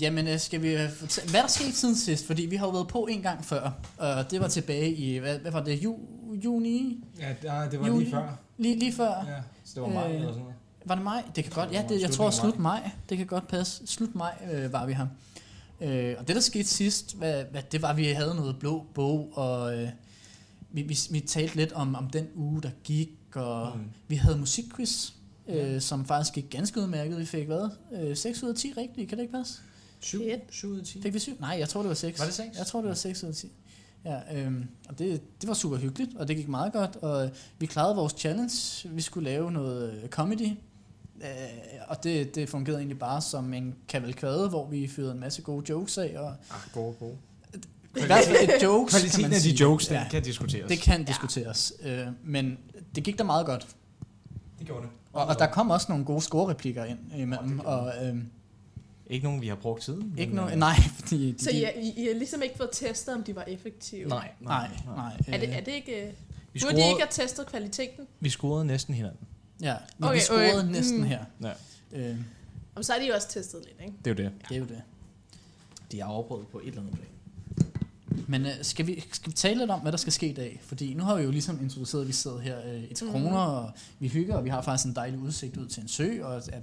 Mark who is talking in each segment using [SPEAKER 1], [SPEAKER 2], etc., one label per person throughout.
[SPEAKER 1] Jamen, øh, skal vi øh, fortælle, hvad er der sket siden sidst? Fordi vi har jo været på en gang før, og det var tilbage i, hvad, hvad var det, ju, juni?
[SPEAKER 2] Ja, nej, det var
[SPEAKER 1] Juni.
[SPEAKER 2] lige før.
[SPEAKER 1] Lige, lige før?
[SPEAKER 2] Ja, så det var mig
[SPEAKER 1] Øh,
[SPEAKER 2] eller sådan noget.
[SPEAKER 1] Var det maj? Det kan godt, ja,
[SPEAKER 2] det var
[SPEAKER 1] det, jeg
[SPEAKER 2] slutningen
[SPEAKER 1] tror
[SPEAKER 2] af
[SPEAKER 1] slut maj. Det kan godt passe. Slut maj øh, var vi her. Øh, og det, der skete sidst, hvad, hvad, det var, at vi havde noget blå bog, og øh, vi, vi, vi talte lidt om, om den uge, der gik, og mm.
[SPEAKER 2] Mm.
[SPEAKER 1] vi havde musikquiz, øh,
[SPEAKER 2] Ja.
[SPEAKER 1] som faktisk gik ganske udmærket. Vi fik hvad? Øh, 6 ud af 10 rigtigt, kan det ikke passe?
[SPEAKER 2] Syv,
[SPEAKER 3] Shit.
[SPEAKER 2] syv ud af ti.
[SPEAKER 1] Fik vi 7? Nej, jeg tror, det var 6.
[SPEAKER 2] Var det seks?
[SPEAKER 1] Jeg tror, det var 6 ud af 10. Ja, øhm, og det, det var super hyggeligt, og det gik meget godt, og øh, vi klarede vores challenge. Vi skulle lave noget øh, comedy, øh, og det, det fungerede egentlig bare som en kavalkade, hvor vi fyrede en masse gode jokes af, og
[SPEAKER 2] Ah, gode, gode.
[SPEAKER 1] i hvert fald et jokes, kan
[SPEAKER 4] Ah, Kvaliteten
[SPEAKER 1] man
[SPEAKER 4] af de
[SPEAKER 1] sige.
[SPEAKER 4] jokes, den
[SPEAKER 1] ja,
[SPEAKER 4] kan diskuteres.
[SPEAKER 1] det kan diskuteres, øh, men det gik da meget godt.
[SPEAKER 2] Det gjorde det.
[SPEAKER 1] Og, og der kom også nogle gode scorereplikker ind imellem,
[SPEAKER 2] Åh, det gjorde
[SPEAKER 1] og øh,
[SPEAKER 4] Ikke nogen, vi har brugt siden.
[SPEAKER 1] ikke
[SPEAKER 4] men,
[SPEAKER 1] nogen,
[SPEAKER 4] øh,
[SPEAKER 1] nej, fordi de,
[SPEAKER 3] Så I, I, I har ligesom ikke fået testet, om de var effektive?
[SPEAKER 4] Nej,
[SPEAKER 1] nej, nej.
[SPEAKER 3] Er det,
[SPEAKER 1] øh,
[SPEAKER 3] er det ikke... øh,
[SPEAKER 4] Vi,
[SPEAKER 3] Burde de
[SPEAKER 4] scorede,
[SPEAKER 3] ikke have testet kvaliteten?
[SPEAKER 4] vi scorede næsten hinanden.
[SPEAKER 1] Ja, men okay,
[SPEAKER 3] Okay,
[SPEAKER 1] vi scorede okay.
[SPEAKER 3] okay.
[SPEAKER 1] næsten
[SPEAKER 3] Mm.
[SPEAKER 1] her.
[SPEAKER 4] Ja.
[SPEAKER 1] Øh,
[SPEAKER 3] Og så har de jo også testet lidt, ikke?
[SPEAKER 4] Det er jo det.
[SPEAKER 1] det er jo det.
[SPEAKER 5] De er afprøvet på et eller andet plan.
[SPEAKER 1] Men øh, skal, vi, skal vi tale lidt om, hvad der skal ske i dag? Fordi nu har vi jo ligesom introduceret, at vi sidder her øh, i
[SPEAKER 3] Mhm.
[SPEAKER 1] kroner, og vi hygger, og vi har faktisk en dejlig udsigt ud til en sø, og at, at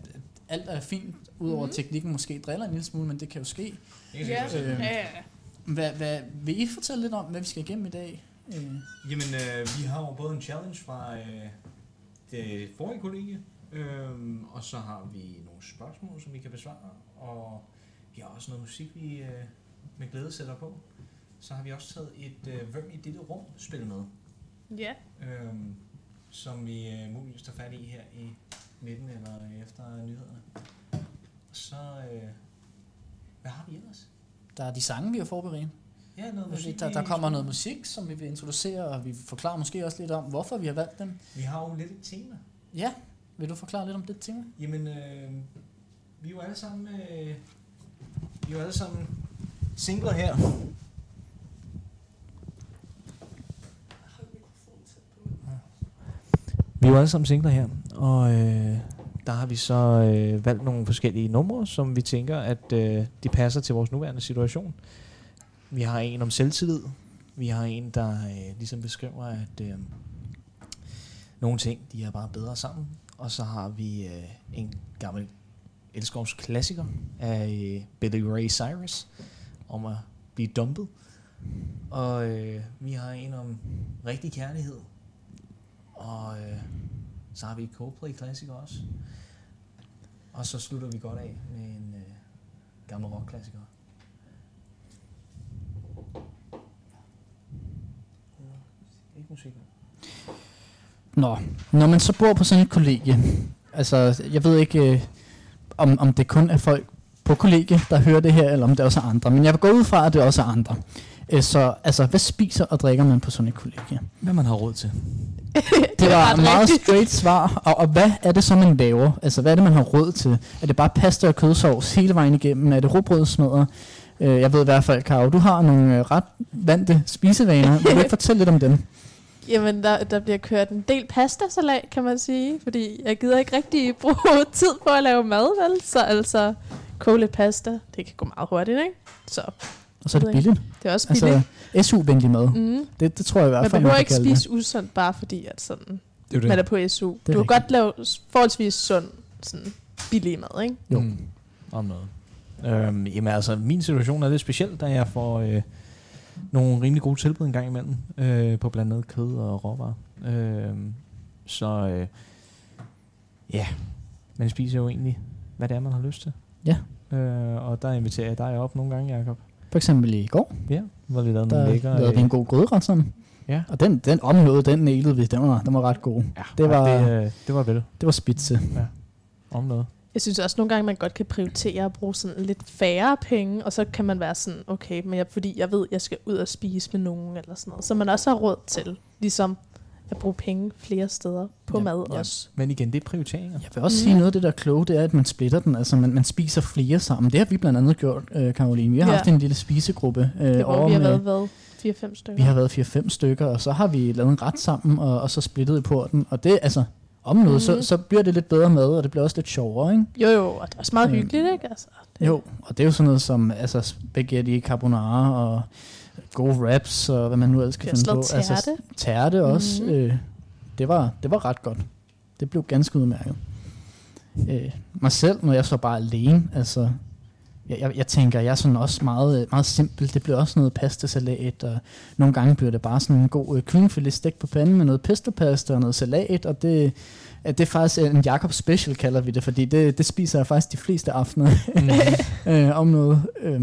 [SPEAKER 1] alt er fint, udover mm.
[SPEAKER 3] Mhm.
[SPEAKER 1] teknikken måske driller en lille smule, men det kan jo ske.
[SPEAKER 3] Ja.
[SPEAKER 1] Øh,
[SPEAKER 3] Ja, ja, ja.
[SPEAKER 1] Hvad, hvad, vil I fortælle lidt om, hvad vi skal igennem i dag? Øh,
[SPEAKER 2] Jamen, øh, vi har jo både en challenge fra øh, det forrige kollegie, øh, og så har vi nogle spørgsmål, som vi kan besvare, og vi har også noget musik, vi øh, med glæde sætter på. Så har vi også taget et øh, Hvem i dette rum spil med,
[SPEAKER 3] ja.
[SPEAKER 2] øh, som vi øh, muligvis tager fat i her i midten eller efter nyhederne. Og så, øh, hvad har vi ellers?
[SPEAKER 1] der er de sange, vi har forberedt.
[SPEAKER 2] Ja, noget musik.
[SPEAKER 1] Der, der
[SPEAKER 2] vi-
[SPEAKER 1] kommer noget musik, som vi vil introducere, og vi forklarer måske også lidt om, hvorfor vi har valgt dem.
[SPEAKER 2] Vi har jo lidt et tema.
[SPEAKER 1] Ja, vil du forklare lidt om det, Timmy?
[SPEAKER 2] Jamen, øh, vi er jo alle sammen, øh, vi er jo alle sammen singler her.
[SPEAKER 4] Vi er jo alle sammen singler her, og øh, der har vi så øh, valgt nogle forskellige numre, som vi tænker, at øh, de passer til vores nuværende situation. Vi har en om selvtillid. Vi har en, der øh, ligesom beskriver, at øh, nogle ting, de er bare bedre sammen. Og så har vi øh, en gammel elskovsklassiker af øh, Billy Ray Cyrus, om at blive dumpet. Og øh, vi har en om rigtig kærlighed, og øh, så har vi Coldplay Classic også. Og så slutter vi godt af med en øh, gammel rockklassiker. Ikke musik.
[SPEAKER 1] Nå, når man så bor på sådan et kollegie, altså jeg ved ikke, øh, om, om det kun er folk på kollegie, der hører det her, eller om det også er andre, men jeg vil gå ud fra, at det også er andre. Øh, så altså, hvad spiser og drikker man på sådan et kollegie?
[SPEAKER 4] Hvad man har råd til.
[SPEAKER 1] Det var
[SPEAKER 3] ret
[SPEAKER 1] et meget
[SPEAKER 3] rigtigt.
[SPEAKER 1] straight svar, og, og hvad er det så, man laver? Altså, hvad er det, man har råd til? Er det bare pasta og kødsovs hele vejen igennem? Er det råbrødsnødder? Øh, jeg ved i hvert fald, Karo, du har nogle øh, ret vante spisevaner. Vil du ikke fortælle lidt om dem?
[SPEAKER 3] Jamen, der, der bliver kørt en del pastasalat, kan man sige. Fordi jeg gider ikke rigtig bruge tid på at lave mad, vel? Så altså, koge lidt pasta, det kan gå meget hurtigt, ikke? Så
[SPEAKER 1] Og så er det
[SPEAKER 3] Jeg ved ikke.
[SPEAKER 1] billigt.
[SPEAKER 3] det er også billigt.
[SPEAKER 1] Altså,
[SPEAKER 3] Altså,
[SPEAKER 1] SU-venlig mad.
[SPEAKER 3] mm.
[SPEAKER 1] Det, det tror jeg i hvert
[SPEAKER 3] Man
[SPEAKER 1] fald, man
[SPEAKER 3] behøver
[SPEAKER 1] kan
[SPEAKER 3] ikke
[SPEAKER 1] kalde det.
[SPEAKER 3] spise usundt, bare fordi at sådan,
[SPEAKER 4] Det er
[SPEAKER 3] man er på SU. Du kan
[SPEAKER 1] rigtigt.
[SPEAKER 3] godt lave s- forholdsvis sund, sådan billig mad, ikke?
[SPEAKER 1] Jo.
[SPEAKER 4] Mm. Om noget. Øhm, jamen altså, min situation er lidt speciel, da jeg får øh, nogle rimelig gode tilbud en gang imellem, øh, på blandt andet kød og råvarer. Øh, så øh, ja, man spiser jo egentlig, hvad det er, man har lyst til.
[SPEAKER 1] Ja.
[SPEAKER 4] Øh, og der inviterer jeg dig op nogle gange, Jacob.
[SPEAKER 1] For eksempel i går,
[SPEAKER 4] Ja, hvor vi lavede
[SPEAKER 1] der
[SPEAKER 4] nogle lækre... øh,
[SPEAKER 1] lavede vi en god grødret sammen.
[SPEAKER 4] Ja.
[SPEAKER 1] Og den, den omhøvede, den nælede vi. Den var, den var ret god.
[SPEAKER 4] ja,
[SPEAKER 1] det
[SPEAKER 4] det, var,
[SPEAKER 1] var-
[SPEAKER 4] det, øh, det var vel
[SPEAKER 1] Det var spidse.
[SPEAKER 4] om noget.
[SPEAKER 3] Jeg synes også nogle gange, man godt kan prioritere at bruge sådan lidt færre penge, og så kan man være sådan, okay, men jeg, fordi jeg ved, jeg skal ud og spise med nogen, eller sådan noget. Så man også har råd til, ligesom at bruge penge flere steder på
[SPEAKER 1] Ja,
[SPEAKER 3] ja, mad
[SPEAKER 1] ja.
[SPEAKER 3] ja. også.
[SPEAKER 4] Men igen, det er prioriteringer.
[SPEAKER 1] Jeg vil også mm.
[SPEAKER 3] Mm.
[SPEAKER 1] sige noget af det, der er kloge, det er, at man splitter den. Altså, man, man spiser flere sammen. Det har vi blandt andet gjort, øh, Karoline. Vi har
[SPEAKER 3] Ja.
[SPEAKER 1] haft en lille spisegruppe. Øh,
[SPEAKER 3] Det var, vi har
[SPEAKER 1] med-
[SPEAKER 3] været, hvad, 4-5 stykker?
[SPEAKER 1] vi har været 4-5 stykker, og så har vi lavet en ret sammen, og, og så splittet i porten. Og det, altså, om noget, mm. så,
[SPEAKER 3] Mhm.
[SPEAKER 1] så bliver det lidt bedre med, og det bliver også lidt sjovere, ikke?
[SPEAKER 3] Jo, jo, og det er også meget
[SPEAKER 1] Øhm,
[SPEAKER 3] hyggeligt, ikke? Altså, det,
[SPEAKER 1] Jo, og det er jo sådan noget som altså, spaghetti, carbonara og gode wraps og hvad man nu ellers
[SPEAKER 3] Vi
[SPEAKER 1] kan
[SPEAKER 3] har
[SPEAKER 1] finde på.
[SPEAKER 3] slået tærte.
[SPEAKER 1] Altså, tærte også.
[SPEAKER 3] Mhm.
[SPEAKER 1] Mm-hmm. Øh, det, var, det var ret godt. Det blev ganske udmærket. Øh, mig selv, når jeg så bare alene, altså, jeg, jeg, jeg tænker, jeg er sådan også meget, øh, meget simpel. Det bliver også noget pastasalat, og nogle gange bliver det bare sådan en god øh, kyllingfilet stegt på panden med noget pestopasta og noget salat, og det, øh, det er faktisk øh, en Jakob special, kalder vi det, fordi det, det spiser jeg faktisk de fleste aftener øh, om noget. Øh,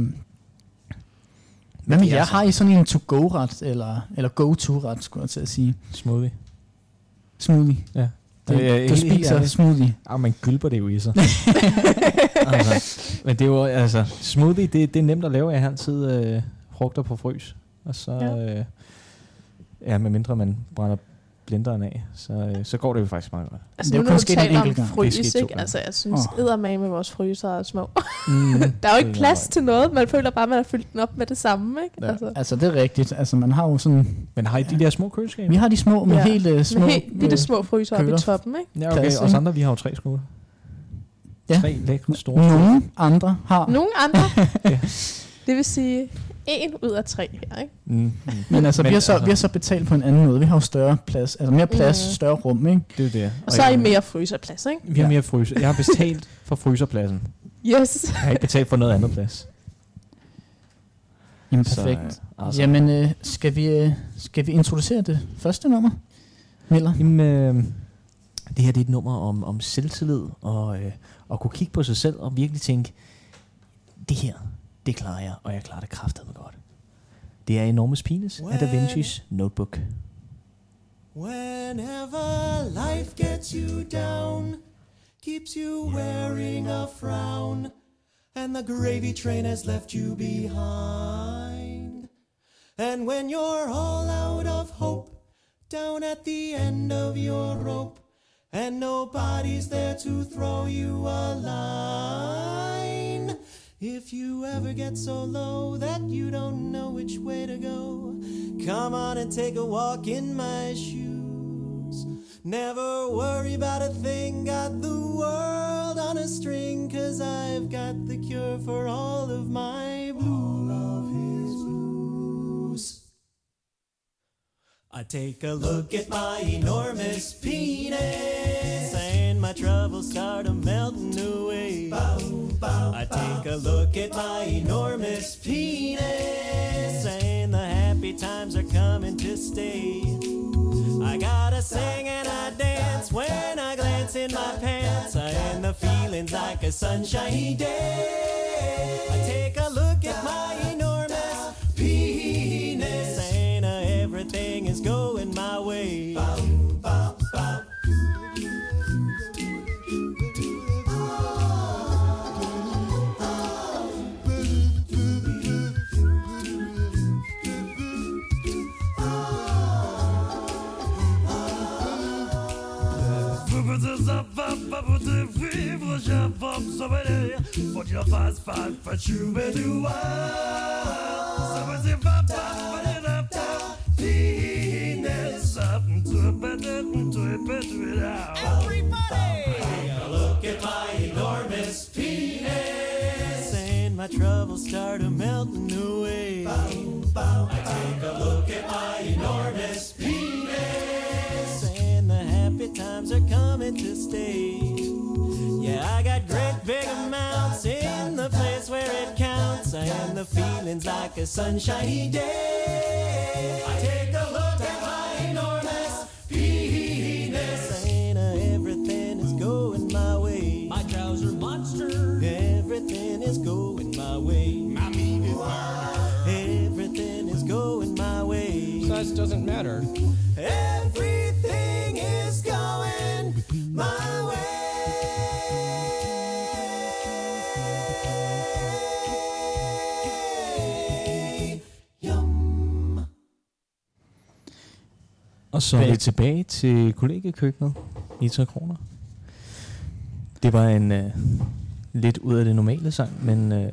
[SPEAKER 1] hvad med
[SPEAKER 4] Ja,
[SPEAKER 1] jer?
[SPEAKER 4] altså.
[SPEAKER 1] Har I sådan en to-go-ret, eller, eller go-to-ret, skulle jeg til at sige?
[SPEAKER 4] Smoothie.
[SPEAKER 1] Smoothie.
[SPEAKER 4] Ja.
[SPEAKER 1] Du,
[SPEAKER 4] Det er
[SPEAKER 1] du
[SPEAKER 4] helt
[SPEAKER 1] spiser
[SPEAKER 4] ærligt.
[SPEAKER 1] smoothie.
[SPEAKER 4] Ah, man gylper det jo i sig. altså, men det er jo, altså, smoothie, det, det er nemt at lave. Jeg har altid øh, frugter på frys. Og så,
[SPEAKER 3] Ja.
[SPEAKER 4] ja. Øh, ja, medmindre man brænder blenderen af, så, øh, så går det jo faktisk meget godt.
[SPEAKER 3] altså,
[SPEAKER 1] det er
[SPEAKER 3] nu når
[SPEAKER 1] jo kun
[SPEAKER 3] du
[SPEAKER 1] sket en
[SPEAKER 3] taler om
[SPEAKER 1] enkelt gang. Det er
[SPEAKER 3] frys,
[SPEAKER 4] sket to
[SPEAKER 3] ikke?
[SPEAKER 4] gange.
[SPEAKER 3] Altså, jeg synes,
[SPEAKER 1] Åh.
[SPEAKER 3] oh. med vores fryser er små.
[SPEAKER 4] Mm.
[SPEAKER 3] der er jo ikke
[SPEAKER 4] Det
[SPEAKER 3] plads
[SPEAKER 4] er meget.
[SPEAKER 3] til noget. Man føler bare, at man har fyldt den op med det samme, ikke?
[SPEAKER 4] Ja.
[SPEAKER 3] Altså,
[SPEAKER 1] Altså, det er rigtigt. Altså, man har jo sådan...
[SPEAKER 4] Men har I de der små køleskaber?
[SPEAKER 1] Vi har de små med
[SPEAKER 3] Ja.
[SPEAKER 1] ja. helt øh, små...
[SPEAKER 3] med helt bitte
[SPEAKER 1] øh,
[SPEAKER 3] små fryser oppe i
[SPEAKER 1] køler.
[SPEAKER 3] toppen, ikke?
[SPEAKER 4] Ja, okay.
[SPEAKER 1] plads,
[SPEAKER 4] Os
[SPEAKER 1] ikke?
[SPEAKER 4] andre, vi har jo tre skåle.
[SPEAKER 1] Ja.
[SPEAKER 4] Tre lækre store skåle.
[SPEAKER 1] Nogle andre har.
[SPEAKER 3] Nogle andre.
[SPEAKER 4] Ja.
[SPEAKER 3] det vil sige, en ud af tre her, ikke?
[SPEAKER 4] Mm. Mm.
[SPEAKER 6] Mm-hmm.
[SPEAKER 1] Men altså, Men, vi, har så,
[SPEAKER 4] altså-
[SPEAKER 1] vi har så betalt på en anden måde. Vi har jo større plads, altså mere plads,
[SPEAKER 3] Mhm.
[SPEAKER 1] mm. større rum, ikke?
[SPEAKER 4] Det er jo det.
[SPEAKER 3] Og så er I
[SPEAKER 4] jeg-
[SPEAKER 3] mere fryserplads, ikke?
[SPEAKER 4] Vi har mere fryser. Jeg har betalt for fryserpladsen.
[SPEAKER 3] Yes.
[SPEAKER 4] Jeg har ikke betalt for noget andet plads.
[SPEAKER 1] Jamen,
[SPEAKER 4] Så,
[SPEAKER 1] perfekt. Så,
[SPEAKER 4] øh, altså.
[SPEAKER 1] Jamen, øh, skal, vi, øh, skal vi introducere det første nummer? Miller?
[SPEAKER 4] Jamen, øh, det her det er et nummer om, om selvtillid og øh, at kunne kigge på sig selv og virkelig tænke, det her, det klarer jeg, og jeg klarer det kraftedeme godt. Det er Enormous Penis af Da Vinci's Notebook.
[SPEAKER 6] Whenever life gets you down, keeps you wearing a frown, and the gravy train has left you behind. And when you're all out of hope, down at the end of your rope, and nobody's there to throw you a line. If you ever get so low that you don't know which way to go, come on and take a walk in my shoes. Never worry about a thing, got the world on a string, cause I've got the cure for all of my blues. I take a look at my enormous penis, and my troubles start a melting away. I take a look at my enormous penis, and the happy times are coming to stay. I gotta sing and I dance when I glance in my pants, and the feeling's like a sunshiny day. I take a look at my enormous penis, and uh, everything is going my way. And my troubles start a melting away. and the happy times are coming to stay. Yeah, I got great big amounts in the place where it counts, and the feeling's like a sunshiny day. I take a look at my enormous penis, and uh, everything is going my way. My trouser monster, everything is going my way. My meat is murder, everything is going my way.
[SPEAKER 7] Size doesn't matter.
[SPEAKER 6] Everything is going my way. Yum.
[SPEAKER 4] Og så er vi
[SPEAKER 1] Bag-
[SPEAKER 4] tilbage til kollegekøkkenet i tre kroner. Det var en øh, lidt ud af det normale sang, men øh,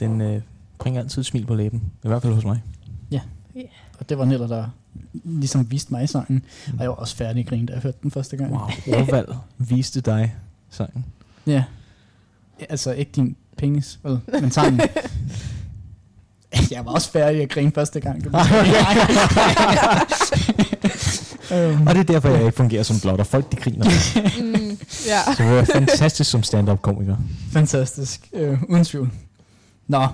[SPEAKER 4] den øh, bringer altid et smil på læben. I hvert fald hos mig.
[SPEAKER 1] Ja.
[SPEAKER 3] Ja.
[SPEAKER 1] Og det var Neller, der ligesom viste mig sangen. Og jeg var også færdig grin, da jeg hørte den første gang.
[SPEAKER 4] Mm. Wow, Orvald viste dig sangen.
[SPEAKER 1] Ja. Ja, Altså ikke din penis, vel, men sangen. jeg var også færdig at grine første gang. kan man sige. Øhm,
[SPEAKER 4] Og det er derfor, jeg ikke fungerer som blotter. Folk, de griner.
[SPEAKER 3] Mm, ja.
[SPEAKER 4] Så jeg er fantastisk som stand-up-komiker.
[SPEAKER 1] Fantastisk, øh, uden tvivl. Nå,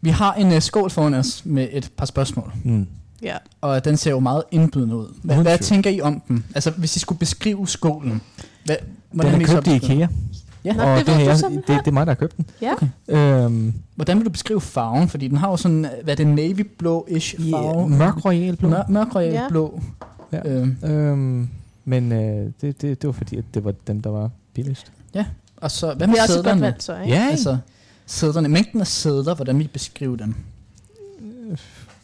[SPEAKER 1] vi har en øh, skål foran os med et par spørgsmål.
[SPEAKER 4] Mm.
[SPEAKER 3] ja.
[SPEAKER 1] Og den ser jo meget indbydende ud. Hvad,
[SPEAKER 4] Uden
[SPEAKER 1] hvad
[SPEAKER 4] tvivl.
[SPEAKER 1] tænker I om den? Altså, hvis I skulle beskrive skålen. Hvad,
[SPEAKER 4] Den
[SPEAKER 1] vil
[SPEAKER 4] er
[SPEAKER 1] så
[SPEAKER 4] købt i
[SPEAKER 1] beskrive den?
[SPEAKER 4] IKEA,
[SPEAKER 1] Ja.
[SPEAKER 3] Nå,
[SPEAKER 4] og
[SPEAKER 3] det
[SPEAKER 4] det,
[SPEAKER 3] ved
[SPEAKER 4] har
[SPEAKER 3] du
[SPEAKER 4] jeg,
[SPEAKER 3] simpelthen.
[SPEAKER 4] det, det er mig, der har købt den.
[SPEAKER 3] Ja.
[SPEAKER 1] Okay.
[SPEAKER 4] Øhm,
[SPEAKER 1] Hvordan vil du beskrive farven? Fordi den har jo sådan, øh, hvad er det, navy blå-ish farve?
[SPEAKER 4] yeah, mørk royal blå.
[SPEAKER 1] Mør- mørk royal
[SPEAKER 3] Ja.
[SPEAKER 1] blå.
[SPEAKER 4] Ja.
[SPEAKER 1] Øhm,
[SPEAKER 4] Øhm, men øh, det, det, det var fordi, at det var dem, der var billigst.
[SPEAKER 1] Og så, hvad
[SPEAKER 3] Det
[SPEAKER 1] med
[SPEAKER 3] er også et godt
[SPEAKER 1] sædlerne?
[SPEAKER 3] valg, så, ikke?
[SPEAKER 4] Ja, altså,
[SPEAKER 1] Altså, sædlerne, mængden af sædler, hvordan vi beskriver dem.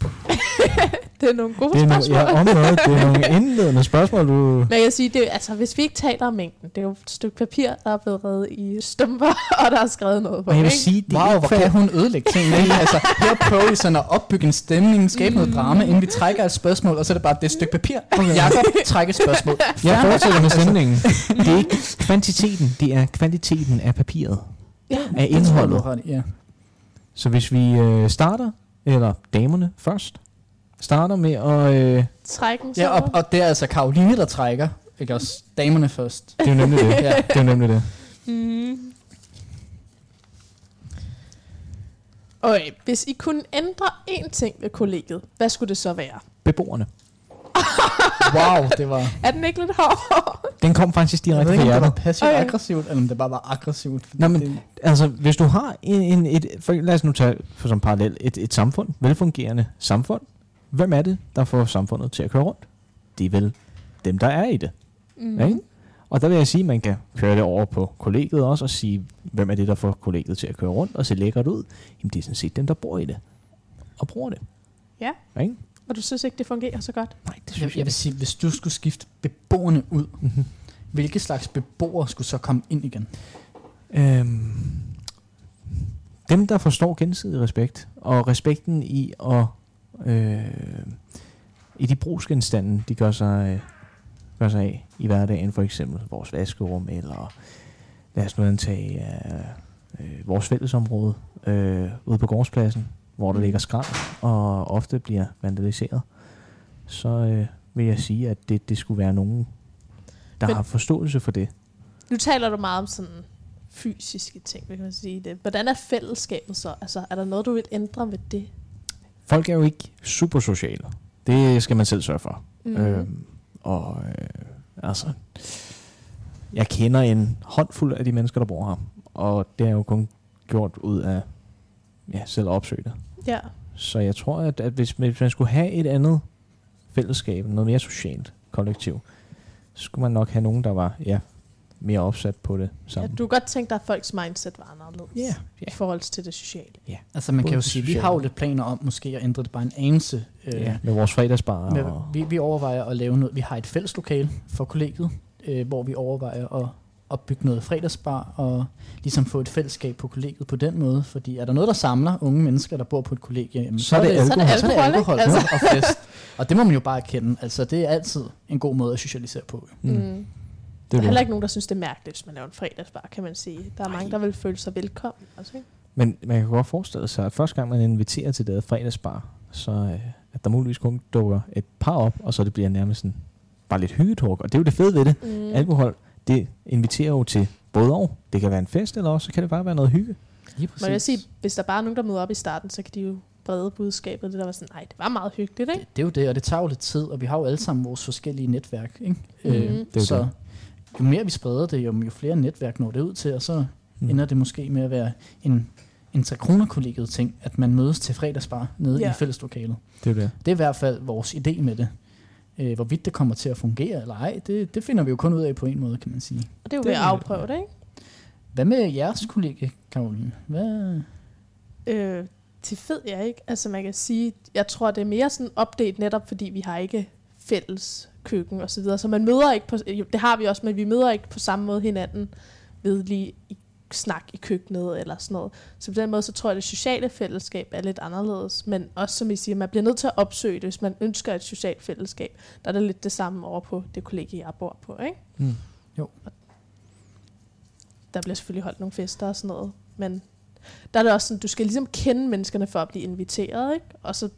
[SPEAKER 3] Det er nogle gode
[SPEAKER 4] det er nogle,
[SPEAKER 3] spørgsmål.
[SPEAKER 4] ja, om noget, det er nogle indledende spørgsmål, du...
[SPEAKER 3] Men jeg kan sige, det, er- altså, hvis vi ikke taler om mængden, det er jo et stykke papir, der er blevet reddet i stumper, og der er skrevet noget på.
[SPEAKER 4] Og jeg vil
[SPEAKER 3] ikke?
[SPEAKER 4] sige, det
[SPEAKER 1] Wow,
[SPEAKER 4] er
[SPEAKER 1] hvor
[SPEAKER 4] ikke
[SPEAKER 1] kan hun ødelægge tingene. ikke? altså, her prøver I sådan at opbygge en stemning, skabe noget drama, inden vi trækker et spørgsmål, og så er det bare det stykke papir. Okay. Jakob, træk et spørgsmål.
[SPEAKER 4] Jeg fortsætter
[SPEAKER 1] Altså,
[SPEAKER 4] med stemningen. Det er ikke kvantiteten, det er kvantiteten af papiret,
[SPEAKER 3] Ja.
[SPEAKER 4] af
[SPEAKER 1] Det tror jeg, du
[SPEAKER 4] indholdet.
[SPEAKER 1] har ret i, Ja.
[SPEAKER 4] Så hvis vi øh, starter, eller damerne først, starter med at... Øh,
[SPEAKER 3] Trækken
[SPEAKER 1] ja og, og det er altså Karoline, der trækker. Ikke også damerne først.
[SPEAKER 4] det er jo nemlig det.
[SPEAKER 1] Ja.
[SPEAKER 4] Det er jo nemlig det.
[SPEAKER 3] Mm. Okay, hvis I kunne ændre én ting ved kollegiet, hvad skulle det så være?
[SPEAKER 4] Beboerne.
[SPEAKER 1] Wow, det var...
[SPEAKER 3] Er den ikke lidt hård?
[SPEAKER 4] Den kom faktisk
[SPEAKER 1] Jeg
[SPEAKER 4] direkte
[SPEAKER 1] ved
[SPEAKER 4] fra
[SPEAKER 1] ikke, om det
[SPEAKER 4] hjertet.
[SPEAKER 1] var passivt
[SPEAKER 3] Okay.
[SPEAKER 1] aggressivt, eller om det bare var aggressivt. fordi
[SPEAKER 4] Nå, men-
[SPEAKER 1] det,
[SPEAKER 4] Altså, hvis du har en, en et, for, lad os nu tage for som parallel et, et samfund, velfungerende samfund, hvem er det, der får samfundet til at køre rundt? Det er vel dem, der er i det.
[SPEAKER 3] Mm.
[SPEAKER 8] Mhm.
[SPEAKER 4] Mm. Ikke? Og der vil jeg sige, at man kan køre det over på kollegiet også, og sige, hvem er det, der får kollegiet til at køre rundt og se lækkert ud? Jamen, det er sådan set dem, der bor i det og bruger det.
[SPEAKER 3] Ja.
[SPEAKER 4] Ikke?
[SPEAKER 3] Og du synes ikke, det fungerer så godt?
[SPEAKER 4] Nej, det synes
[SPEAKER 1] jeg, jeg vil sige, hvis du skulle skifte beboerne ud,
[SPEAKER 4] Mhm.
[SPEAKER 1] hvilke slags beboere skulle så komme ind igen?
[SPEAKER 4] Øhm, dem, der forstår gensidig respekt, og respekten i at øh, i de brugsgenstande, de gør sig, øh, gør sig af i hverdagen, for eksempel vores vaskerum, eller lad os nu antage øh, øh, vores fællesområde øh, ude på gårdspladsen, hvor der ligger skrald og ofte bliver vandaliseret, så øh, vil jeg sige, at det, det skulle være nogen, der
[SPEAKER 3] Men-
[SPEAKER 4] har forståelse for det.
[SPEAKER 3] Nu taler du meget om sådan fysiske ting, kan man sige det. Hvordan er fællesskabet så? Altså, er der noget, du vil ændre ved det?
[SPEAKER 4] Folk er jo ikke super sociale. Det skal man selv sørge for.
[SPEAKER 3] Mm.
[SPEAKER 4] Mm. Øhm, og øh, altså, jeg kender en håndfuld af de mennesker, der bor her. Og det er jo kun gjort ud af ja, selv at opsøge det.
[SPEAKER 3] Ja.
[SPEAKER 4] Så jeg tror, at, at hvis, man- hvis man skulle have et andet fællesskab, noget mere socialt kollektiv, så skulle man nok have nogen, der var ja, mere opsat på det
[SPEAKER 3] ja.
[SPEAKER 4] sammen.
[SPEAKER 3] Du kan godt tænke dig, at folks mindset var anderledes
[SPEAKER 4] Ja,
[SPEAKER 3] i forhold til det sociale.
[SPEAKER 1] Altså man
[SPEAKER 4] Både
[SPEAKER 1] kan jo
[SPEAKER 4] det
[SPEAKER 1] sige, vi
[SPEAKER 4] sociale.
[SPEAKER 1] har jo lidt planer om måske at ændre det bare en anelse. Øh,
[SPEAKER 4] ja, med vores fredagsbar.
[SPEAKER 1] men
[SPEAKER 4] og,
[SPEAKER 1] vi, vi overvejer at lave noget, vi har et fælles lokale for kollegiet, øh, hvor vi overvejer at opbygge noget fredagsbar og ligesom få et fællesskab på kollegiet på den måde. Fordi er der noget, der samler unge mennesker, der bor på et kollegie, jamen,
[SPEAKER 4] så er det
[SPEAKER 3] Så er det
[SPEAKER 4] alkohol.
[SPEAKER 1] så er det
[SPEAKER 3] alkohol,
[SPEAKER 1] alkohol
[SPEAKER 3] ikke?
[SPEAKER 1] altså. og fest. Og det må man jo bare erkende. Altså det er altid en god måde at socialisere på. jo.
[SPEAKER 3] Mm.
[SPEAKER 4] Mm, det
[SPEAKER 3] Der
[SPEAKER 4] er
[SPEAKER 3] er heller
[SPEAKER 4] det.
[SPEAKER 3] ikke nogen, der synes, det er mærkeligt, hvis man laver en fredagsbar, kan man sige. Der er mange,
[SPEAKER 1] Ej.
[SPEAKER 3] der vil føle sig velkommen. Også, ikke?
[SPEAKER 4] Men man kan godt forestille sig, at første gang man inviterer til det fredagsbar, så øh, at der muligvis kun dukker et par op, og så det bliver nærmest sådan, bare lidt hyggetork. Og det er jo det fede ved det. Mm.
[SPEAKER 3] Mm.
[SPEAKER 4] Alkohol, det inviterer jo til både og. Det kan være en fest, eller også så kan det bare være noget hygge.
[SPEAKER 1] Lige
[SPEAKER 3] Må jeg sige, hvis der bare er nogen, der møder op i starten, så kan de jo brede budskabet. Det der var sådan, nej, det var meget hyggeligt, ikke?
[SPEAKER 1] Det, det er jo det, og det tager jo lidt tid, og vi har jo alle sammen vores forskellige netværk. Ikke?
[SPEAKER 3] Mhm.
[SPEAKER 1] Øh,
[SPEAKER 3] Det er
[SPEAKER 4] jo
[SPEAKER 1] så
[SPEAKER 4] det.
[SPEAKER 1] jo mere vi spreder det, jo, jo flere netværk når det ud til, og så
[SPEAKER 4] Mm.
[SPEAKER 1] mm. ender det måske med at være en, en takronerkollegiet ting, at man mødes til fredagsbar nede
[SPEAKER 3] Ja.
[SPEAKER 1] i fælleslokalet.
[SPEAKER 4] Det er jo det.
[SPEAKER 1] Det er i hvert fald vores idé med det. Øh, hvorvidt det kommer til at fungere eller ej, det, det finder vi jo kun ud af på en måde, kan man sige.
[SPEAKER 3] Og det er jo
[SPEAKER 4] Det
[SPEAKER 3] ved at
[SPEAKER 4] er-
[SPEAKER 3] afprøve det, ikke?
[SPEAKER 1] Hvad med jeres kollega, Karoline? Hvad?
[SPEAKER 3] Øh, det ved jeg ikke. Altså man kan sige, jeg tror, det er mere sådan opdelt netop, fordi vi har ikke fælles køkken og så videre. Så man møder ikke på, jo, det har vi også, men vi møder ikke på samme måde hinanden ved lige i snak i køkkenet eller sådan noget. Så på den måde, så tror jeg, at det sociale fællesskab er lidt anderledes. Men også som I siger, man bliver nødt til at opsøge det, hvis man ønsker et socialt fællesskab. Der er det lidt det samme over på det kollegie, jeg bor på. Ikke?
[SPEAKER 4] Mm.
[SPEAKER 1] Jo.
[SPEAKER 3] Der bliver selvfølgelig holdt nogle fester og sådan noget. Men der er det også sådan, du skal ligesom kende menneskerne for at blive inviteret. Ikke? Og så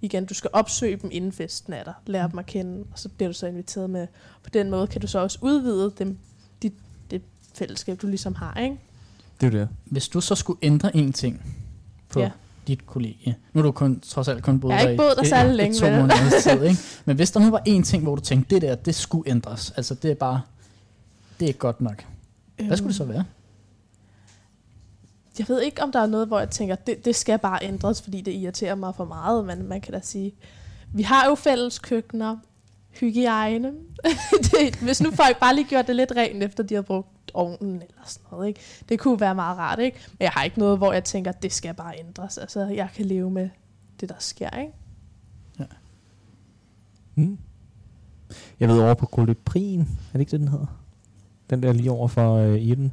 [SPEAKER 3] igen, du skal opsøge dem inden festen er der. Lære dem at kende, og så bliver du så inviteret med. På den måde kan du så også udvide dem, dit, det fællesskab, du ligesom har. Ikke?
[SPEAKER 4] Det er jo det.
[SPEAKER 1] Hvis du så skulle ændre én ting på
[SPEAKER 3] Ja.
[SPEAKER 1] ja. dit kollegie. Nu er du kun, trods alt kun boet
[SPEAKER 3] Jeg har ikke
[SPEAKER 1] der
[SPEAKER 3] boet der
[SPEAKER 1] i,
[SPEAKER 3] særlig
[SPEAKER 1] i,
[SPEAKER 3] længe,
[SPEAKER 1] i to
[SPEAKER 3] vel?
[SPEAKER 1] måneders tid. Ikke? Men hvis der nu var én ting, hvor du tænkte, det der, det skulle ændres. Altså det er bare, det er ikke godt nok. Hvad skulle det så være?
[SPEAKER 3] Jeg ved ikke, om der er noget, hvor jeg tænker, det, det skal bare ændres, fordi det irriterer mig for meget, men man kan da sige, vi har jo fælles køkkener, hygiejne. det, hvis nu folk bare lige gjorde det lidt rent, efter de har brugt ovnen eller sådan noget, ikke? det kunne være meget rart, ikke? men jeg har ikke noget, hvor jeg tænker, det skal bare ændres. Altså, jeg kan leve med det, der sker. Ikke?
[SPEAKER 4] Mm. Jeg ved over på Kolibrin, er det ikke det, den hedder? Den der lige over for øh, Irden.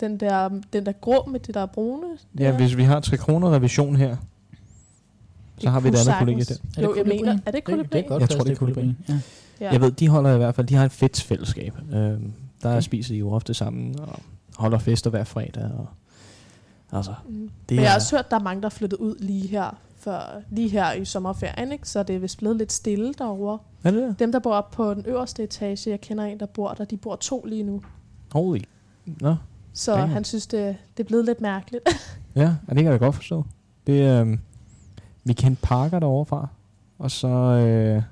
[SPEAKER 3] Den der, den der grå med det, der er brune.
[SPEAKER 4] Ja, ja, hvis vi har 3 kroner revision her, så har vi et
[SPEAKER 3] kunne
[SPEAKER 4] andet kollegie der.
[SPEAKER 3] sagtens- Jo, jeg mener, er det
[SPEAKER 1] Det, det er
[SPEAKER 3] kolibri?
[SPEAKER 1] godt,
[SPEAKER 4] Jeg
[SPEAKER 1] plads,
[SPEAKER 4] tror, det er
[SPEAKER 1] kolibri. Ja.
[SPEAKER 3] Ja.
[SPEAKER 4] Ja. Jeg ved, de holder i hvert fald, de har et fedt fællesskab. Øhm, der mm. spiser de jo ofte sammen, og holder fester hver fredag. Og, altså,
[SPEAKER 3] Mm.
[SPEAKER 4] det
[SPEAKER 3] Men jeg
[SPEAKER 4] er...
[SPEAKER 3] har også hørt, at der er mange, der er flyttet ud lige her, for, lige her i sommerferien, ikke? så det er vist blevet lidt stille derovre.
[SPEAKER 4] Er det det?
[SPEAKER 3] Dem, der bor oppe på den øverste etage, jeg kender en, der bor der, de bor to lige nu.
[SPEAKER 4] Holy. Nå,
[SPEAKER 3] Så
[SPEAKER 4] Damn.
[SPEAKER 3] han synes, det, det er blevet lidt mærkeligt.
[SPEAKER 4] ja, og det kan jeg da godt forstå. Det, øhm, vi kendte Parker derovre fra, og så øh,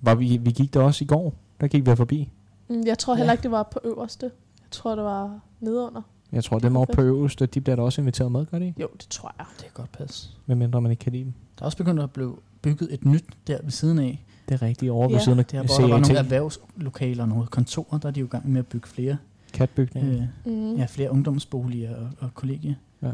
[SPEAKER 4] var vi, vi gik der også i går. Der gik vi forbi.
[SPEAKER 3] Mm, jeg tror heller
[SPEAKER 1] Ja.
[SPEAKER 3] ikke, det var oppe på øverste. Jeg tror, det var nedenunder.
[SPEAKER 4] Jeg tror, dem oppe på øverste, de bliver da også inviteret med, gør de? ikke?
[SPEAKER 3] Jo, det tror jeg.
[SPEAKER 1] Det er godt pas.
[SPEAKER 4] Medmindre man ikke kan lide dem.
[SPEAKER 1] Der er også begyndt at blive bygget et nyt der ved siden af.
[SPEAKER 4] Det er rigtigt over ved
[SPEAKER 3] Ja.
[SPEAKER 4] siden af
[SPEAKER 1] Der, hvor der var
[SPEAKER 4] CAT.
[SPEAKER 1] nogle erhvervslokaler og nogle kontorer, der er de jo i gang med at bygge flere,
[SPEAKER 4] Katbygningen.
[SPEAKER 1] øh,
[SPEAKER 3] Mm.
[SPEAKER 1] ja, flere ungdomsboliger og, og kollegier.
[SPEAKER 4] Ja.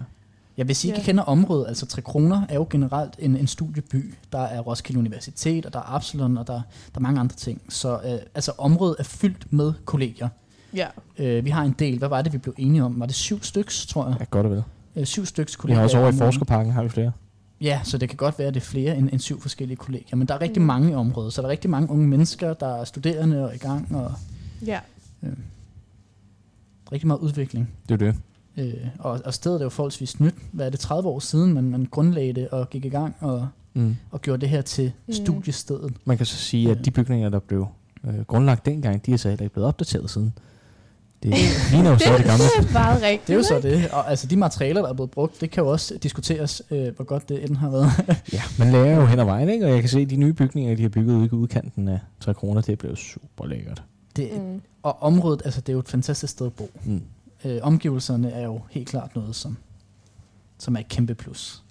[SPEAKER 1] Jeg vil sige, at
[SPEAKER 3] Ja.
[SPEAKER 1] jeg kender området. Altså, Tre Kroner er jo generelt en, en studieby. Der er Roskilde Universitet, og der er Absalon, og der, der er mange andre ting. Så øh, altså, området er fyldt med kolleger.
[SPEAKER 3] ja.
[SPEAKER 1] Øh, vi har en del. Hvad var det, vi blev enige om? Var det syv styks, tror jeg?
[SPEAKER 4] Ja, godt og vel.
[SPEAKER 1] Øh, syv styks
[SPEAKER 4] Vi
[SPEAKER 1] kolleger.
[SPEAKER 4] har også over i
[SPEAKER 1] området.
[SPEAKER 4] Forskerparken, har vi flere.
[SPEAKER 1] Ja, så det kan godt være, at det er flere end, end syv forskellige kolleger. Men der er rigtig
[SPEAKER 3] Mm.
[SPEAKER 1] mm. mange i området, så der er rigtig mange unge mennesker, der er studerende og i gang, og øh,
[SPEAKER 3] ja.
[SPEAKER 1] rigtig meget udvikling.
[SPEAKER 4] Det er det.
[SPEAKER 1] Øh, og, og stedet er jo forholdsvis nyt. Hvad er det, 30 år siden, man, man grundlagde det og gik i gang og,
[SPEAKER 4] Mm.
[SPEAKER 1] og gjorde det her til
[SPEAKER 3] Mm.
[SPEAKER 1] mm. studiestedet.
[SPEAKER 4] Man kan så sige,
[SPEAKER 1] Ja.
[SPEAKER 4] at de bygninger, der blev øh, grundlagt dengang, de er så heller ikke blevet opdateret siden. Det ligner jo stadig det gamle.
[SPEAKER 3] det er bare rigtigt.
[SPEAKER 1] Det er jo så det. Og altså, de materialer, der er blevet brugt, det kan jo også diskuteres, øh, hvor godt det end har været.
[SPEAKER 4] Ja, man lærer jo hen ad vejen, ikke? Og jeg kan se, at de nye bygninger, de har bygget ude i udkanten af 3 kroner, det blev super lækkert.
[SPEAKER 1] Det, mm.
[SPEAKER 3] Mm.
[SPEAKER 1] Og området, altså, det er jo et fantastisk sted at bo.
[SPEAKER 4] Mm.
[SPEAKER 1] Øh, omgivelserne er jo helt klart noget, som, som er et kæmpe plus.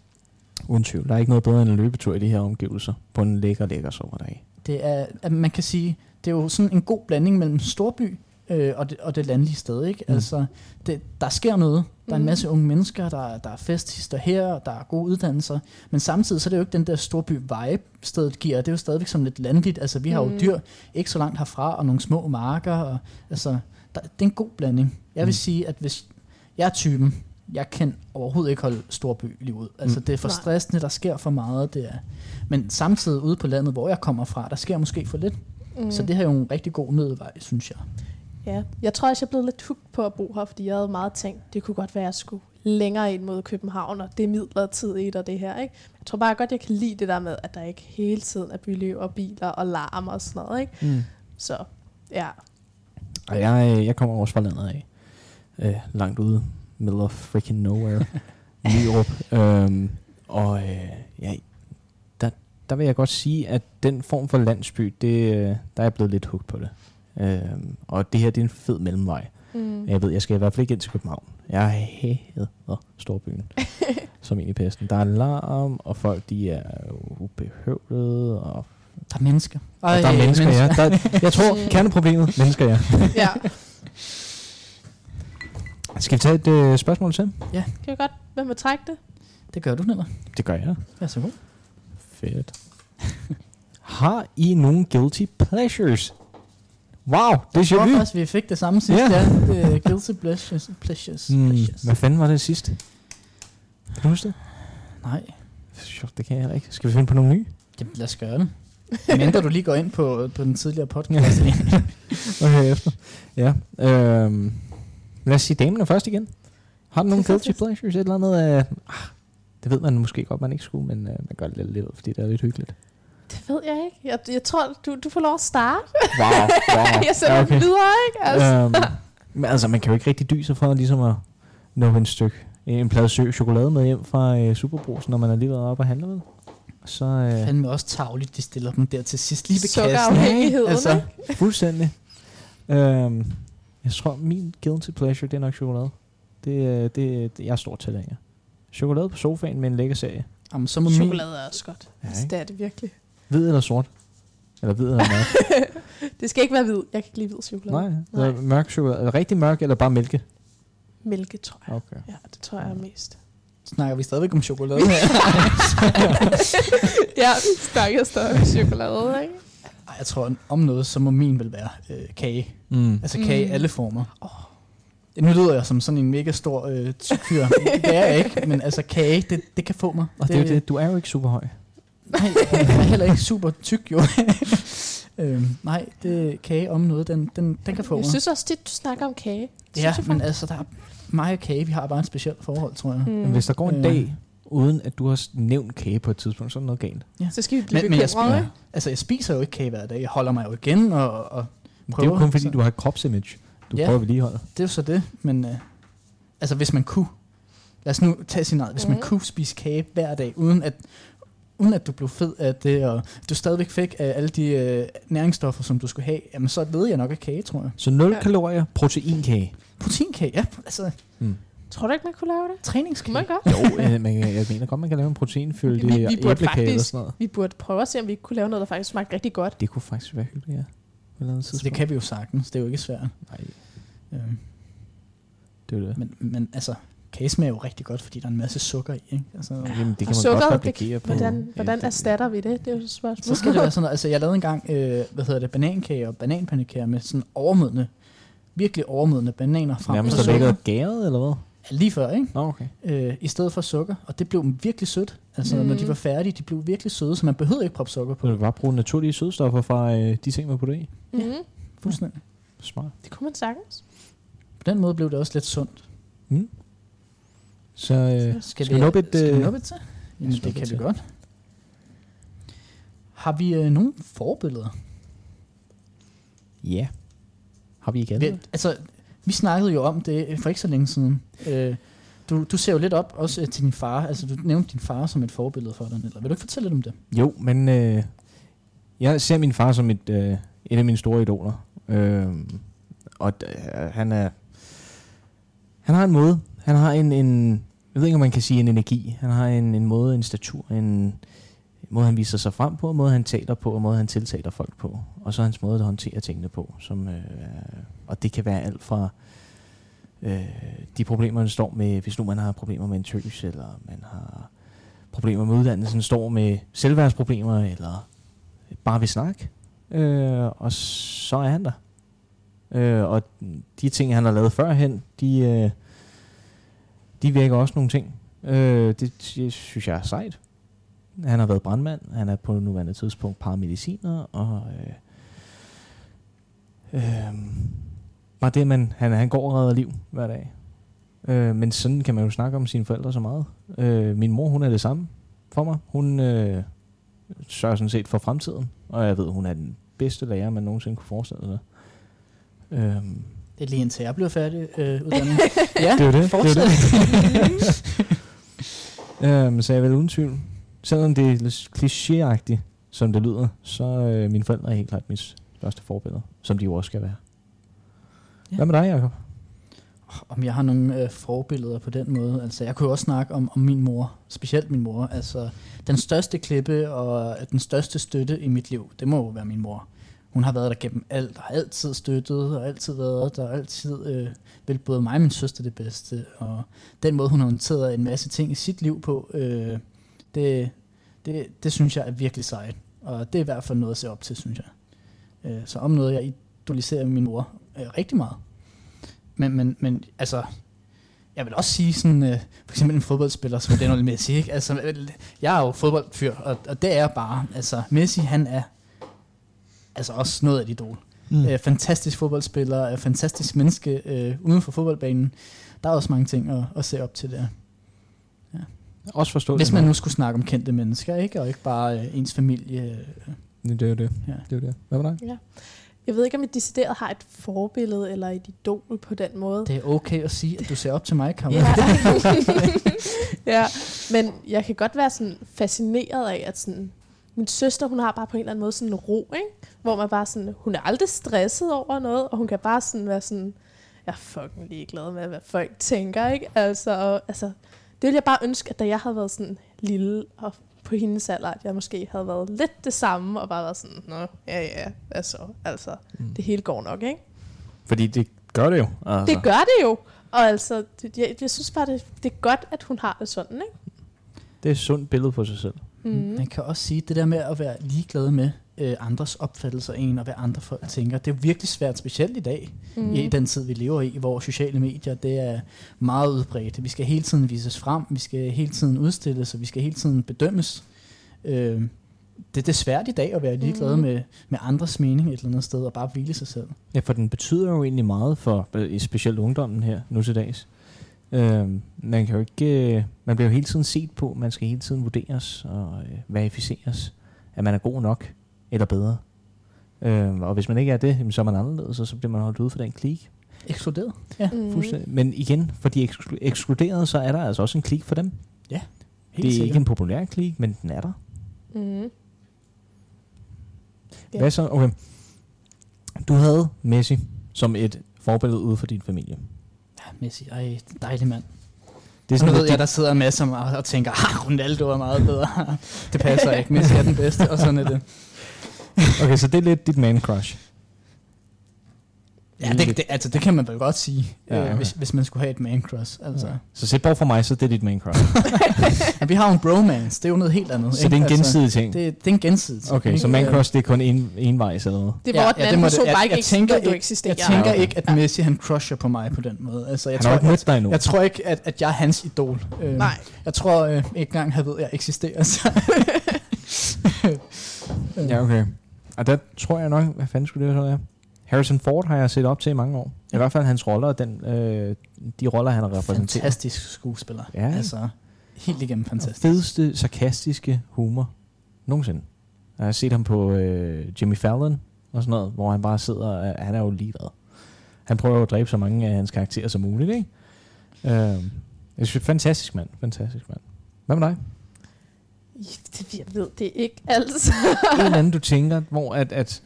[SPEAKER 4] Uden tvivl. Der er ikke noget bedre end en løbetur i de her omgivelser på en lækker, lækker sommerdag.
[SPEAKER 1] Det er, at man kan sige, det er jo sådan en god blanding mellem storby øh, og, det, og det landlige sted, ikke?
[SPEAKER 4] Mm.
[SPEAKER 1] Mm. Altså, det, der sker noget. Der er en
[SPEAKER 3] Mm.
[SPEAKER 1] masse unge mennesker, der, er- der er festhister her, og der er gode uddannelser. Men samtidig så er det jo ikke den der storby vibe, stedet giver. Det er jo stadigvæk sådan lidt landligt. Altså, vi har jo
[SPEAKER 3] Mm.
[SPEAKER 1] dyr ikke så langt herfra, og nogle små marker. Og, altså, der, det er en god blanding. Jeg vil
[SPEAKER 4] Mm.
[SPEAKER 1] sige, at hvis jeg er typen, jeg kan overhovedet ikke holde storbyliv ud. Altså,
[SPEAKER 4] Mm.
[SPEAKER 1] det er for
[SPEAKER 3] Nej.
[SPEAKER 1] stressende, der sker for meget. Det er. Men samtidig ude på landet, hvor jeg kommer fra, der sker måske for lidt.
[SPEAKER 3] Mm.
[SPEAKER 1] Mm. Så det her er jo en rigtig god middelvej, synes jeg.
[SPEAKER 3] Ja, jeg tror også, jeg er blevet lidt hugt på at bo her, fordi jeg havde meget tænkt, det kunne godt være, at jeg skulle længere ind mod København, og det er midlertidigt og det her, ikke? Jeg tror bare godt, jeg kan lide det der med, at der ikke hele tiden er byliv og biler og larm og sådan noget, ikke?
[SPEAKER 4] Mm.
[SPEAKER 3] Så ja,
[SPEAKER 4] Og jeg, øh, jeg kommer også fra landet af. Øh, langt ude. Middle of freaking nowhere. Nyrup. Øhm, og øh, ja, der, der vil jeg godt sige, at den form for landsby, det, øh, der er jeg blevet lidt hugt på det. Øhm, og det her, det er en fed mellemvej.
[SPEAKER 3] mm,
[SPEAKER 4] Jeg ved, jeg skal i hvert fald ikke ind til København. Jeg hader storbyen. som ind i pesten. Der er larm, og folk de er ubehøvlede. Og,
[SPEAKER 1] Der er mennesker.
[SPEAKER 4] og der er mennesker, ja. Der, jeg tror, kerneproblemet, mennesker, ja.
[SPEAKER 3] ja,
[SPEAKER 4] Skal vi tage et øh, spørgsmål til?
[SPEAKER 3] kan vi godt, hvem vil trække det?
[SPEAKER 1] Det gør du, Niller.
[SPEAKER 4] Det gør jeg.
[SPEAKER 1] Vær så god.
[SPEAKER 4] Fedt. Har I nogle guilty pleasures? Wow, det
[SPEAKER 1] Jeg
[SPEAKER 4] er
[SPEAKER 1] tror
[SPEAKER 4] vu.
[SPEAKER 1] faktisk, vi fik det samme sidste.
[SPEAKER 4] Ja.
[SPEAKER 1] Ja. Det er guilty pleasures. pleasures.
[SPEAKER 4] Hmm,
[SPEAKER 1] pleasures.
[SPEAKER 4] hvad fanden var det sidste? Kan du huske det?
[SPEAKER 1] Nej,
[SPEAKER 4] Sjovt, det kan jeg heller ikke. Skal vi finde på nogle nye?
[SPEAKER 1] Jamen, lad os gøre det. Mindre du lige går ind på, på den tidligere podcast.
[SPEAKER 4] Og herefter. Ja. Øhm, lad os sige damerne først igen. Har du nogle
[SPEAKER 3] Det er
[SPEAKER 4] guilty
[SPEAKER 3] faktisk-
[SPEAKER 4] pleasures? Et eller andet? Øh, ah, det ved man måske godt, man ikke skulle, men øh, man gør det lidt, lidt, fordi det er lidt hyggeligt.
[SPEAKER 3] Det ved jeg ikke. Jeg, jeg tror, du, du får lov at starte.
[SPEAKER 4] Wow, wow.
[SPEAKER 3] jeg sender okay. videre, ikke? Altså.
[SPEAKER 4] øhm, men altså, man kan jo ikke rigtig dyse for ligesom at nå en stykke øh, en plade sø chokolade med hjem fra øh, Superbrusen, når man er lige været oppe og handle med. Så
[SPEAKER 1] Det er
[SPEAKER 4] øh,
[SPEAKER 1] fandme også tavligt, de stiller dem der til sidst. Lige ved kassen.
[SPEAKER 3] Sukkerafhængigheden,
[SPEAKER 1] Altså,
[SPEAKER 3] altså.
[SPEAKER 4] fuldstændig. øhm, jeg tror, min guilty pleasure, det er nok chokolade. Det, øh, det, det jeg er stor tilhænger. Chokolade på sofaen med en lækker serie.
[SPEAKER 1] jamen, så må min,
[SPEAKER 3] Chokolade er også godt.
[SPEAKER 4] Ja,
[SPEAKER 3] Ja,
[SPEAKER 4] ikke?
[SPEAKER 3] det er det virkelig.
[SPEAKER 4] Hvid eller sort? Eller hvid eller mørk?
[SPEAKER 3] Det skal ikke være hvid. Jeg kan ikke lide hvid chokolade.
[SPEAKER 4] Nej,
[SPEAKER 3] Nej.
[SPEAKER 4] Nej. mørk chokolade. Eller Rigtig mørk eller bare mælke?
[SPEAKER 3] Mælke, tror jeg.
[SPEAKER 4] Okay.
[SPEAKER 3] Ja, det tror jeg
[SPEAKER 1] Mm.
[SPEAKER 3] er mest.
[SPEAKER 1] snakker vi stadigvæk om chokolade her.
[SPEAKER 3] ja, stakkels der er chokolade, ikke?
[SPEAKER 1] Ej, jeg tror, om noget, så må min vel være øh, kage.
[SPEAKER 4] Mm.
[SPEAKER 1] Altså kage i
[SPEAKER 3] Mm.
[SPEAKER 1] alle former. Oh. Nu lyder jeg som sådan en mega stor øh, tykker. det er jeg ikke, men altså kage, det, det kan få mig.
[SPEAKER 4] Og det, er jo det, du er jo ikke super høj.
[SPEAKER 1] Nej, jeg er heller ikke super tyk, jo. øhm, nej, det kage om noget, den, den, den kan få mig.
[SPEAKER 3] Jeg synes også tit, du snakker om kage. Det
[SPEAKER 1] ja,
[SPEAKER 3] synes jeg
[SPEAKER 1] men
[SPEAKER 3] faktisk-
[SPEAKER 1] altså, der er mig og kage, vi har bare et specielt forhold, tror
[SPEAKER 3] Mm.
[SPEAKER 1] jeg.
[SPEAKER 4] Men hvis der går en
[SPEAKER 1] Øh.
[SPEAKER 4] dag, uden at du har s- nævnt kage på et tidspunkt, så er der noget galt.
[SPEAKER 3] Så skal vi blive
[SPEAKER 1] Men, men jeg,
[SPEAKER 3] bekymrede,
[SPEAKER 1] spiser,
[SPEAKER 3] ikke?
[SPEAKER 1] altså, jeg spiser jo ikke kage hver dag. Jeg holder mig jo igen, og, og
[SPEAKER 4] Men det er
[SPEAKER 1] Prøver,
[SPEAKER 4] jo kun fordi,
[SPEAKER 1] så-
[SPEAKER 4] du har et kropsimage, du
[SPEAKER 1] Ja.
[SPEAKER 4] prøver at vedligeholde.
[SPEAKER 1] det er jo så det. Men øh, altså, hvis man kunne... Lad os nu tage scenariet. Hvis man
[SPEAKER 3] Mhm.
[SPEAKER 1] kunne spise kage hver dag, uden at, uden at du blev fed af det, og du stadigvæk fik af alle de øh, næringsstoffer, som du skulle have, jamen så ved jeg nok af kage, tror jeg.
[SPEAKER 4] Så 0
[SPEAKER 3] Ja.
[SPEAKER 4] kalorier, proteinkage.
[SPEAKER 1] Proteinkage, ja. Altså,
[SPEAKER 3] Tror du ikke, man kunne lave det? Kunne man
[SPEAKER 1] træningskage.
[SPEAKER 3] godt?
[SPEAKER 4] Jo, øh, man, kan- jeg mener godt, man kan lave en proteinfyldt
[SPEAKER 3] Vi- vi burde
[SPEAKER 4] æblekage eller
[SPEAKER 3] faktisk-
[SPEAKER 4] sådan noget.
[SPEAKER 3] Vi burde prøve at se, om vi ikke kunne lave noget, der faktisk smagte rigtig godt.
[SPEAKER 4] Det kunne faktisk være hyggeligt, ja. På et eller andet
[SPEAKER 1] Så Altså, det
[SPEAKER 4] tidspunkt.
[SPEAKER 1] kan vi jo sagtens. Det er jo ikke svært.
[SPEAKER 4] Nej,
[SPEAKER 1] Øhm,
[SPEAKER 4] det er jo det.
[SPEAKER 1] men, men altså, kage smager jo rigtig godt, fordi der er en masse sukker i. Ikke? Altså,
[SPEAKER 4] Jamen, det kan
[SPEAKER 3] Og
[SPEAKER 4] man
[SPEAKER 3] sukkeret,
[SPEAKER 4] godt
[SPEAKER 3] det-
[SPEAKER 4] replikere på.
[SPEAKER 3] Hvordan, hvordan
[SPEAKER 4] Ja, det-
[SPEAKER 3] erstatter vi det? Det er jo et spørgsmål.
[SPEAKER 1] Så skal det være sådan noget. Altså, jeg lavede engang, øh, hvad hedder det, banankage og bananpandekager med sådan overmødende, virkelig overmødende bananer frem
[SPEAKER 4] Nærmest
[SPEAKER 1] for
[SPEAKER 4] der ligger
[SPEAKER 1] sukker.
[SPEAKER 4] gæret, eller hvad?
[SPEAKER 1] Ja, lige før, ikke?
[SPEAKER 4] Nå, okay.
[SPEAKER 1] Øh, I stedet for sukker. Og det blev virkelig sødt. Altså, mm. når de
[SPEAKER 3] Mm.
[SPEAKER 1] var færdige, de blev virkelig søde, så man behøvede ikke proppe sukker
[SPEAKER 4] Så
[SPEAKER 1] på.
[SPEAKER 4] du kan bare bruge naturlige sødstoffer fra øh, de ting, man putter i.
[SPEAKER 3] Mm-hmm.
[SPEAKER 1] Fuldstændig.
[SPEAKER 4] Smart.
[SPEAKER 3] Det kunne man sagtens.
[SPEAKER 1] På den måde blev det også lidt sundt.
[SPEAKER 4] Så øh,
[SPEAKER 1] Skal,
[SPEAKER 4] vi nå et,
[SPEAKER 1] Skal vi
[SPEAKER 4] øh,
[SPEAKER 1] nå et til? Jamen,
[SPEAKER 4] skal
[SPEAKER 1] det
[SPEAKER 4] vi
[SPEAKER 1] kan vi
[SPEAKER 4] til.
[SPEAKER 1] godt. Har vi øh, nogle forbilleder?
[SPEAKER 4] ja. Har vi igen?
[SPEAKER 1] Vi, altså, vi snakkede jo om det øh, for ikke så længe siden. Øh, du, du ser jo lidt op også øh, til din far. Altså, du nævnte din far som et forbillede for dig, eller vil du ikke fortælle lidt om det?
[SPEAKER 4] Jo, men øh, jeg ser min far som et, øh, et af mine store idoler. Øh, og d- øh, han er... Han har en måde. Han har en, en... Jeg ved ikke, om man kan sige en energi. Han har en, en måde, en statur, en, en måde, han viser sig frem på, en måde, han taler på, og en måde, han tiltaler folk på. Og så hans måde at håndtere tingene på. Som, øh, og det kan være alt fra øh, de problemer, man står med, hvis nu man har problemer med en tøs, eller man har problemer med uddannelsen, står med selvværdsproblemer, eller bare vil snakke. Øh, og så er han der. Øh, og de ting, han har lavet førhen, de, øh, de virker også nogle ting. Øh, det sy- synes jeg er sejt. Han har været brandmand, han er på nuværende tidspunkt paramediciner, og øh, øh, bare det, man, han, han går og redder liv hver dag. Øh, men sådan kan man jo snakke om sine forældre så meget. Øh, min mor, hun er det samme for mig. Hun øh, sørger sådan set for fremtiden, og jeg ved, hun er den bedste lærer, man nogensinde kunne forestille sig. Øhm,
[SPEAKER 1] Det er lige indtil jeg bliver færdig øh, uddannet. ja,
[SPEAKER 4] det er jo det.
[SPEAKER 1] fortsæt.
[SPEAKER 4] Det er jo det. øhm, så jeg vil uden tvivl, selvom det er lidt klichéagtigt, som det lyder, så øh, mine forældre er helt klart mit største forbillede, som de jo også skal være.
[SPEAKER 1] Ja.
[SPEAKER 4] Ja. Hvad med dig, Jacob?
[SPEAKER 1] Om jeg har nogle øh, forbilleder på den måde. Altså, jeg kunne jo også snakke om, om min mor, specielt min mor. Altså, den største klippe og øh, den største støtte i mit liv, det må jo være min mor. Hun har været der gennem alt, og har altid støttet, og altid været der, og altid øh, vil både mig og min søster det bedste. Og den måde, hun har håndteret en masse ting i sit liv på, øh, det, det, det synes jeg er virkelig sejt. Og det er i hvert fald noget at se op til, synes jeg. Øh, så om noget, jeg i idoliserer min mor øh, rigtig meget. Men, men, men altså, jeg vil også sige sådan, øh, for eksempel en fodboldspiller som Lionel Messi, ikke? Altså, øh, jeg er jo fodboldfyr, og, og det er jeg bare, altså, Messi han er altså også noget af et idol.
[SPEAKER 7] Mm.
[SPEAKER 1] Øh, fantastisk fodboldspiller, øh, fantastisk menneske øh, uden for fodboldbanen. Der er også mange ting at, at se op til der.
[SPEAKER 4] Også forstå
[SPEAKER 1] Hvis man nu skulle snakke om kendte mennesker, ikke? Og ikke bare øh, ens familie. øh.
[SPEAKER 4] Det er jo det.
[SPEAKER 1] Ja.
[SPEAKER 4] Det er jo det. Hvad med dig?
[SPEAKER 3] Jeg ved ikke, om jeg decideret har et forbillede eller et idol på den måde.
[SPEAKER 1] Det er okay at sige, at du ser op til mig, Kammer.
[SPEAKER 3] Ja. ja, men jeg kan godt være sådan fascineret af, at sådan, min søster, hun har bare på en eller anden måde sådan en ro, ikke? hvor man bare sådan, hun er aldrig stresset over noget, og hun kan bare sådan være sådan, jeg er fucking ligeglad med, hvad folk tænker, ikke? Altså, og, altså, det ville jeg bare ønske, at da jeg havde været sådan lille og på hendes alder, at jeg måske havde været lidt det samme, og bare været sådan, nå, ja, ja, altså, altså,
[SPEAKER 4] Mm.
[SPEAKER 3] det hele går nok, ikke?
[SPEAKER 7] Fordi det gør det jo. Altså.
[SPEAKER 3] Det gør det jo. Og altså, det- jeg, jeg synes bare, det, det er godt, at hun har det sådan, ikke?
[SPEAKER 4] Det er et sundt billede på sig selv.
[SPEAKER 3] Mm.
[SPEAKER 1] Man kan også sige, at det der med at være ligeglad med øh, andres opfattelser af en, og hvad andre folk tænker, det er virkelig svært, specielt i dag, mm. i den tid, vi lever i, hvor sociale medier det er meget udbredt. Vi skal hele tiden vises frem, vi skal hele tiden udstilles, og vi skal hele tiden bedømmes. Øh, det, det er svært i dag at være ligeglad
[SPEAKER 3] Mm.
[SPEAKER 1] mm. med, med andres mening et eller andet sted, og bare hvile sig selv.
[SPEAKER 4] Ja, for den betyder jo egentlig meget for øh, specielt ungdommen her nu til dags. Øhm, man kan jo ikke, øh, man bliver jo hele tiden set på, man skal hele tiden vurderes og øh, verificeres, at man er god nok eller bedre. Øhm, og hvis man ikke er det, jamen, så er man anderledes, og så bliver man holdt ude for den klik.
[SPEAKER 1] Ekskluderet.
[SPEAKER 3] Mm.
[SPEAKER 4] Fuldstændig. Men igen, for de eksklu- ekskluderede, så er der altså også en klik for dem.
[SPEAKER 1] Helt
[SPEAKER 4] det er
[SPEAKER 1] sikkert.
[SPEAKER 4] ikke en populær klik, men den er der.
[SPEAKER 3] Mm. Ja.
[SPEAKER 4] Ja. Hvad så? Okay. Du havde Messi som et forbillede ude for din familie.
[SPEAKER 1] Ja, Messi, ej, dejlig mand.
[SPEAKER 4] Det er
[SPEAKER 1] Så nu ved
[SPEAKER 4] lidt
[SPEAKER 1] jeg, der sidder masser og, og tænker, ah, Ronaldo er meget bedre. det passer ikke, Messi er den bedste, og sådan er det.
[SPEAKER 4] dit- Okay, så det er lidt dit man crush.
[SPEAKER 1] Ja, det, det, altså, det kan man vel godt sige,
[SPEAKER 4] Ja,
[SPEAKER 1] ja, okay.
[SPEAKER 4] okay.
[SPEAKER 1] hvis, hvis man skulle have et man-cross. Altså.
[SPEAKER 4] Ja. Så set bort for mig, så det er dit main crush.
[SPEAKER 1] Ja. Vi har jo en bromance, det er jo noget helt andet.
[SPEAKER 4] så det er en
[SPEAKER 1] ikke?
[SPEAKER 4] gensidig ting.
[SPEAKER 1] Altså, det, det er en gensidig ting,
[SPEAKER 4] Okay,
[SPEAKER 1] ikke?
[SPEAKER 4] så man
[SPEAKER 1] Øh,
[SPEAKER 4] crush, det er kun en, envejs eller noget.
[SPEAKER 3] Det er, hvor ja,
[SPEAKER 1] ja,
[SPEAKER 3] den
[SPEAKER 1] ja,
[SPEAKER 3] anden
[SPEAKER 1] det må det-
[SPEAKER 3] person
[SPEAKER 1] jeg-
[SPEAKER 3] bare ikke
[SPEAKER 1] jeg tænker
[SPEAKER 3] eksisterer, du
[SPEAKER 1] ikke-
[SPEAKER 3] eksisterer.
[SPEAKER 1] Jeg tænker
[SPEAKER 4] Ja, okay.
[SPEAKER 1] ikke, at Messi han crusher på mig på den måde. Altså, jeg,
[SPEAKER 4] Han har jo
[SPEAKER 1] tror,
[SPEAKER 4] ikke
[SPEAKER 1] jeg,
[SPEAKER 4] mødt dig endnu.
[SPEAKER 1] jeg tror ikke, at, at jeg er hans idol. Øh,
[SPEAKER 3] Nej.
[SPEAKER 1] Jeg tror øh, ikke engang, han ved, at jeg eksisterer. Så.
[SPEAKER 4] Ja, okay. Og der tror jeg nok, hvad fanden skulle det så være? Harrison Ford har jeg set op til i mange år. I hvert fald hans roller, og den, øh, de roller, han har repræsenteret.
[SPEAKER 1] Fantastisk skuespiller.
[SPEAKER 4] Ja.
[SPEAKER 1] Altså, helt igennem fantastisk.
[SPEAKER 4] fedeste sarkastiske humor nogensinde. Jeg har set ham på øh, Jimmy Fallon og sådan noget, hvor han bare sidder og øh, han er jo ligeglad. Han prøver jo at dræbe så mange af hans karakterer som muligt, ikke? Øh, jeg synes, det er fantastisk mand. Fantastisk mand. Hvad med dig?
[SPEAKER 3] Det, jeg ved det ikke, altså.
[SPEAKER 4] En eller anden, du tænker, hvor at, at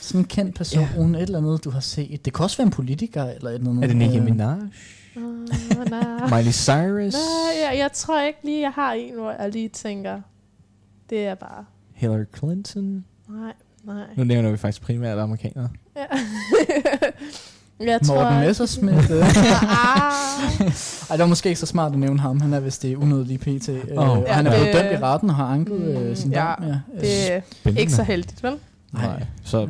[SPEAKER 1] Sådan en kendt person, ja. et eller andet, du har set. Det kan også være en politiker, eller et eller andet.
[SPEAKER 4] er det Nicki
[SPEAKER 1] Øh,
[SPEAKER 4] Minaj?
[SPEAKER 3] Åh, nej.
[SPEAKER 4] Miley Cyrus?
[SPEAKER 3] nej, jeg, jeg tror ikke lige, jeg har en, hvor jeg lige tænker, det er bare,
[SPEAKER 4] Hillary Clinton?
[SPEAKER 3] nej, nej.
[SPEAKER 4] Nu nævner vi faktisk primært amerikanere.
[SPEAKER 3] Ja. jeg tror,
[SPEAKER 1] Morten Messerschmidt. øh.
[SPEAKER 3] ah,
[SPEAKER 1] Ej, det var måske ikke så smart at nævne ham. Han er vist det unødelige PT. Øh,
[SPEAKER 4] Åh.
[SPEAKER 1] og han er
[SPEAKER 3] Ja,
[SPEAKER 1] blevet
[SPEAKER 3] det-
[SPEAKER 1] dømt i retten og har anket øh, sin
[SPEAKER 3] Mm, ja,
[SPEAKER 1] dom. Ja,
[SPEAKER 3] det er
[SPEAKER 4] Spændende.
[SPEAKER 3] ikke så heldigt, vel?
[SPEAKER 4] Nej. Så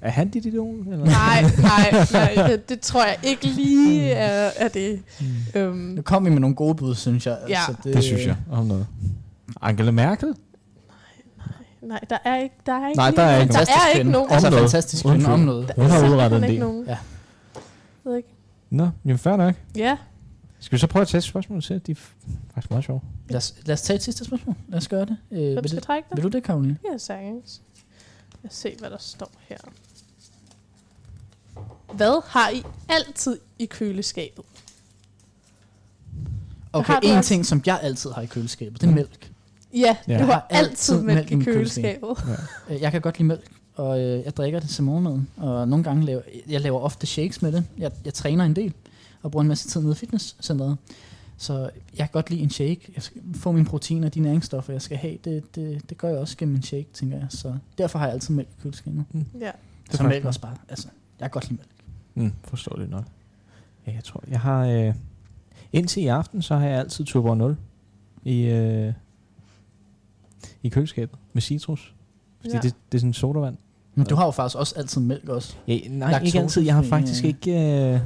[SPEAKER 4] er han dit idol? Eller?
[SPEAKER 3] Nej, nej, nej det, det tror jeg ikke lige
[SPEAKER 1] Mm.
[SPEAKER 3] er, er det. Øhm,
[SPEAKER 1] Nu kom vi med nogle gode bud, synes jeg.
[SPEAKER 3] Ja.
[SPEAKER 1] Altså, det,
[SPEAKER 4] Det synes jeg om noget. Angela Merkel?
[SPEAKER 3] nej, der er ikke, der er ikke,
[SPEAKER 4] Nej,
[SPEAKER 3] lige-
[SPEAKER 4] der er ikke
[SPEAKER 3] der
[SPEAKER 1] Fantastisk
[SPEAKER 3] er ikke
[SPEAKER 1] kvinde.
[SPEAKER 3] nogen.
[SPEAKER 1] Altså,
[SPEAKER 4] Om noget.
[SPEAKER 1] fantastisk
[SPEAKER 4] Uden
[SPEAKER 1] kvinde om
[SPEAKER 4] tvivl.
[SPEAKER 1] noget.
[SPEAKER 4] Hun har udrettet en
[SPEAKER 3] Simpelthen
[SPEAKER 4] del.
[SPEAKER 3] ikke nogen.
[SPEAKER 1] Ja.
[SPEAKER 3] Jeg ved ikke.
[SPEAKER 4] Nå, jamen fair nok.
[SPEAKER 3] Ja,
[SPEAKER 4] Skal vi så prøve at tage et spørgsmål til? De er faktisk meget sjove.
[SPEAKER 1] Lad os, lad os tage et sidste spørgsmål. Lad os gøre det. Øh,
[SPEAKER 3] hvem
[SPEAKER 1] vil,
[SPEAKER 3] skal
[SPEAKER 1] det
[SPEAKER 3] trække
[SPEAKER 1] vil
[SPEAKER 3] det?
[SPEAKER 1] du det, Karoline?
[SPEAKER 3] Ja, sagtens. Lad os se, hvad der står her. Hvad har I altid i køleskabet?
[SPEAKER 1] Okay,
[SPEAKER 3] har du
[SPEAKER 1] en
[SPEAKER 3] også? Mm.
[SPEAKER 1] ting, som jeg altid har i køleskabet, det er mælk.
[SPEAKER 3] Ja,
[SPEAKER 4] Ja.
[SPEAKER 3] du
[SPEAKER 1] Jeg
[SPEAKER 3] har
[SPEAKER 1] har
[SPEAKER 3] altid
[SPEAKER 1] altid
[SPEAKER 3] mælk
[SPEAKER 1] mælk i
[SPEAKER 3] i
[SPEAKER 1] mit
[SPEAKER 3] køleskabet.
[SPEAKER 1] Øh, Jeg kan godt lide mælk, og øh, jeg drikker det til morgenmaden. Og nogle gange laver jeg laver ofte shakes med det. Jeg, jeg træner en del og bruger en masse tid nede i fitnesscenteret. Så jeg kan godt lide en shake. Jeg skal få mine proteiner og de næringsstoffer, jeg skal have. Det, det, det gør jeg også gennem en shake, tænker jeg. Så derfor har jeg altid mælk i køleskabet.
[SPEAKER 3] Mm. Ja.
[SPEAKER 4] er
[SPEAKER 1] Så
[SPEAKER 4] faktisk
[SPEAKER 1] mælk
[SPEAKER 4] godt.
[SPEAKER 1] også bare. Altså, jeg kan godt lide mælk.
[SPEAKER 4] Mm, forståeligt nok. Ja, jeg tror, jeg har... Øh, indtil i aften, så har jeg altid Tuborg 0 i, øh, i køleskabet med citrus. Fordi
[SPEAKER 3] Ja.
[SPEAKER 4] ja. det, det er sådan sodavand.
[SPEAKER 1] Men du har jo faktisk også altid mælk også.
[SPEAKER 4] Ja, nej,
[SPEAKER 1] Laktose-
[SPEAKER 4] ikke altid. Jeg har faktisk
[SPEAKER 1] øh,
[SPEAKER 4] ikke... Øh,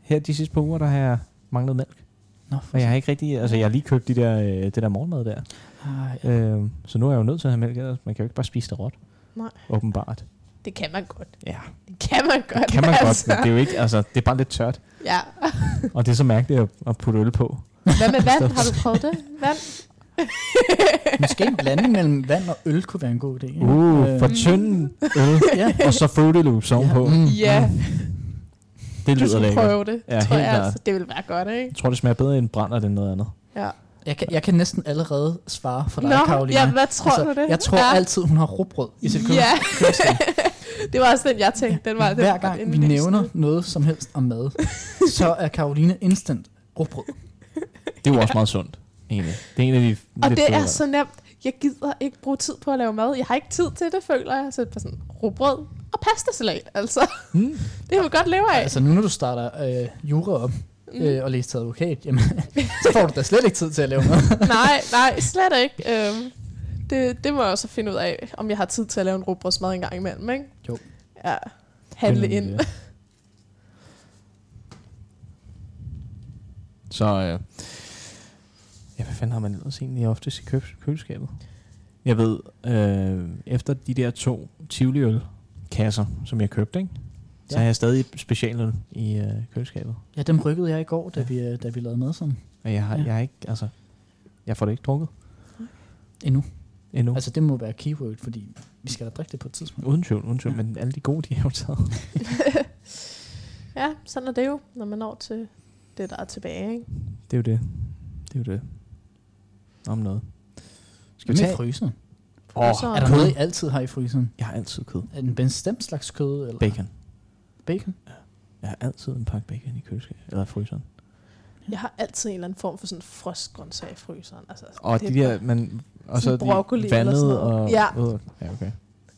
[SPEAKER 4] her de sidste par uger, der har jeg manglet mælk.
[SPEAKER 1] Nå, for
[SPEAKER 4] Og jeg har ikke rigtig... Altså, jeg har lige købt de der, øh, det der morgenmad der.
[SPEAKER 1] Ej,
[SPEAKER 4] Øh, så nu er jeg jo nødt til at have mælk, ellers man kan jo ikke bare spise det råt.
[SPEAKER 3] Nej.
[SPEAKER 4] Åbenbart.
[SPEAKER 3] Det kan man godt.
[SPEAKER 4] Ja,
[SPEAKER 3] Det kan man godt.
[SPEAKER 4] kan man godt,
[SPEAKER 3] altså.
[SPEAKER 4] men det er jo ikke... Altså, det er bare lidt tørt.
[SPEAKER 3] Ja.
[SPEAKER 4] Og det er så mærkeligt at, at putte øl på.
[SPEAKER 3] Hvad med vand? Har du prøvet det? Vand?
[SPEAKER 1] Måske en blanding mellem vand og øl kunne være en god idé. ikke?
[SPEAKER 4] Uh, for
[SPEAKER 1] Øh,
[SPEAKER 4] tynd øl.
[SPEAKER 1] ja.
[SPEAKER 4] Og så Fruity Loops ovenpå.
[SPEAKER 1] Mm,
[SPEAKER 3] Ja,
[SPEAKER 4] Det
[SPEAKER 3] du
[SPEAKER 4] lyder
[SPEAKER 3] skulle
[SPEAKER 4] lækkert.
[SPEAKER 3] prøve det,
[SPEAKER 4] Ja,
[SPEAKER 3] tror
[SPEAKER 4] helt
[SPEAKER 3] jeg
[SPEAKER 4] klart.
[SPEAKER 3] altså. Det ville være godt, ikke?
[SPEAKER 4] Jeg tror, det smager bedre end brænder end noget andet.
[SPEAKER 3] Ja.
[SPEAKER 1] Jeg kan, jeg kan næsten allerede svare for dig,
[SPEAKER 3] Nå,
[SPEAKER 1] Karoline.
[SPEAKER 3] ja, hvad tror du det?
[SPEAKER 1] Jeg tror
[SPEAKER 3] ja.
[SPEAKER 1] altid, hun har rugbrød i sit køkken.
[SPEAKER 3] Ja, det var også den, jeg tænkte. Den var, den
[SPEAKER 1] Hver
[SPEAKER 3] var den
[SPEAKER 1] gang vi
[SPEAKER 3] indlysende.
[SPEAKER 1] nævner noget som helst om mad, så er Karoline instant rugbrød.
[SPEAKER 7] Det er jo også meget sundt, egentlig. Det er en af de
[SPEAKER 3] Og
[SPEAKER 7] lidt
[SPEAKER 3] det
[SPEAKER 7] federe.
[SPEAKER 3] er så nemt. Jeg gider ikke bruge tid på at lave mad. Jeg har ikke tid til det, føler jeg. Så det er bare sådan rugbrød og pastasalat, altså.
[SPEAKER 4] Mm.
[SPEAKER 3] Det kan vi godt leve af.
[SPEAKER 1] Altså nu, når du starter øh, jura op
[SPEAKER 3] Mm.
[SPEAKER 1] øh, og læser til advokat, jamen, så får du da slet ikke tid til at lave mad.
[SPEAKER 3] nej, nej, slet ikke. Øhm, det, det må jeg også finde ud af, om jeg har tid til at lave en rugbrødsmad en gang imellem, ikke?
[SPEAKER 1] Jo.
[SPEAKER 3] Ja, handle
[SPEAKER 4] Det er
[SPEAKER 3] ind.
[SPEAKER 4] nemlig
[SPEAKER 7] det. Så øh,
[SPEAKER 4] Ja, hvad fanden har man ellers egentlig oftest i køb- køleskabet? Jeg ved, øh, efter de der to tivoli kasser, som jeg købte, ikke? så
[SPEAKER 1] Ja.
[SPEAKER 4] har jeg stadig specialøl i øh, køleskabet.
[SPEAKER 1] Ja, dem rykkede jeg i går, da vi, øh, da vi lavede mad sammen.
[SPEAKER 4] Og jeg har,
[SPEAKER 1] Ja.
[SPEAKER 4] jeg har ikke, altså, jeg får det ikke drukket
[SPEAKER 1] Endnu.
[SPEAKER 4] endnu. Altså,
[SPEAKER 1] Altså det må være keyword, fordi vi skal da drikke det på et tidspunkt.
[SPEAKER 4] uden tvivl, uden tvivl, ja. men alle de gode, de er jo taget.
[SPEAKER 3] Ja, sådan er det jo, når man når til det, der er tilbage, ikke?
[SPEAKER 4] Det er jo det. Det er jo det. Om noget.
[SPEAKER 1] Skal vi tage fryseren?
[SPEAKER 4] Åh,
[SPEAKER 3] Og så-
[SPEAKER 1] Er der noget, I altid har i fryseren?
[SPEAKER 4] jeg har altid kød.
[SPEAKER 1] Er den bestemt slags kød? Eller?
[SPEAKER 4] Bacon.
[SPEAKER 1] Bacon?
[SPEAKER 4] Jeg har altid en pakke bacon i køleskabet, eller i fryseren.
[SPEAKER 3] Jeg har altid en eller anden form for sådan frostgrøntsag i fryseren. Altså,
[SPEAKER 4] Og
[SPEAKER 3] det
[SPEAKER 4] de
[SPEAKER 3] er
[SPEAKER 4] der, man, og så
[SPEAKER 3] Sådan
[SPEAKER 4] de
[SPEAKER 3] broccoli eller
[SPEAKER 4] vandede
[SPEAKER 3] sådan noget.
[SPEAKER 4] og...
[SPEAKER 3] Ja.
[SPEAKER 4] Øh, ja, okay.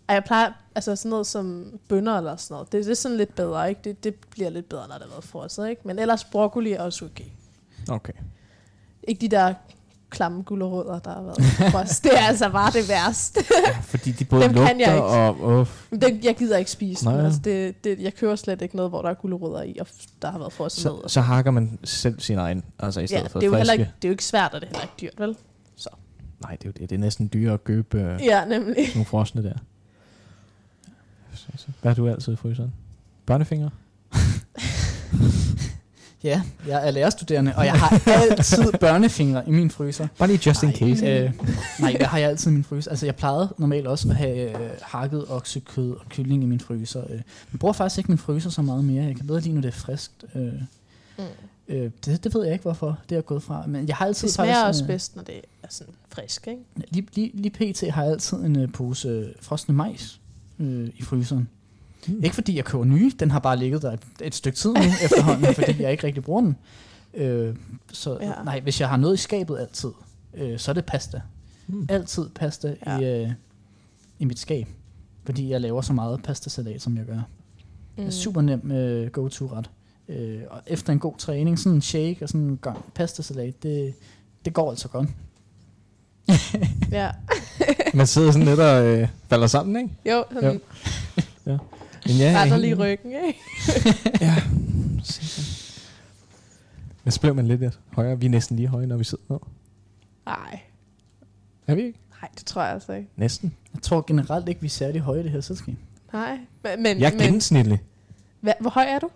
[SPEAKER 3] Ej, jeg plejer, altså sådan noget som bønner eller sådan noget, det, det er sådan lidt bedre, ikke? Det, det bliver lidt bedre, når det har været frosset, ikke? Men ellers broccoli er også okay.
[SPEAKER 4] Okay.
[SPEAKER 3] Ikke de der klamme gulerødder, der har været i frost. Det er altså bare det værste.
[SPEAKER 4] Ja, fordi de både
[SPEAKER 3] Dem kan jeg
[SPEAKER 4] lugter
[SPEAKER 3] ikke.
[SPEAKER 4] og... Åh,
[SPEAKER 3] Det, jeg gider ikke spise
[SPEAKER 4] Nej.
[SPEAKER 3] dem. Altså, det, det, jeg køber slet ikke noget, hvor der er gulerødder i, og f- der har været frosset ned.
[SPEAKER 4] så,
[SPEAKER 3] og-
[SPEAKER 4] så hakker man selv sin egen, altså i
[SPEAKER 3] ja,
[SPEAKER 4] stedet for
[SPEAKER 3] det er, jo heller
[SPEAKER 4] friske.
[SPEAKER 3] ikke, det er jo ikke svært, og det er heller ikke dyrt, vel?
[SPEAKER 4] Nej, det er jo det. Det er næsten dyrere at købe øh,
[SPEAKER 3] Ja, nemlig.
[SPEAKER 4] nogle frosne der. Så- så- Hvad har du altid i fryseren? Børnefinger?
[SPEAKER 1] Ja, jeg er lærerstuderende, og jeg har altid børnefingre i min fryser.
[SPEAKER 4] Bare lige just in case.
[SPEAKER 1] Øh, nej, det har jeg altid i min fryser. Altså, jeg plejede normalt også at have øh, hakket oksekød og kylling i min fryser. Øh, jeg bruger faktisk ikke min fryser så meget mere. Jeg kan bedre lide, når det er friskt. Øh,
[SPEAKER 3] Mm.
[SPEAKER 1] øh, det, det ved jeg ikke, hvorfor det er gået fra. Men jeg har altid
[SPEAKER 3] Det smager
[SPEAKER 1] faktisk...
[SPEAKER 3] også
[SPEAKER 1] øh,
[SPEAKER 3] bedst, når det er sådan frisk, ikke?
[SPEAKER 1] Lige, lige, lige pt. har jeg altid en øh, pose øh, frosne majs øh, i fryseren.
[SPEAKER 4] Mm.
[SPEAKER 1] Mm. Ikke fordi jeg køber nye, den har bare ligget der et, et stykke tid nu efterhånden, fordi jeg ikke rigtig bruger den. Øh, så
[SPEAKER 3] Ja.
[SPEAKER 1] ja. nej, hvis jeg har noget i skabet altid, øh, så er det pasta.
[SPEAKER 4] Mm.
[SPEAKER 1] Mm. Altid pasta ja. i, øh, i mit skab, fordi jeg laver så meget pastasalat, som jeg gør. Mm. Super nem øh, go-to-ret. Øh, og efter en god træning, sådan en shake og sådan en gang pastasalat, det, det går altså godt.
[SPEAKER 3] Ja.
[SPEAKER 4] Man sidder sådan lidt og øh, falder sammen, ikke?
[SPEAKER 3] Jo, sådan,
[SPEAKER 4] Men ja,
[SPEAKER 3] retter
[SPEAKER 4] jeg-
[SPEAKER 3] lige ryggen, ikke?
[SPEAKER 4] Ja. Sindssygt. Men så blev man lidt højere. Vi er næsten lige høje, når vi sidder ned.
[SPEAKER 3] Nej,
[SPEAKER 4] Er vi ikke?
[SPEAKER 3] nej, det tror jeg altså ikke.
[SPEAKER 4] Næsten.
[SPEAKER 1] Jeg tror generelt ikke, vi er særlig høje i det her selskab.
[SPEAKER 3] Nej, men, men,
[SPEAKER 4] Jeg er
[SPEAKER 3] men
[SPEAKER 4] gennemsnitlig.
[SPEAKER 3] hva, hvor høj er du?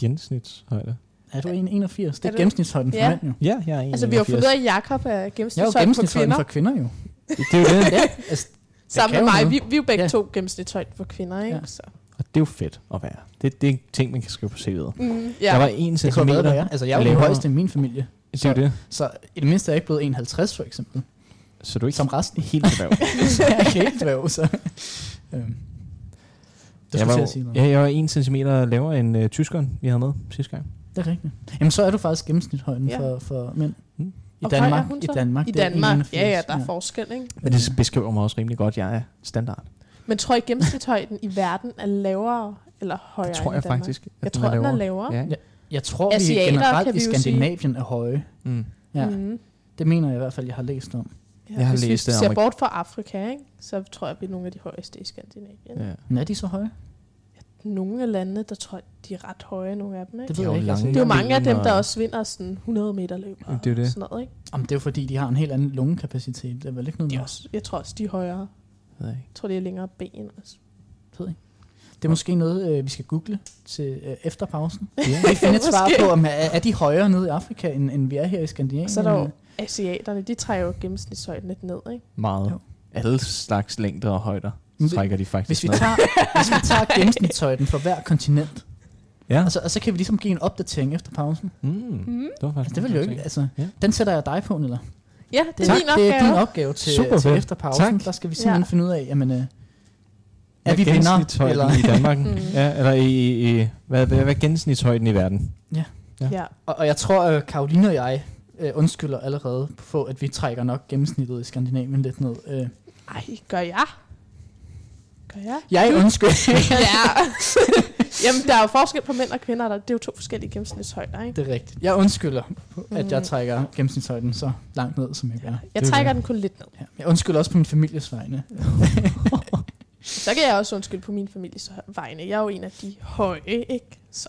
[SPEAKER 4] Gennemsnitshøjde.
[SPEAKER 1] Er du 1,81? Det
[SPEAKER 3] Er
[SPEAKER 1] er
[SPEAKER 3] du-
[SPEAKER 1] gennemsnitshøjden for
[SPEAKER 3] Ja.
[SPEAKER 1] mænd jo.
[SPEAKER 4] Ja, jeg er en
[SPEAKER 3] Altså, vi har fundet ud af, at Jacob er
[SPEAKER 1] Jeg er jo
[SPEAKER 3] gennemsnitshøjden for
[SPEAKER 1] gennemsnitshøjden
[SPEAKER 3] kvinder.
[SPEAKER 1] for kvinder jo.
[SPEAKER 4] Det er jo det.
[SPEAKER 1] ja, altså,
[SPEAKER 3] Sammen
[SPEAKER 1] kan
[SPEAKER 3] med
[SPEAKER 1] jo
[SPEAKER 3] mig,
[SPEAKER 1] noget.
[SPEAKER 3] vi, vi er jo begge
[SPEAKER 1] Ja.
[SPEAKER 3] to gennemsnitshøjden for kvinder, ikke?
[SPEAKER 1] Ja.
[SPEAKER 3] Så.
[SPEAKER 4] Og det er jo fedt at være. Det, det er en ting, man kan skrive på CV'et.
[SPEAKER 3] Mm,
[SPEAKER 4] Ja.
[SPEAKER 3] ja.
[SPEAKER 4] Jeg var en
[SPEAKER 1] det kunne have
[SPEAKER 4] centimeter.
[SPEAKER 1] været, hvad jeg er. Altså, jeg er jo den
[SPEAKER 4] lavere.
[SPEAKER 1] højeste i min familie.
[SPEAKER 4] Det er jo det.
[SPEAKER 1] Så i det mindste er jeg ikke blevet 1,50 for eksempel.
[SPEAKER 4] Så du er ikke
[SPEAKER 1] Som resten.
[SPEAKER 4] helt tilbage.
[SPEAKER 1] Så jeg er ikke helt dværg, så... Øhm. Det
[SPEAKER 4] jeg,
[SPEAKER 1] skulle
[SPEAKER 4] var,
[SPEAKER 1] til at sige noget.
[SPEAKER 4] ja, jeg var en centimeter lavere end øh, tyskeren, vi havde med sidste gang.
[SPEAKER 1] Det er rigtigt. Jamen, så er du faktisk gennemsnitshøjden
[SPEAKER 3] Ja.
[SPEAKER 1] for, for mænd.
[SPEAKER 4] Mm.
[SPEAKER 1] I
[SPEAKER 3] Og
[SPEAKER 1] Danmark,
[SPEAKER 3] høj er hun
[SPEAKER 1] I
[SPEAKER 3] så?
[SPEAKER 1] Danmark,
[SPEAKER 3] I
[SPEAKER 1] det er
[SPEAKER 3] Danmark,
[SPEAKER 1] 1,81.
[SPEAKER 3] ja, ja, der er forskel, ikke?
[SPEAKER 4] Men det beskriver mig også rimelig godt. Jeg er standard.
[SPEAKER 3] Men tror I, gennemsnitshøjden i verden er lavere eller højere
[SPEAKER 4] Det tror
[SPEAKER 3] end
[SPEAKER 4] jeg
[SPEAKER 3] i Danmark?
[SPEAKER 4] faktisk. At
[SPEAKER 3] Jeg tror, den er lavere.
[SPEAKER 4] Ja.
[SPEAKER 1] Ja. Jeg tror, vi
[SPEAKER 3] Asiater,
[SPEAKER 1] generelt
[SPEAKER 3] kan vi
[SPEAKER 1] i
[SPEAKER 3] jo sige.
[SPEAKER 1] Skandinavien er høje.
[SPEAKER 4] Mm.
[SPEAKER 1] Ja,
[SPEAKER 3] Mm.
[SPEAKER 1] det mener jeg i hvert fald, jeg har læst om.
[SPEAKER 9] Jeg har
[SPEAKER 3] hvis
[SPEAKER 9] læst,
[SPEAKER 3] vi
[SPEAKER 9] at
[SPEAKER 3] ser
[SPEAKER 9] amerik-
[SPEAKER 3] bort fra Afrika, ikke? så tror jeg, vi er nogle af de højeste i Skandinavien.
[SPEAKER 4] Ja.
[SPEAKER 1] Men er de så høje?
[SPEAKER 3] Nogle af landene, der tror jeg, de er ret høje, nogle af dem. Ikke?
[SPEAKER 1] Det
[SPEAKER 3] Det,
[SPEAKER 1] ved
[SPEAKER 4] De er
[SPEAKER 1] jeg
[SPEAKER 4] jo
[SPEAKER 1] ikke. Altså.
[SPEAKER 4] lange.
[SPEAKER 3] det er jo mange af dem,
[SPEAKER 9] og-
[SPEAKER 3] der også vinder sådan 100 meter løb og
[SPEAKER 9] Jamen, det er jo det.
[SPEAKER 3] sådan noget. Ikke?
[SPEAKER 1] Om det er jo fordi, de har en helt anden lungekapacitet. Det er vel ikke noget
[SPEAKER 3] De er
[SPEAKER 1] med
[SPEAKER 3] også, jeg tror også, de er højere.
[SPEAKER 4] Ved jeg ikke.
[SPEAKER 3] Jeg tror, de er længere ben også.
[SPEAKER 1] Det er måske noget, øh, vi skal google til øh, efter pausen.
[SPEAKER 4] Ja.
[SPEAKER 1] Vi finder et svar
[SPEAKER 3] Måske.
[SPEAKER 1] på, om er, er de højere nede i Afrika, end, end vi er her i Skandinavien?
[SPEAKER 3] Og så er der jo
[SPEAKER 1] Eller-
[SPEAKER 3] asiaterne, de trækker jo gennemsnitshøjden lidt ned, ikke?
[SPEAKER 4] Meget.
[SPEAKER 1] Jo.
[SPEAKER 4] Alle slags længder og højder
[SPEAKER 1] Men vi-
[SPEAKER 4] trækker de faktisk
[SPEAKER 1] Hvis vi
[SPEAKER 4] ned.
[SPEAKER 1] tager, hvis vi tager gennemsnitshøjden for hver kontinent,
[SPEAKER 4] Ja.
[SPEAKER 1] og så, og så kan vi ligesom give en opdatering efter pausen.
[SPEAKER 4] Mm.
[SPEAKER 3] Mm.
[SPEAKER 4] Det var
[SPEAKER 1] Altså,
[SPEAKER 4] faktisk
[SPEAKER 1] det vil jo ikke, altså,
[SPEAKER 4] Ja.
[SPEAKER 1] den sætter jeg dig på, eller?
[SPEAKER 3] Ja, det er
[SPEAKER 1] tak,
[SPEAKER 3] min
[SPEAKER 1] det er din
[SPEAKER 3] opgave.
[SPEAKER 1] opgave til,
[SPEAKER 4] Super
[SPEAKER 1] til
[SPEAKER 4] fedt.
[SPEAKER 1] efter pausen.
[SPEAKER 4] Tak.
[SPEAKER 1] Der skal vi simpelthen
[SPEAKER 3] Ja.
[SPEAKER 1] finde ud af, jamen, øh, er
[SPEAKER 4] Hvad
[SPEAKER 1] vi vinder?
[SPEAKER 4] gennemsnitshøjden
[SPEAKER 1] Eller,
[SPEAKER 4] i Danmark?
[SPEAKER 3] Mm.
[SPEAKER 4] ja, eller i, i, i hvad, hvad, hvad er gennemsnitshøjden i verden?
[SPEAKER 3] Ja.
[SPEAKER 4] Ja.
[SPEAKER 3] ja.
[SPEAKER 1] og, og jeg tror, at Karoline og jeg øh, undskylder allerede på, at vi trækker nok gennemsnittet i Skandinavien lidt ned. Øh,
[SPEAKER 3] Ej, gør jeg? Gør jeg?
[SPEAKER 1] jeg undskylder.
[SPEAKER 3] ja. Jamen, der er jo forskel på mænd og kvinder, og der, det er jo to forskellige gennemsnitshøjder, ikke?
[SPEAKER 1] Det er rigtigt. Jeg undskylder, at jeg
[SPEAKER 3] Mm.
[SPEAKER 1] trækker gennemsnitshøjden så langt ned, som jeg gør.
[SPEAKER 3] Jeg
[SPEAKER 4] Det er
[SPEAKER 3] trækker
[SPEAKER 4] det.
[SPEAKER 3] den kun lidt ned.
[SPEAKER 1] Ja. Jeg undskylder også på min families vegne.
[SPEAKER 3] Så kan jeg også undskylde på min families vegne. Jeg er jo en af de høje, ikke? Så.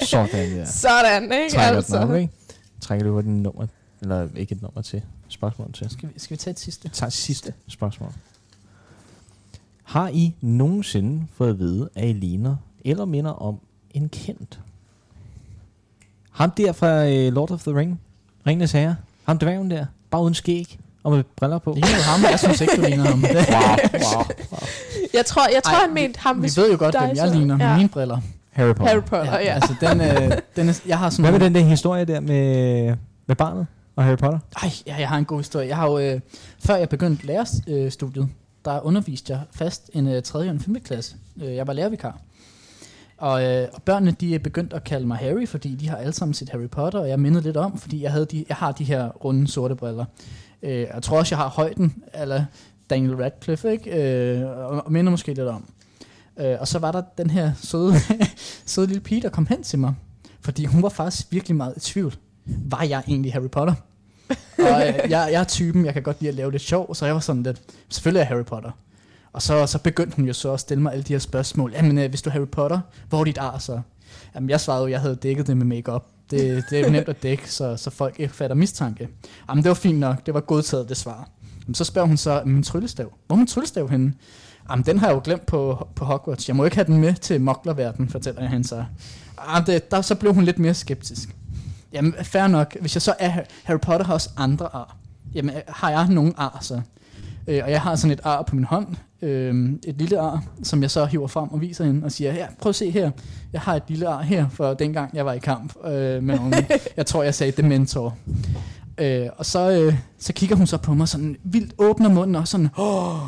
[SPEAKER 4] Sådan, ja.
[SPEAKER 3] Sådan, ikke? Altså.
[SPEAKER 4] Trækker den op, ikke? Trækker du hurtigt et nummer, eller ikke et nummer til, spørgsmål til.
[SPEAKER 1] Skal vi, skal vi tage et sidste?
[SPEAKER 4] Jeg tager sidste spørgsmål. Har I nogensinde fået at vide, at I ligner eller minder om en kendt? Ham der fra øh, Lord of the Ring, Ringenes Herre, ham dværgen der, bare uden skæg og med briller på.
[SPEAKER 1] Det er jo ham, og jeg synes ikke, du ligner ham.
[SPEAKER 4] Wow, wow, wow.
[SPEAKER 3] Jeg tror, jeg tror
[SPEAKER 1] Ej,
[SPEAKER 3] han mente ham,
[SPEAKER 1] Vi
[SPEAKER 3] hvis
[SPEAKER 1] ved jo godt,
[SPEAKER 3] dig
[SPEAKER 1] hvem jeg
[SPEAKER 3] så-
[SPEAKER 1] ligner med
[SPEAKER 3] ja.
[SPEAKER 1] mine briller.
[SPEAKER 4] Harry Potter.
[SPEAKER 3] Harry Potter, ja.
[SPEAKER 1] Altså, den, øh, den er, jeg har sådan
[SPEAKER 4] Hvad med den der historie der med, med barnet og Harry Potter?
[SPEAKER 1] Ej, ja, jeg har en god historie. Jeg har jo, øh, før jeg begyndte lærerstudiet, øh, studiet, der underviste jeg fast en øh, 3. og en 5. klasse. Øh, jeg var lærervikar. Og, øh, og børnene, de er begyndt at kalde mig Harry, fordi de har alle sammen set Harry Potter, og jeg mindede lidt om, fordi jeg, havde de, jeg har de her runde sorte briller. Øh, jeg tror også, jeg har højden, eller Daniel Radcliffe, ikke? Øh, og, og minder måske lidt om. Øh, og så var der den her søde, søde lille pige, der kom hen til mig, fordi hun var faktisk virkelig meget i tvivl. Var jeg egentlig Harry Potter? og øh, jeg, jeg er typen, jeg kan godt lide at lave lidt sjov, så jeg var sådan lidt, selvfølgelig er jeg Harry Potter. Og så, så begyndte hun jo så at stille mig alle de her spørgsmål. Jamen, øh, hvis du er Harry Potter, hvor er dit ar så? Jamen, jeg svarede jo, jeg havde dækket det med makeup. Det, det er jo nemt at dække, så, så folk ikke fatter mistanke. Jamen, det var fint nok. Det var godtaget, det svar. Jamen, så spørger hun så, min tryllestav. Hvor er min tryllestav henne? Jamen, den har jeg jo glemt på, på Hogwarts. Jeg må ikke have den med til moklerverden, fortæller han så. Jamen, det, der, så blev hun lidt mere skeptisk. Jamen, fair nok. Hvis jeg så er Har- Harry Potter, har også andre ar. Jamen, øh, har jeg nogen ar så? Øh, og jeg har sådan et ar på min hånd. Øh, et lille ar, som jeg så hiver frem og viser hende og siger, her, prøv at se her. Jeg har et lille ar her, for dengang jeg var i kamp øh, med nogen. Jeg tror, jeg sagde Dementor. Øh, og så, øh, så kigger hun så på mig sådan vildt åbner munden og sådan, åh,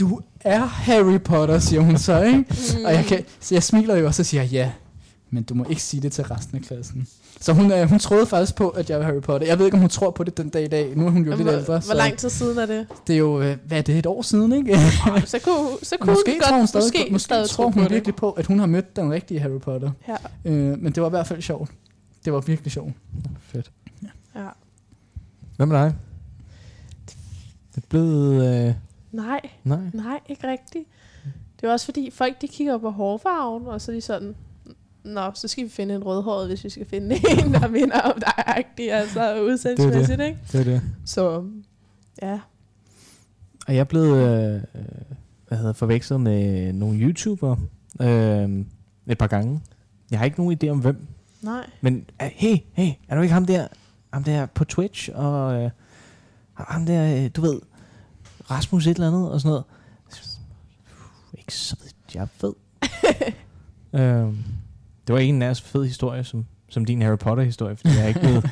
[SPEAKER 1] du er Harry Potter, siger hun så, ikke?
[SPEAKER 3] Mm.
[SPEAKER 1] Og jeg, kan, så jeg smiler jo, og så siger jeg, ja, men du må ikke sige det til resten af klassen. Så hun, øh, hun troede faktisk på, at jeg var Harry Potter. Jeg ved ikke, om hun tror på det den dag i dag. Nu er hun jo lidt
[SPEAKER 3] hvor,
[SPEAKER 1] ældre.
[SPEAKER 3] hvor
[SPEAKER 1] så
[SPEAKER 3] lang tid siden er det?
[SPEAKER 1] Det er jo, øh, hvad er det, et år siden, ikke?
[SPEAKER 3] Så kunne, så kunne
[SPEAKER 1] måske
[SPEAKER 3] hun
[SPEAKER 1] tror
[SPEAKER 3] godt,
[SPEAKER 1] hun stadig,
[SPEAKER 3] måske,
[SPEAKER 1] måske
[SPEAKER 3] stadig
[SPEAKER 1] tror
[SPEAKER 3] tro
[SPEAKER 1] hun
[SPEAKER 3] på
[SPEAKER 1] virkelig på, at hun har mødt den rigtige Harry Potter.
[SPEAKER 3] Ja.
[SPEAKER 1] Øh, men det var i hvert fald sjovt. Det var virkelig sjovt.
[SPEAKER 4] Fedt.
[SPEAKER 3] det. Ja.
[SPEAKER 4] Hvad med dig? Det er blevet... Øh,
[SPEAKER 3] Nej,
[SPEAKER 4] nej.
[SPEAKER 3] nej, ikke rigtigt. Det er også fordi, folk de kigger på hårfarven, og så er de sådan, Nå, så skal vi finde en rødhåret, hvis vi skal finde en, der minder om dig, agtig, altså udsendingsmæssigt, ikke?
[SPEAKER 4] Det er det.
[SPEAKER 3] Så, ja.
[SPEAKER 4] Og jeg er blevet øh, øh, hvad hedder, forvekslet med nogle YouTuber øh, et par gange. Jeg har ikke nogen idé om hvem,
[SPEAKER 3] Nej.
[SPEAKER 4] men øh, hey, hey, er du ikke ham der, ham der på Twitch, og øh, ham der, øh, du ved, Rasmus et eller andet, og sådan noget. Puh, Ikke så vidt, jeg ved. øh, det var ikke en nærmest fed historie, som, som din Harry Potter-historie, fordi jeg er ikke blevet...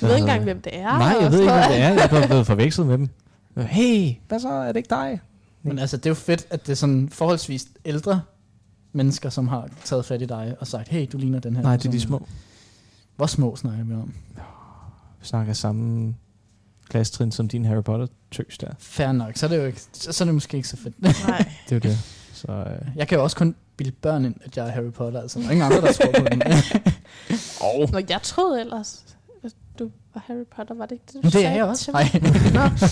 [SPEAKER 3] Du ved ikke engang, hvem det er.
[SPEAKER 4] Nej, jeg
[SPEAKER 3] og
[SPEAKER 4] ved ikke,
[SPEAKER 3] sådan
[SPEAKER 4] hvem det
[SPEAKER 3] noget.
[SPEAKER 4] er. Jeg er bare blevet forvekslet med dem. Hey, hvad så? Er det ikke dig?
[SPEAKER 1] Men altså, det er jo fedt, at det er sådan forholdsvis ældre mennesker, som har taget fat i dig og sagt, hey, du ligner den her.
[SPEAKER 4] Nej, det er de
[SPEAKER 1] person.
[SPEAKER 4] små.
[SPEAKER 1] Hvor små snakker vi om?
[SPEAKER 4] Vi snakker samme klassetrin som din Harry Potter tøs der.
[SPEAKER 1] Fair nok, så er det jo ikke, så, så er det måske ikke så fedt.
[SPEAKER 3] Nej.
[SPEAKER 4] Det er jo det. Så øh,
[SPEAKER 1] Jeg kan jo også kun bilde børn ind, at jeg er Harry Potter, altså der er ingen andre, der tror på det.
[SPEAKER 3] Nå, jeg troede ellers, du var Harry Potter, var det ikke det, du
[SPEAKER 1] Men det er
[SPEAKER 3] sagde
[SPEAKER 1] jeg også.
[SPEAKER 3] til
[SPEAKER 1] Nej.
[SPEAKER 3] mig? Nå,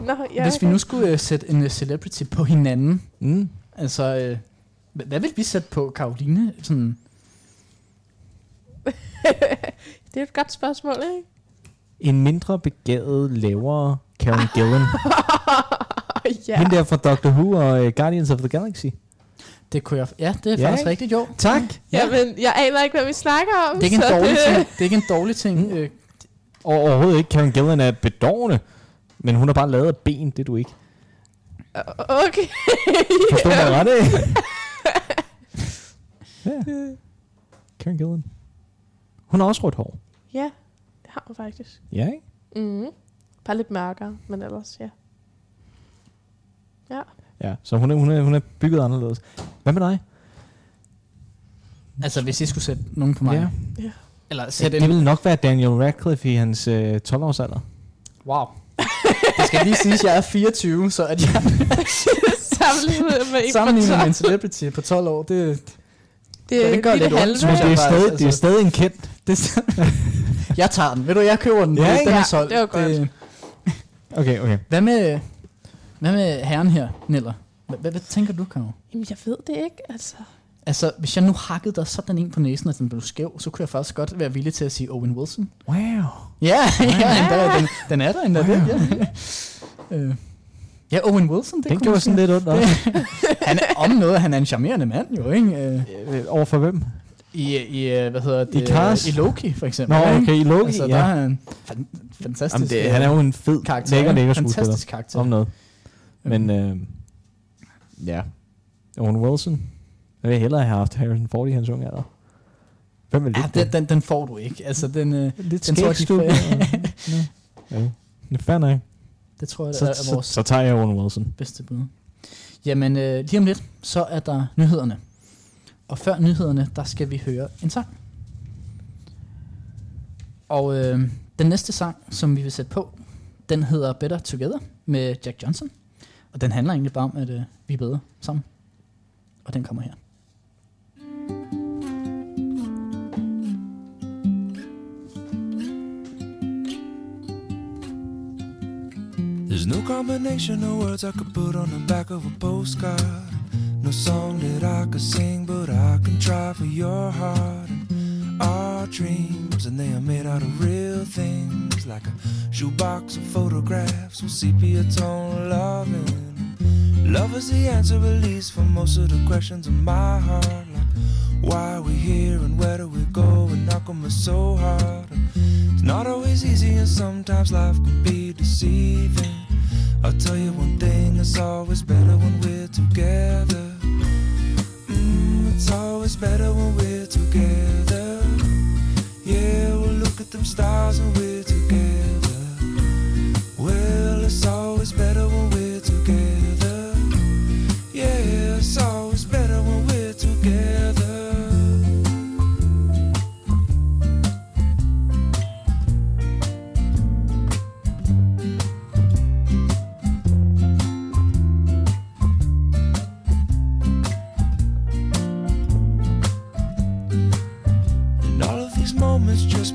[SPEAKER 3] nå, nå, ja,
[SPEAKER 1] Hvis vi nu skulle øh, sætte en øh, celebrity på hinanden,
[SPEAKER 4] Mm.
[SPEAKER 1] altså, øh, hva- hvad vil vi sætte på Karoline? Sådan,
[SPEAKER 3] det er et godt spørgsmål, ikke?
[SPEAKER 4] En mindre begavet lavere
[SPEAKER 1] Ah.
[SPEAKER 4] Karen Gillan.
[SPEAKER 3] ja.
[SPEAKER 4] ja. Hende der fra Doctor Who og uh, Guardians of the Galaxy.
[SPEAKER 1] det kunne jeg... Ja, det er
[SPEAKER 4] Ja,
[SPEAKER 1] faktisk
[SPEAKER 4] ikke?
[SPEAKER 1] rigtigt, jo.
[SPEAKER 4] Tak.
[SPEAKER 3] ja. men jeg aner ikke, hvad vi snakker om.
[SPEAKER 1] Det er ikke en
[SPEAKER 3] så
[SPEAKER 1] dårlig
[SPEAKER 3] det-
[SPEAKER 1] ting. Det er ikke en dårlig ting. Øh,
[SPEAKER 4] Og Mm. overhovedet ikke. Karen Gillan er bedårende. Men hun har bare lavet af ben, det er du ikke.
[SPEAKER 3] Okay.
[SPEAKER 4] Forstår mig ret, ikke? ja. Karen Gillan. Hun har også rødt hår.
[SPEAKER 3] ja, det har hun faktisk.
[SPEAKER 4] Ja, ikke?
[SPEAKER 3] Mm. Bare lidt mørkere, men ellers, ja.
[SPEAKER 4] Ja, så hun er, hun er, hun er bygget anderledes. Hvad med dig?
[SPEAKER 1] altså, hvis I skulle sætte nogen på mig.
[SPEAKER 4] Ja.
[SPEAKER 3] Ja.
[SPEAKER 1] Eller sætte
[SPEAKER 4] Det,
[SPEAKER 1] en...
[SPEAKER 4] det ville nok være Daniel Radcliffe i hans øh, 12-års alder.
[SPEAKER 1] Wow. Det skal lige siges, at jeg er 24, så at jeg
[SPEAKER 3] Sammenlignet med en
[SPEAKER 1] sammenligner med
[SPEAKER 3] fra
[SPEAKER 1] en celebrity på 12 år, det,
[SPEAKER 3] top. Det er
[SPEAKER 1] det gør
[SPEAKER 3] lige
[SPEAKER 1] lidt
[SPEAKER 3] det
[SPEAKER 1] ondt,
[SPEAKER 3] halve.
[SPEAKER 1] synes
[SPEAKER 4] Men det er,
[SPEAKER 1] faktisk,
[SPEAKER 4] stadig, det er
[SPEAKER 1] altså.
[SPEAKER 4] stadig en kendt.
[SPEAKER 1] Det, jeg tager den. Ved du, jeg køber den.
[SPEAKER 4] Ja,
[SPEAKER 1] den
[SPEAKER 4] ikke?
[SPEAKER 1] er
[SPEAKER 3] Ja,
[SPEAKER 1] solgt.
[SPEAKER 3] det var godt.
[SPEAKER 4] Okay, okay.
[SPEAKER 1] Hvad med, hvad med herren her, Niller? Hvad, hvad, hvad tænker du, Karo?
[SPEAKER 3] Jamen, jeg ved det ikke, altså.
[SPEAKER 1] Altså, hvis jeg nu hakkede dig sådan en på næsen, at den blev skæv, så kunne jeg faktisk godt være villig til at sige Owen Wilson.
[SPEAKER 4] Wow.
[SPEAKER 1] Ja, ja endda, den, den er der endda. Det, ja. Øh, ja, Owen Wilson, det
[SPEAKER 4] Den
[SPEAKER 1] kunne
[SPEAKER 4] gjorde
[SPEAKER 1] man
[SPEAKER 4] sådan
[SPEAKER 1] sige.
[SPEAKER 4] lidt ondt også.
[SPEAKER 1] Han er om noget, han er en charmerende mand jo, ikke? Øh,
[SPEAKER 4] Øh, Over for hvem?
[SPEAKER 1] I, i øh, hvad hedder det?
[SPEAKER 4] Cars.
[SPEAKER 1] I Loki, for eksempel.
[SPEAKER 4] Nå,
[SPEAKER 1] ikke?
[SPEAKER 4] okay, i Loki,
[SPEAKER 1] Altså,
[SPEAKER 4] altså,
[SPEAKER 1] der
[SPEAKER 4] ja.
[SPEAKER 1] er han fan- fantastisk øh,
[SPEAKER 4] Jamen, det, han er jo en fed
[SPEAKER 1] karakter.
[SPEAKER 4] lækker,
[SPEAKER 1] ikke?
[SPEAKER 4] lækker skuespiller.
[SPEAKER 1] fantastisk karakter.
[SPEAKER 4] Om noget.
[SPEAKER 1] Øhm.
[SPEAKER 4] Men, øh, ja. Owen Wilson. Jeg vil hellere have haft Harrison Ford i hans unge alder. Hvem vil
[SPEAKER 1] Ja, Ah, den, den, den får du ikke. Altså, den, øh,
[SPEAKER 4] Lidt
[SPEAKER 1] den tror jeg, de
[SPEAKER 4] skægstube. Ja. Ja, Fair nok.
[SPEAKER 1] det tror jeg,
[SPEAKER 4] Så,
[SPEAKER 1] der er
[SPEAKER 4] så,
[SPEAKER 1] vores
[SPEAKER 4] så tager jeg Owen Wilson.
[SPEAKER 1] bedste bud. Jamen, øh, lige om lidt, så er der nyhederne. Og før nyhederne, der skal vi høre en sang. Og øh, den næste sang, som vi vil sætte på, den hedder Better Together med Jack Johnson. Og den handler egentlig bare om, at øh, vi er bedre sammen. Og den kommer her.
[SPEAKER 10] There's no combination of words I could put on the back of a postcard. No song that I could sing, but I can try for your heart and our dreams. And they are made out of real things, like a shoebox of photographs with sepia tone loving. Love is the answer, at least, for most of the questions in my heart. Like, why are we here and where do we go? And knock 'em us so hard. It's not always easy, and sometimes life can be deceiving. I'll tell you one thing it's always better when we're together. Mm, it's always better when we're together. Yeah, we'll look at them stars when we're together. Well, it's always better when we're together. Yeah, it's always better when we're together. And all of these moments just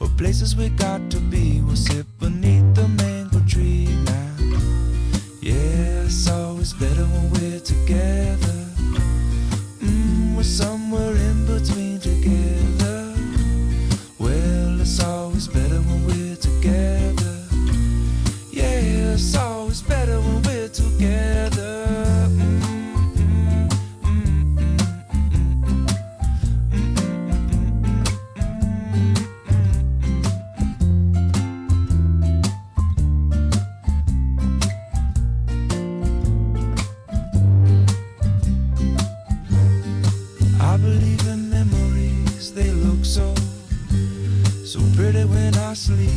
[SPEAKER 10] or places we got to be. We'll sit beneath the mango tree now. Yeah, it's always better when we're together. Mm, we're somewhere in between together. Well, it's always better when we're together. Yeah, it's always better when we're together. Mm, mm, mm, mm, mm, mm. I believe in memories, they look so, so pretty when I sleep.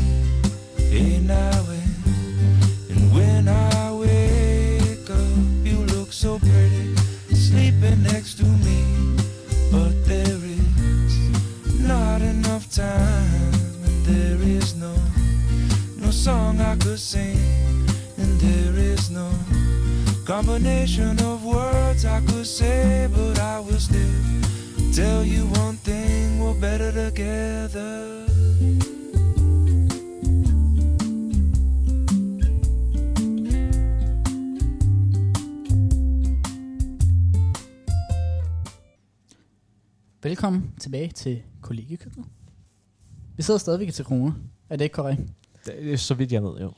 [SPEAKER 11] Combination of words I could say, but I will still tell you one thing we're better together.
[SPEAKER 1] Velkommen tilbage til kollegekøkkenet. Vi sidder stadigvæk til kroner. Er det ikke korrekt?
[SPEAKER 4] Det er så vidt jeg ved, jo.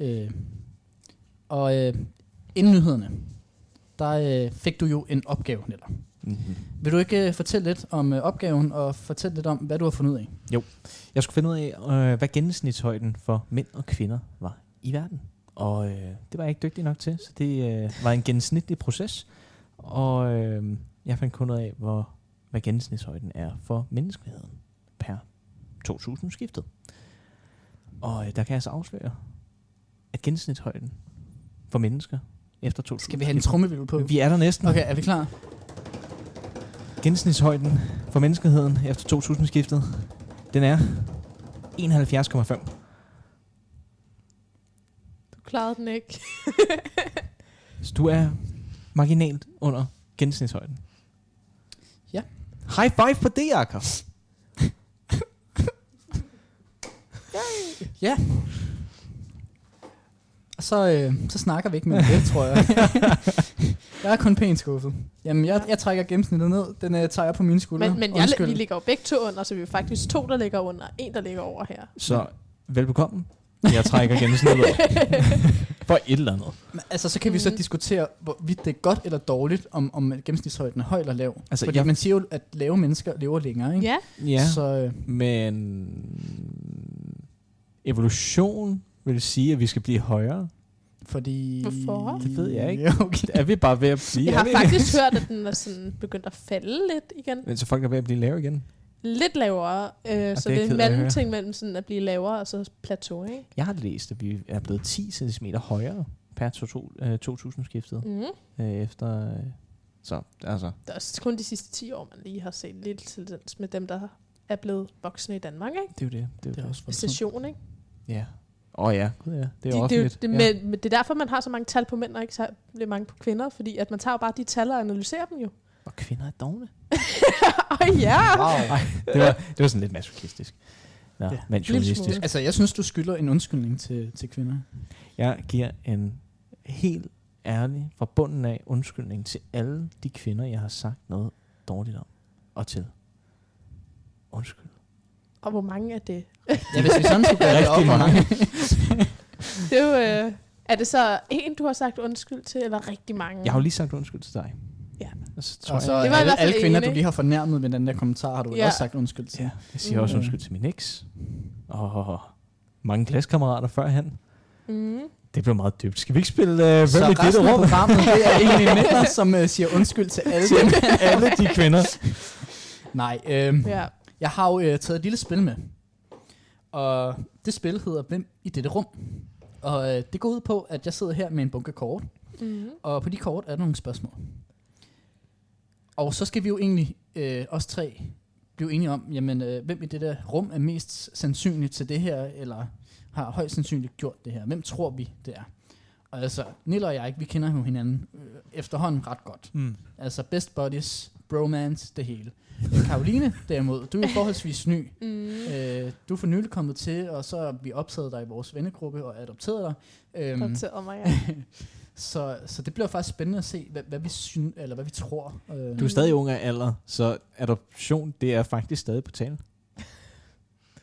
[SPEAKER 1] Øh, og øh, inden nyhederne, der øh, fik du jo en opgave, Neller.
[SPEAKER 4] Mm-hmm.
[SPEAKER 1] Vil du ikke øh, fortælle lidt om øh, opgaven, og fortælle lidt om, hvad du har fundet ud af?
[SPEAKER 4] Jeg skulle finde ud af, øh, hvad gennemsnitshøjden for mænd og kvinder var i verden. Og øh, det var jeg ikke dygtig nok til, så det øh, var en gennemsnitlig proces. Og øh, jeg fandt kun ud af, hvor, hvad gennemsnitshøjden er for menneskeheden per 2000 skiftet. Og øh, der kan jeg så afsløre, at gennemsnitshøjden for mennesker efter 2000
[SPEAKER 1] Skal vi have en trummevild på?
[SPEAKER 4] Vi er der næsten.
[SPEAKER 1] Okay, er vi klar?
[SPEAKER 4] Gennemsnitshøjden for menneskeheden efter 2000-skiftet, den er 71,5.
[SPEAKER 3] Du klarede den ikke.
[SPEAKER 4] Så du er marginalt under gennemsnitshøjden.
[SPEAKER 1] Ja.
[SPEAKER 4] High five på det, Jakob.
[SPEAKER 1] Og så, øh, så snakker vi ikke mere om det, tror jeg. jeg er kun pænt skuffet. Jamen, jeg, jeg trækker gennemsnittet ned. Den øh, tager jeg på mine skuldre.
[SPEAKER 3] Men, men jeg,
[SPEAKER 1] Undskyld.
[SPEAKER 3] vi ligger jo begge to under, så vi er faktisk to, der ligger under. En, der ligger over her.
[SPEAKER 4] Så velbekomme. Jeg trækker gennemsnittet For et eller andet.
[SPEAKER 1] Men Altså, så kan vi så
[SPEAKER 3] Mhm.
[SPEAKER 1] diskutere, hvorvidt det er godt eller dårligt, om, om gennemsnitshøjden er høj eller lav.
[SPEAKER 4] Altså,
[SPEAKER 1] Altså, Fordi
[SPEAKER 4] jeg-
[SPEAKER 1] jeg... man siger jo, at lave mennesker lever længere, ikke?
[SPEAKER 3] ja,
[SPEAKER 4] Ja,
[SPEAKER 1] Så, øh,
[SPEAKER 4] men evolution vil sige, at vi skal blive højere.
[SPEAKER 1] fordi...
[SPEAKER 3] Hvorfor?
[SPEAKER 4] Det ved jeg ikke.
[SPEAKER 1] Ja, okay.
[SPEAKER 4] Er vi bare ved at blive?
[SPEAKER 3] jeg
[SPEAKER 4] er
[SPEAKER 3] har
[SPEAKER 4] vi ikke?
[SPEAKER 3] faktisk hørt, at den er sådan begyndt at falde lidt igen.
[SPEAKER 4] Men så folk er ved at blive lavere igen.
[SPEAKER 3] Lidt lavere. Øh, så
[SPEAKER 4] det er
[SPEAKER 3] det
[SPEAKER 4] jeg
[SPEAKER 3] er
[SPEAKER 4] ked
[SPEAKER 3] en
[SPEAKER 4] af at
[SPEAKER 3] mellemting mellem sådan at blive lavere og så plateau, ikke?
[SPEAKER 4] Jeg har læst, at vi er blevet 10 cm højere per to- to- øh, 2000-skiftet
[SPEAKER 3] Mm.
[SPEAKER 4] øh, efter... øh, Så altså,
[SPEAKER 3] Det er også kun de sidste 10 år, man lige har set lidt tendens med dem, der er blevet voksne i Danmark, ikke?
[SPEAKER 4] det er jo det. Det er jo
[SPEAKER 1] Det er
[SPEAKER 4] det.
[SPEAKER 1] også voldsomt.
[SPEAKER 3] Station, ikke?
[SPEAKER 4] Ja. Åh oh, ja. Gud, ja, det
[SPEAKER 3] De-
[SPEAKER 4] er jo
[SPEAKER 3] det, er jo-
[SPEAKER 4] offentligt.
[SPEAKER 3] det,
[SPEAKER 4] ja.
[SPEAKER 3] men, men det er derfor, man har så mange tal på mænd, og ikke så mange på kvinder, fordi at man tager jo bare de tal og analyserer dem jo.
[SPEAKER 4] Og kvinder er dogne.
[SPEAKER 3] Åh ja!
[SPEAKER 1] Wow.
[SPEAKER 4] Det var, det var sådan lidt masochistisk. Nå,
[SPEAKER 1] Ja.
[SPEAKER 4] ja. men journalistisk.
[SPEAKER 1] Altså, jeg synes, du skylder en undskyldning til, til kvinder.
[SPEAKER 4] Jeg giver en helt ærlig, fra bunden af undskyldning til alle de kvinder, jeg har sagt noget dårligt om. Og til. Undskyld.
[SPEAKER 3] Og hvor mange er det?
[SPEAKER 1] Ja, hvis vi sådan skulle gøre det op.
[SPEAKER 4] Rigtig mange.
[SPEAKER 3] Det er jo... Øh, er det så en, du har sagt undskyld til, eller rigtig mange?
[SPEAKER 4] Jeg har jo lige sagt undskyld til dig.
[SPEAKER 3] Mhm. Ja.
[SPEAKER 4] Og så tror
[SPEAKER 1] Og så
[SPEAKER 4] jeg,
[SPEAKER 3] Det var i
[SPEAKER 1] Altså, alle,
[SPEAKER 3] hvert fald
[SPEAKER 1] alle kvinder,
[SPEAKER 3] en,
[SPEAKER 1] du
[SPEAKER 3] ikke?
[SPEAKER 1] lige har fornærmet med den der kommentar, har du ja.
[SPEAKER 3] Ja.
[SPEAKER 1] også sagt undskyld til.
[SPEAKER 4] Ja, jeg siger
[SPEAKER 3] Mm.
[SPEAKER 4] også undskyld til min eks. Og mange klassekammerater førhen.
[SPEAKER 1] Mm-hmm.
[SPEAKER 3] Mm.
[SPEAKER 4] Det blev meget dybt. Skal vi ikke spille uh, Hvem
[SPEAKER 1] Så
[SPEAKER 4] i dette
[SPEAKER 1] resten af
[SPEAKER 4] rum?
[SPEAKER 1] programmet, det er egentlig mænd, som øh, siger undskyld til alle dem.
[SPEAKER 4] alle de kvinder.
[SPEAKER 1] Nej, øh,
[SPEAKER 3] Ja.
[SPEAKER 1] jeg har jo øh, taget et lille spil med. Og det spil hedder Hvem i dette rum? Og øh, det går ud på, at jeg sidder her med en bunke kort.
[SPEAKER 3] Mm.
[SPEAKER 1] Og på de kort er der nogle spørgsmål. Og så skal vi jo egentlig, øh, os tre, blive enige om, jamen, øh, hvem i det der rum er mest sandsynligt til det her, eller har højst sandsynligt gjort det her. Hvem tror vi, det er? Og altså, Nilla og jeg, vi kender jo hinanden øh, efterhånden ret godt.
[SPEAKER 4] Mm.
[SPEAKER 1] Altså, best buddies, bromance, det hele. Øh, Karoline, derimod, du er forholdsvis ny.
[SPEAKER 3] Mm.
[SPEAKER 1] Øh, du er for nylig kommet til, og så har vi optaget dig i vores vennegruppe og adopteret dig. Øhm,
[SPEAKER 3] Adopteret mig, ja.
[SPEAKER 1] så, så det bliver faktisk spændende at se, hvad, hvad vi synes, eller hvad vi tror. Øh,
[SPEAKER 4] Du er stadig ung af alder, så adoption, det er faktisk stadig på tale.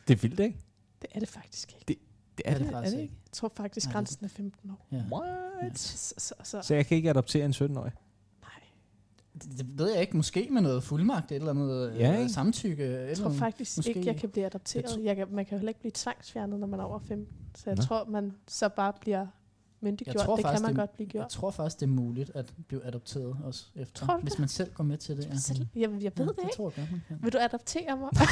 [SPEAKER 4] Det er vildt, ikke?
[SPEAKER 3] Det er det faktisk ikke.
[SPEAKER 4] Det
[SPEAKER 1] er det faktisk
[SPEAKER 4] ikke?
[SPEAKER 1] ikke.
[SPEAKER 3] Jeg tror faktisk,
[SPEAKER 1] Nej, det-
[SPEAKER 3] grænsen er 15 år.
[SPEAKER 1] Ja.
[SPEAKER 4] What?
[SPEAKER 3] Så, så, så.
[SPEAKER 4] Så jeg kan ikke adoptere en 17-årig?
[SPEAKER 3] Nej.
[SPEAKER 1] Det, det ved jeg ikke. Måske med noget fuldmagt, et eller øh, noget
[SPEAKER 4] Ja,
[SPEAKER 1] ja,
[SPEAKER 4] ikke?
[SPEAKER 1] samtykke.
[SPEAKER 3] Jeg
[SPEAKER 1] Jeg
[SPEAKER 3] tror faktisk
[SPEAKER 1] måske-
[SPEAKER 3] måske. ikke, jeg kan blive
[SPEAKER 1] Jeg
[SPEAKER 3] adopteret. Jeg kan, man kan jo heller ikke blive tvangsfjernet, når man er over 15. Så jeg
[SPEAKER 4] Nå.
[SPEAKER 3] Nå. tror, man så bare bliver myndiggjort.
[SPEAKER 1] Jeg tror
[SPEAKER 3] det
[SPEAKER 1] faktisk,
[SPEAKER 3] kan man
[SPEAKER 1] det-
[SPEAKER 3] godt blive
[SPEAKER 1] jeg
[SPEAKER 3] gjort.
[SPEAKER 1] tror faktisk, det er muligt at blive adopteret også efter.
[SPEAKER 3] Tror du
[SPEAKER 1] hvis
[SPEAKER 3] det?
[SPEAKER 1] man selv går med til det. Ja.
[SPEAKER 3] Selv, jamen, jeg ved
[SPEAKER 1] ja,
[SPEAKER 3] det
[SPEAKER 1] det
[SPEAKER 3] ikke.
[SPEAKER 1] tror jeg godt, man kan.
[SPEAKER 3] Vil du adoptere mig?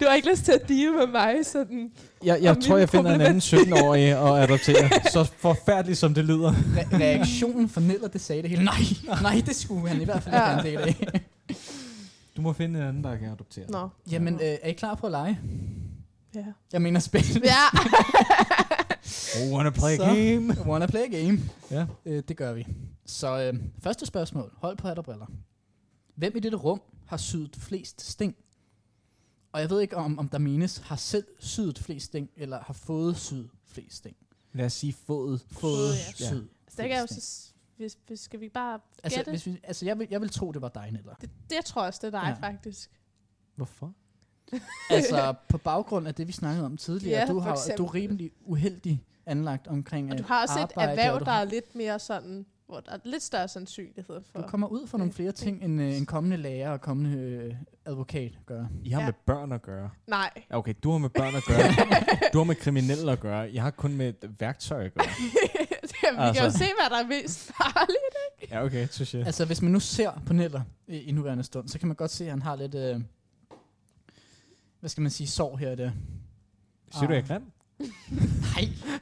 [SPEAKER 3] du har ikke lyst til at deal med mig sådan.
[SPEAKER 4] Jeg, jeg
[SPEAKER 3] Og
[SPEAKER 4] tror,
[SPEAKER 3] min
[SPEAKER 4] jeg finder en anden
[SPEAKER 3] problematik.
[SPEAKER 4] 17-årig og adopterer. Så forfærdeligt, som det lyder.
[SPEAKER 1] Re- reaktionen fornælder, det sagde det hele. Nej, nej, det skulle han i hvert fald ikke
[SPEAKER 3] Ja.
[SPEAKER 1] have en del af.
[SPEAKER 4] Du må finde en anden, der kan adoptere.
[SPEAKER 3] Nå.
[SPEAKER 1] Jamen, øh, er I klar på at lege?
[SPEAKER 3] Ja.
[SPEAKER 1] Jeg mener spil.
[SPEAKER 3] ja.
[SPEAKER 4] Oh, wanna play
[SPEAKER 1] Så.
[SPEAKER 4] a game?
[SPEAKER 1] Wanna play a game?
[SPEAKER 4] Ja.
[SPEAKER 1] Øh, det gør vi. Så øh, første spørgsmål. Hold på hat og briller. Hvem i dette rum har syet flest sting? Og jeg ved ikke, om, om der menes, har selv syet flest sting, eller har fået syet flest sting.
[SPEAKER 4] Lad os sige fået.
[SPEAKER 1] Fået
[SPEAKER 3] ja.
[SPEAKER 1] ja. syet.
[SPEAKER 3] Så der kan jeg jo så... s- Hvis, hvis, skal vi bare gætte?
[SPEAKER 1] Altså,
[SPEAKER 3] Altså,
[SPEAKER 1] hvis vi, altså jeg, vil, jeg vil tro, det var dig, Niller.
[SPEAKER 3] det, det tror jeg også, det er dig,
[SPEAKER 1] Ja.
[SPEAKER 3] ja. faktisk.
[SPEAKER 4] Hvorfor?
[SPEAKER 1] Altså, på baggrund af det, vi snakkede om tidligere,
[SPEAKER 3] Ja, for
[SPEAKER 1] du, har, du er
[SPEAKER 3] eksempel.
[SPEAKER 1] rimelig uheldig anlagt omkring
[SPEAKER 3] Og
[SPEAKER 1] øh,
[SPEAKER 3] du har også et
[SPEAKER 1] arbejde,
[SPEAKER 3] erhverv,
[SPEAKER 1] og du
[SPEAKER 3] der
[SPEAKER 1] har-
[SPEAKER 3] er lidt mere sådan, hvor der er lidt større sandsynlighed for.
[SPEAKER 1] Du kommer ud for nogle flere ting, end øh, en kommende lærer og kommende øh, advokat gør.
[SPEAKER 4] I har
[SPEAKER 3] Ja.
[SPEAKER 4] ja. med børn at gøre.
[SPEAKER 3] Nej,
[SPEAKER 4] Ja, Okay, du har med børn at gøre. du har med kriminelle at gøre. Jeg har kun med et værktøj at gøre.
[SPEAKER 3] det, vi altså. kan jo
[SPEAKER 4] Altså.
[SPEAKER 3] se, hvad der er mest farligt.
[SPEAKER 4] Ja, okay, så shit.
[SPEAKER 1] Altså, hvis man nu ser på Neller i, i nuværende stund, så kan man godt se, at han har lidt, øh, hvad skal man sige, sår her og der.
[SPEAKER 4] Siger du, jeg
[SPEAKER 1] Ah.
[SPEAKER 4] er grim?
[SPEAKER 1] Nej,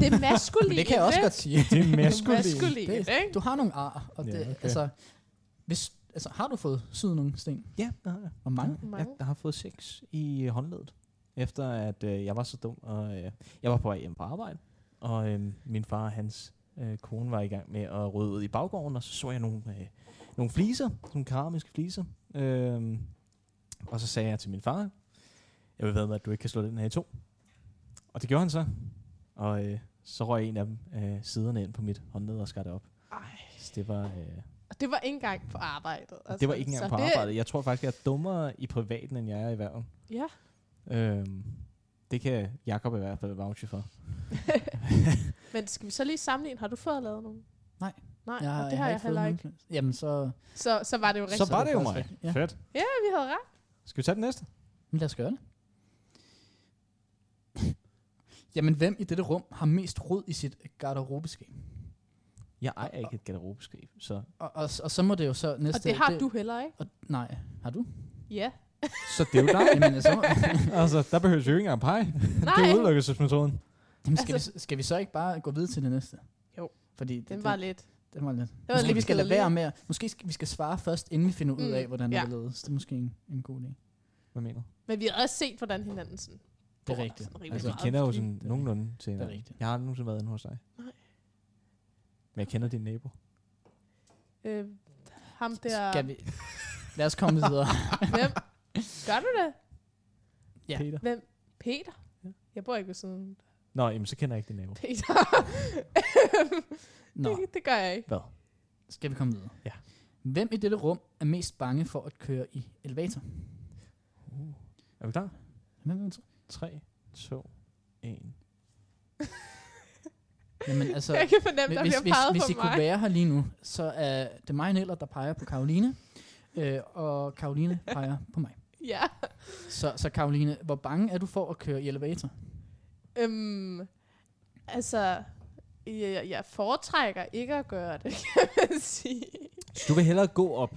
[SPEAKER 3] Det er maskulint.
[SPEAKER 1] men det kan jeg også godt sige.
[SPEAKER 4] Det er mere
[SPEAKER 3] Det er
[SPEAKER 4] skyldig.
[SPEAKER 3] maskulint,
[SPEAKER 1] Det,
[SPEAKER 3] ikke?
[SPEAKER 1] du har nogle ar, og
[SPEAKER 4] Ja,
[SPEAKER 1] det,
[SPEAKER 4] okay.
[SPEAKER 1] altså, hvis, altså, har du fået syet nogle sten?
[SPEAKER 4] Ja, det har jeg.
[SPEAKER 1] Hvor mange?
[SPEAKER 3] Mange.
[SPEAKER 4] Jeg, jeg har fået seks i øh, håndledet, efter at øh, jeg var så dum, og øh, jeg var på vej hjem på arbejde, og øh, min far og hans øh, kone var i gang med at rydde ud i baggården, og så så jeg nogle, øh, nogle fliser, nogle keramiske fliser, øh, og så sagde jeg til min far, jeg vil ved med, at du ikke kan slå den her i to. Og det gjorde han så, og øh, så røg en af dem øh, siderne ind på mit håndled og skar det op.
[SPEAKER 3] Ej,
[SPEAKER 4] Så det var... Øh,
[SPEAKER 3] og det var ikke engang på arbejdet.
[SPEAKER 4] Altså, det var ikke engang
[SPEAKER 3] så
[SPEAKER 4] på
[SPEAKER 3] det-
[SPEAKER 4] arbejdet. Jeg tror faktisk, jeg er dummere i privaten, end jeg er i hverven.
[SPEAKER 3] Ja.
[SPEAKER 4] Øhm, det kan Jakob i hvert fald vouche for.
[SPEAKER 3] Men skal vi så lige sammenligne? Har du fået lavet nogen?
[SPEAKER 1] Nej.
[SPEAKER 3] Nej, og det har jeg
[SPEAKER 1] fået
[SPEAKER 3] heller
[SPEAKER 1] nogen
[SPEAKER 3] ikke.
[SPEAKER 1] plads. Jamen, så...
[SPEAKER 3] Så, så var det jo rigtigt.
[SPEAKER 4] Så var det jo
[SPEAKER 1] faktisk
[SPEAKER 4] mig.
[SPEAKER 1] rigtigt.
[SPEAKER 4] Ja.
[SPEAKER 1] Ja.
[SPEAKER 4] Fedt.
[SPEAKER 3] Ja, vi havde ret.
[SPEAKER 4] Skal vi tage den næste?
[SPEAKER 1] Men lad os gøre det. Jamen, hvem i dette rum har mest rod i sit garderobeskab?
[SPEAKER 4] Jeg ejer ikke et garderobeskab, så...
[SPEAKER 1] Og, og, og så må det jo så næste...
[SPEAKER 3] Og det har du heller ikke.
[SPEAKER 1] Og, nej, har du?
[SPEAKER 3] Ja.
[SPEAKER 4] Så det er jo dig.
[SPEAKER 1] Jamen, så, må-
[SPEAKER 4] altså, der behøver jo ikke engang pege.
[SPEAKER 3] Nej,
[SPEAKER 4] Det er udelukkelsesmetoden.
[SPEAKER 1] Jamen, skal, altså, vi, skal vi så ikke bare gå videre til det næste?
[SPEAKER 3] Jo.
[SPEAKER 1] Fordi det,
[SPEAKER 3] den var lidt.
[SPEAKER 1] den var lidt.
[SPEAKER 3] Det var
[SPEAKER 1] måske
[SPEAKER 3] lidt
[SPEAKER 1] vi skal lade være
[SPEAKER 3] kedelig.
[SPEAKER 1] med. at- Måske skal, vi skal svare først, inden vi finder ud
[SPEAKER 3] Mm,
[SPEAKER 1] af, hvordan det
[SPEAKER 3] ja.
[SPEAKER 1] er ledes. Det er måske en, en god idé.
[SPEAKER 4] Hvad mener du?
[SPEAKER 3] Men vi har også set, hvordan hinanden sådan...
[SPEAKER 1] Det er
[SPEAKER 3] bor
[SPEAKER 1] rigtigt.
[SPEAKER 3] sådan rimelig
[SPEAKER 4] Altså, vi
[SPEAKER 3] meget,
[SPEAKER 4] kender jo
[SPEAKER 3] fordi-
[SPEAKER 4] sådan nogenlunde til
[SPEAKER 1] Det er
[SPEAKER 4] hinanden.
[SPEAKER 1] rigtigt.
[SPEAKER 4] Jeg har aldrig nogensinde været inde hos dig.
[SPEAKER 3] Nej.
[SPEAKER 4] Men jeg kender din nabo.
[SPEAKER 3] Øh, ham der...
[SPEAKER 1] Skal vi... Lad os komme videre.
[SPEAKER 3] Hvem? Gør du det?
[SPEAKER 1] Ja.
[SPEAKER 4] Peter.
[SPEAKER 3] Hvem? Peter?
[SPEAKER 4] Ja.
[SPEAKER 3] Jeg bor ikke ved siden af
[SPEAKER 4] Nå, jamen, så kender jeg ikke din nabo.
[SPEAKER 3] Peter.
[SPEAKER 1] Nå,
[SPEAKER 3] det, det gør jeg ikke.
[SPEAKER 4] Hvad?
[SPEAKER 1] skal vi komme videre?
[SPEAKER 4] Ja.
[SPEAKER 1] Hvem i dette rum er mest bange for at køre i elevator?
[SPEAKER 4] Uh. Er du klar?
[SPEAKER 1] Hvem vil du tro?
[SPEAKER 4] 3, 2, 1.
[SPEAKER 1] Jamen, altså...
[SPEAKER 3] Jeg kan fornemme, der
[SPEAKER 1] hvis,
[SPEAKER 3] bliver
[SPEAKER 1] hvis,
[SPEAKER 3] peget
[SPEAKER 1] hvis
[SPEAKER 3] på
[SPEAKER 1] I
[SPEAKER 3] mig.
[SPEAKER 1] kunne være her lige nu, så er det mig og Neller, der peger på Karoline, øh, og Karoline peger på mig.
[SPEAKER 3] Ja.
[SPEAKER 1] Så, så Karoline, hvor bange er du for at køre i elevator?
[SPEAKER 3] Øhm, altså, jeg, jeg foretrækker ikke at gøre det, kan man sige.
[SPEAKER 4] Så du vil hellere gå op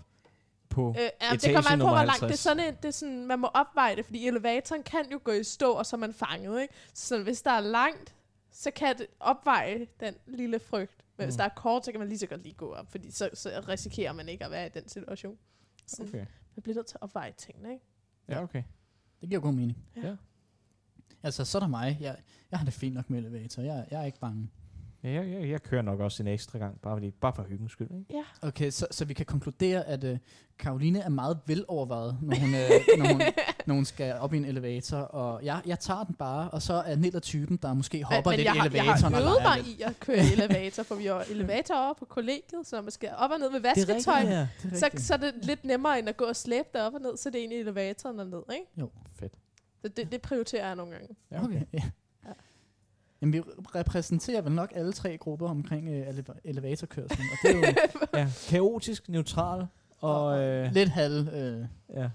[SPEAKER 4] på...
[SPEAKER 3] Øh, ja, det
[SPEAKER 4] Etage
[SPEAKER 3] kommer an på,
[SPEAKER 4] nummer
[SPEAKER 3] hvor langt det er
[SPEAKER 4] 50.
[SPEAKER 3] sådan, en, det er sådan, man må opveje det, fordi elevatoren kan jo gå i stå, og så er man fanget, ikke? Så sådan, hvis der er langt, så kan det opveje den lille frygt. Men hvis
[SPEAKER 4] Mm.
[SPEAKER 3] der er kort, så kan man lige så godt lige gå op, fordi så, så risikerer man ikke at være i den situation. Sådan, okay.
[SPEAKER 4] Okay.
[SPEAKER 3] Man bliver nødt til at opveje tingene, ikke?
[SPEAKER 4] Ja, okay.
[SPEAKER 1] Det giver god mening.
[SPEAKER 3] Ja.
[SPEAKER 1] Altså, så er der mig. Jeg, jeg har det fint nok med elevator. Jeg, jeg er ikke bange.
[SPEAKER 4] Ja, jeg, jeg, jeg kører nok også en ekstra gang, bare, fordi, bare for hyggens skyld. Ikke?
[SPEAKER 1] Okay, så, så vi kan konkludere, at øh, Karoline er meget velovervejet, når hun, øh, når, hun, når hun skal op i en elevator. Og jeg, jeg tager den bare, og så er Niller typen, der måske hopper
[SPEAKER 3] Øh, men
[SPEAKER 1] lidt
[SPEAKER 3] jeg,
[SPEAKER 1] i
[SPEAKER 3] har, jeg
[SPEAKER 1] elevatoren.
[SPEAKER 3] har
[SPEAKER 1] og
[SPEAKER 3] øvet
[SPEAKER 1] leger lidt.
[SPEAKER 3] mig i at køre i elevator, for vi har elevator over på kollegiet, så man skal op og ned med vasketøj.
[SPEAKER 4] ja.
[SPEAKER 1] Det er
[SPEAKER 3] Så,
[SPEAKER 1] rigtigt.
[SPEAKER 3] så er det lidt nemmere, end at gå og slæbe dig op og ned, så det er egentlig elevatoren og ned, ikke?
[SPEAKER 4] Fedt.
[SPEAKER 3] Så det, det prioriterer jeg nogle gange.
[SPEAKER 4] Ja, okay.
[SPEAKER 1] Ja.
[SPEAKER 3] Ja.
[SPEAKER 1] Jamen, vi repræsenterer vel nok alle tre grupper omkring øh, eleva- elevatorkørslen, og det er jo
[SPEAKER 4] ja. Kaotisk, neutral og... Øh,
[SPEAKER 1] lidt halv... Øh,
[SPEAKER 4] ja.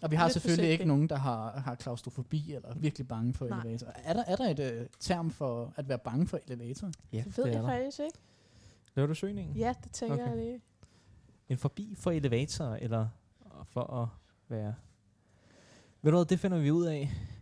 [SPEAKER 1] og vi har
[SPEAKER 3] Lidt
[SPEAKER 1] selvfølgelig ikke
[SPEAKER 3] forsigtig.
[SPEAKER 1] nogen, der har, har klaustrofobi eller er virkelig bange for
[SPEAKER 3] Nej.
[SPEAKER 1] elevator. Er der, er der et øh, term for at være bange for elevator?
[SPEAKER 4] ja,
[SPEAKER 3] Det ved jeg faktisk ikke.
[SPEAKER 4] Laver du søgningen?
[SPEAKER 3] Ja, det tænker okay.
[SPEAKER 4] Okay.
[SPEAKER 3] jeg lige.
[SPEAKER 4] En forbi for elevator, eller for at være... Ved du hvad, det finder vi ud af.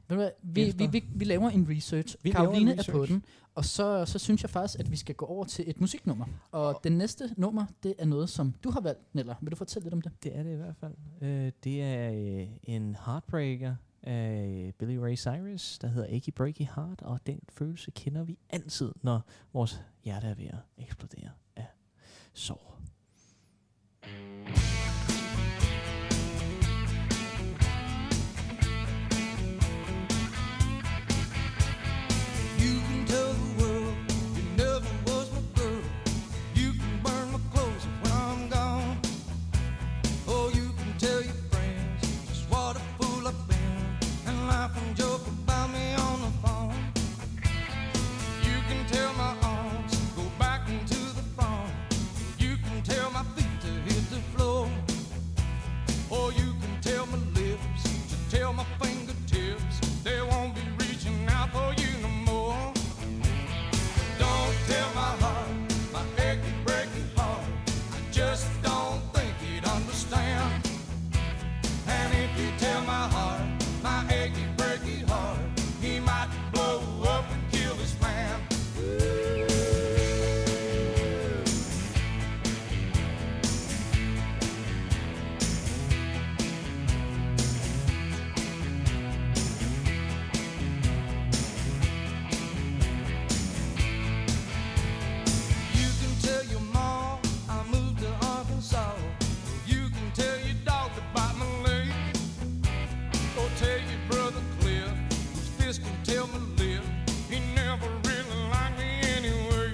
[SPEAKER 1] Ved du hvad, vi, vi,
[SPEAKER 4] Efter.
[SPEAKER 1] vi, vi laver en research.
[SPEAKER 4] Vi
[SPEAKER 1] Vi
[SPEAKER 4] laver en
[SPEAKER 1] Karoline er på
[SPEAKER 4] research.
[SPEAKER 1] den, og så, så synes jeg faktisk, at vi skal gå over til et musiknummer. Og, og det næste nummer, det er noget, som du har valgt, Neller. Vil du fortælle lidt om det?
[SPEAKER 4] Det er det i hvert fald. Øh, det er øh, en heartbreaker af Billy Ray Cyrus, der hedder Achy Breaky Heart, og den følelse kender vi altid, når vores hjerte er ved at eksplodere af sorg.
[SPEAKER 12] You can tell the world you never was my girl. You can burn my clothes when I'm gone. Oh, you can tell your friends just what a fool I've been and laugh and joke about me on the phone. You can tell my arms to go back into the phone. You can tell my feet to hit the floor. Or you can tell my lips to tell my fingertips they won't be reaching out for you no more. Don't tell my heart, my achy, breaking heart. I just don't think you'd understand. And if you tell my heart, my achy, breaking heart, he might blow up and kill this man. You can tell your mom I moved to Arkansas. You can tell your dog to bite my leg. Or tell your brother Cliff, whose fist can tell my lip. He never really liked me anyway.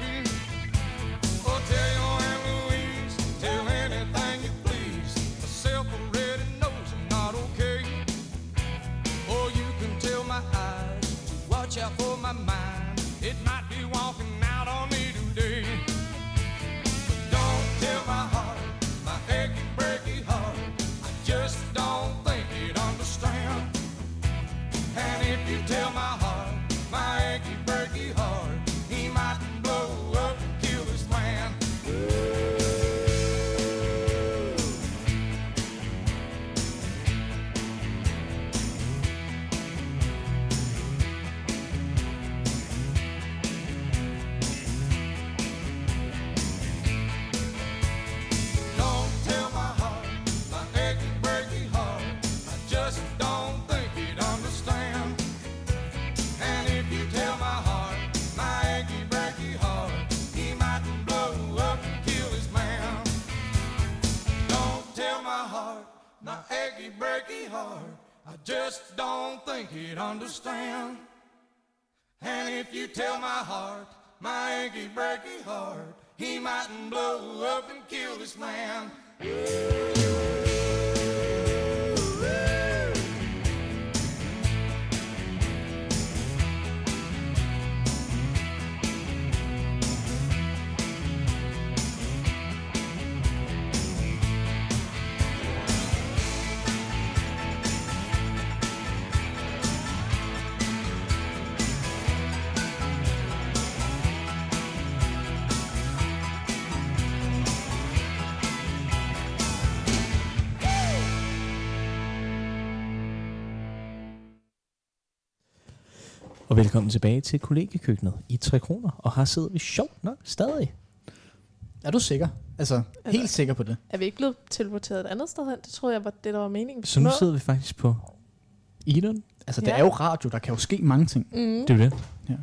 [SPEAKER 12] Or tell your Aunt Louise, tell anything you please. Myself already knows I'm not okay. Or Oh, you can tell my eyes to watch out for my mind. It might be walking out on me today. Don't tell my heart, my achy, breaky heart. I just don't think it understand. And if you tell my heart, my achy, breaky heart, he might blow up and kill this man. Don't tell my heart, my achy, breaky heart. I just don't think it understand. And if you tell my heart, my achy, breaky heart, he might blow up and kill his man. Don't tell my heart, my achy, breaky heart. I just don't think it understand. And if you tell my heart, my achy, breaky heart, he might blow up and kill this man.
[SPEAKER 4] Og velkommen tilbage til kollegekøkkenet i Tre Kroner. Og her sidder vi sjovt nok stadig.
[SPEAKER 1] Er du sikker? Altså, helt sikker på det?
[SPEAKER 3] Er vi ikke blevet teleporteret et andet sted hen? Det troede jeg var det, der var meningen.
[SPEAKER 4] Så nu sidder vi faktisk på Elon.
[SPEAKER 1] Altså, det
[SPEAKER 3] Ja.
[SPEAKER 1] er jo radio, der kan jo ske mange ting.
[SPEAKER 3] Mm.
[SPEAKER 4] Det er jo det.
[SPEAKER 1] Ja.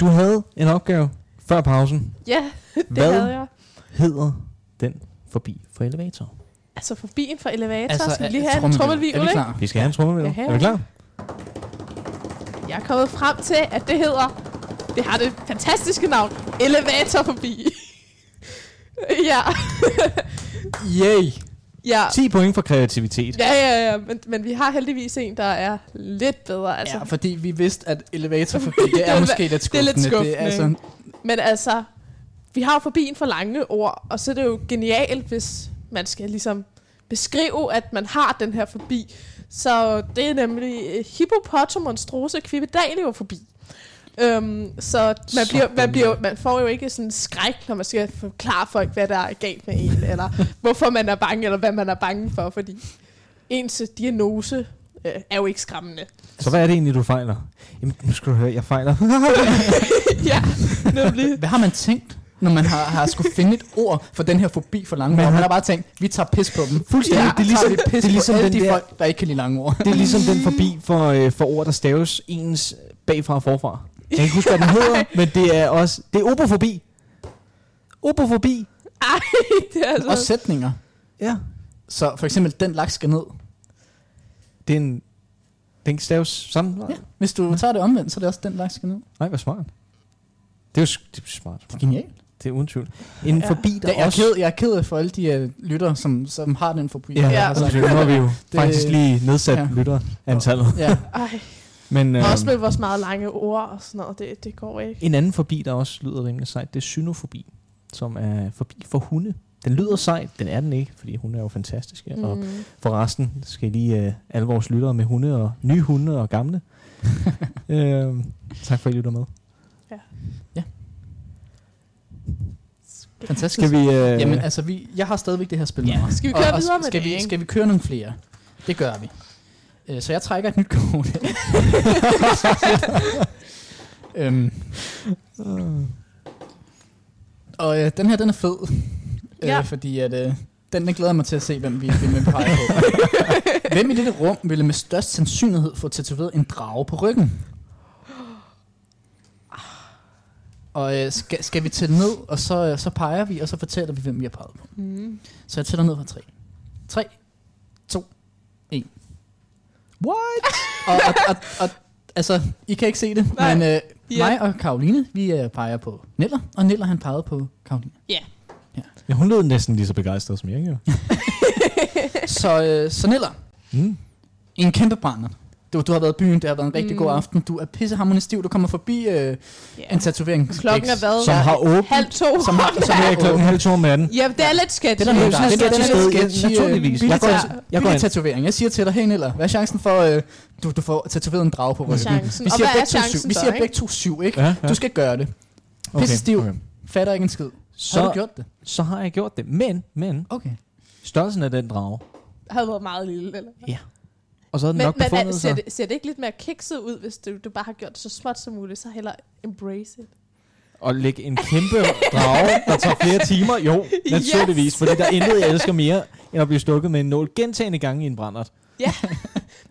[SPEAKER 4] Du havde en opgave før pausen.
[SPEAKER 3] Ja, det
[SPEAKER 4] Hvad?
[SPEAKER 3] havde jeg.
[SPEAKER 4] Hedder den forbi for elevator?
[SPEAKER 3] Altså forbi en fra elevator, altså,
[SPEAKER 1] Altså,
[SPEAKER 3] skal vi
[SPEAKER 1] er-
[SPEAKER 3] lige have en
[SPEAKER 1] trommevirvel.
[SPEAKER 3] trummelvivl,
[SPEAKER 1] Er vi
[SPEAKER 3] ikke?
[SPEAKER 1] klar?
[SPEAKER 4] Vi skal have en trummevinder.
[SPEAKER 3] Ja.
[SPEAKER 4] Er vi klar?
[SPEAKER 3] Jeg er kommet frem til, at det hedder... Det har det fantastiske navn. Elevator forbi. ja.
[SPEAKER 4] Yay!
[SPEAKER 3] ja.
[SPEAKER 4] 10 point for kreativitet.
[SPEAKER 3] Ja, ja, ja, men, men vi har heldigvis en, der er lidt bedre. Altså.
[SPEAKER 1] Ja, fordi vi vidste, at elevator forbi, det er måske lidt
[SPEAKER 3] Det er
[SPEAKER 1] skuffende.
[SPEAKER 3] lidt skuffende,
[SPEAKER 1] Det er sådan,
[SPEAKER 3] Men altså, vi har jo forbien for lange ord, og så er det jo genialt, hvis man skal ligesom beskrive, at man har den her forbi. Så det er nemlig øh, hippopotamonstrose quibidalio forbi. Øhm, så man, bliver, man, bliver, man får jo ikke sådan en skræk, når man skal forklare folk, hvad der er galt med en, eller hvorfor man er bange, eller hvad man er bange for, fordi ens diagnose øh, er jo ikke skræmmende.
[SPEAKER 4] Så hvad er det egentlig, du fejler? Jamen, nu skal du høre, jeg fejler.
[SPEAKER 3] ja, nemlig.
[SPEAKER 1] hvad har man tænkt? når man har, har skulle finde et ord for den her fobi for lange
[SPEAKER 4] Men
[SPEAKER 1] ord. Man
[SPEAKER 4] han-
[SPEAKER 1] har bare tænkt, vi tager pis på dem.
[SPEAKER 4] Fuldstændig.
[SPEAKER 1] Ja, det er ligesom, vi pis det er ligesom på alle
[SPEAKER 4] den
[SPEAKER 1] de
[SPEAKER 4] der-
[SPEAKER 1] folk, der ikke kan lide lange ord.
[SPEAKER 4] Det er ligesom den forbi for, øh, for ord, der staves ens bagfra og forfra. Jeg kan ikke huske, hvad den hedder, men det er også... Det er obofobi. Obofobi.
[SPEAKER 3] Ej, det er
[SPEAKER 1] Og
[SPEAKER 3] altså...
[SPEAKER 1] sætninger.
[SPEAKER 4] Ja.
[SPEAKER 1] Så for eksempel, den laks skal ned.
[SPEAKER 4] Det er en... Den staves sådan. Ja.
[SPEAKER 1] Ja. Hvis du tager det omvendt, så er det også den laks skal ned.
[SPEAKER 4] Nej, hvor smart. Det er jo s- det er smart.
[SPEAKER 1] Genialt.
[SPEAKER 4] Det er uden tvivl. En
[SPEAKER 3] Ja.
[SPEAKER 4] ja. forbi, der
[SPEAKER 1] Jeg er,
[SPEAKER 4] også...
[SPEAKER 1] ked, jeg er ked af for alle de uh, lytter, som, som har den fobi.
[SPEAKER 4] Ja,
[SPEAKER 3] Ja.
[SPEAKER 4] ja. Altså, nu har vi jo det, faktisk lige nedsat
[SPEAKER 1] ja.
[SPEAKER 4] ja. lytterantallet.
[SPEAKER 1] ja.
[SPEAKER 3] Ej,
[SPEAKER 4] Men, øh,
[SPEAKER 3] og også med vores meget lange ord og sådan noget. Det, det går ikke.
[SPEAKER 4] en anden forbi, der også lyder rimelig sejt, det er synofobi, som er forbi for hunde. Den lyder sejt, den er den ikke, fordi hunde er jo fantastiske. Mm. Og
[SPEAKER 3] Mm.
[SPEAKER 4] Forresten skal I lige øh, alle vores lyttere med hunde og nye hunde og gamle. øh, tak for, at I lytter med.
[SPEAKER 1] Fantastisk.
[SPEAKER 4] Skal vi... Øh,
[SPEAKER 1] Jamen altså, vi, jeg har stadigvæk det her spil. Ja.
[SPEAKER 3] Skal vi køre videre med
[SPEAKER 1] skal
[SPEAKER 3] det,
[SPEAKER 1] vi,
[SPEAKER 3] ikke?
[SPEAKER 1] Skal vi køre nogle flere? Det gør vi. Øh, Så jeg trækker et nyt kort. øhm. Og øh, den her, den er fed.
[SPEAKER 3] Ja.
[SPEAKER 1] Ja. Øh, fordi at, øh, den, den glæder jeg mig til at se, hvem vi vil peger på. hvem i dette rum ville med størst sandsynlighed få tatoveret en drage på ryggen? Og øh, skal, skal vi tælle ned, og så, øh, så peger vi, og så fortæller vi, hvem vi har peget på.
[SPEAKER 3] Mm.
[SPEAKER 1] Så jeg tæller ned fra 3. 3, 2, 1. What? og, og, og, og, altså, I kan ikke se det,
[SPEAKER 3] Nej.
[SPEAKER 1] Nej. men øh,
[SPEAKER 3] Ja.
[SPEAKER 1] mig og Karoline, vi øh, peger på Neller, og Neller han pegede på Karoline.
[SPEAKER 8] Ja, hun lød næsten lige så begejstret som jeg, ikke?
[SPEAKER 1] så, øh, så Neller,
[SPEAKER 8] Mm.
[SPEAKER 1] en kæmpe brænder. Du, du har været i byen, det har været en rigtig mm. god aften, du er pisseharmonistiv, du kommer forbi øh,
[SPEAKER 3] Yeah.
[SPEAKER 1] en tatovering.
[SPEAKER 3] Klokken er hvad?
[SPEAKER 8] Som har åbent.
[SPEAKER 3] Halv to.
[SPEAKER 1] Som har, som
[SPEAKER 8] Det
[SPEAKER 1] har
[SPEAKER 8] er klokken halv to om natten.
[SPEAKER 3] Ja, det er lidt sketchy.
[SPEAKER 1] Det er der nogen, der
[SPEAKER 4] Det er
[SPEAKER 1] det
[SPEAKER 4] sådan
[SPEAKER 1] er
[SPEAKER 4] et
[SPEAKER 1] sketchy, øh,
[SPEAKER 4] naturligvis.
[SPEAKER 1] billig
[SPEAKER 4] Jeg går
[SPEAKER 1] tat-
[SPEAKER 4] ind- jeg
[SPEAKER 1] billig
[SPEAKER 4] går ind.
[SPEAKER 1] tatovering. Jeg siger til dig, hey Neller, hvad er chancen for, øh, du, du får tatoveret en drage på ryggen?
[SPEAKER 3] Chancen.
[SPEAKER 1] Vi
[SPEAKER 3] Og
[SPEAKER 1] siger,
[SPEAKER 3] hvad er
[SPEAKER 1] begge to, syv.
[SPEAKER 3] chancen
[SPEAKER 1] Vi
[SPEAKER 3] så,
[SPEAKER 1] siger
[SPEAKER 3] ikke?
[SPEAKER 1] begge to syv, ikke?
[SPEAKER 8] Ja,
[SPEAKER 1] Ja. Du skal gøre det. Pisse stiv. Fatter ikke en skid. Så har du
[SPEAKER 4] Så,
[SPEAKER 1] gjort det.
[SPEAKER 4] så har jeg gjort det. Men, men,
[SPEAKER 1] Okay.
[SPEAKER 4] størrelsen af den drage,
[SPEAKER 3] havde været meget lille, eller?
[SPEAKER 4] og så er den
[SPEAKER 3] Men,
[SPEAKER 4] nok
[SPEAKER 3] men
[SPEAKER 4] befundet
[SPEAKER 3] er, ser,
[SPEAKER 4] sig...
[SPEAKER 3] det, ser det ikke lidt mere kikset ud, hvis du, du bare har gjort det så småt som muligt, så heller embrace it?
[SPEAKER 8] Og lægge en kæmpe drage, der tager flere timer. Jo, naturligvis,
[SPEAKER 3] Yes.
[SPEAKER 8] yes. fordi der er intet, jeg elsker mere, end at blive stukket med en nål gentagende gange i en brændert.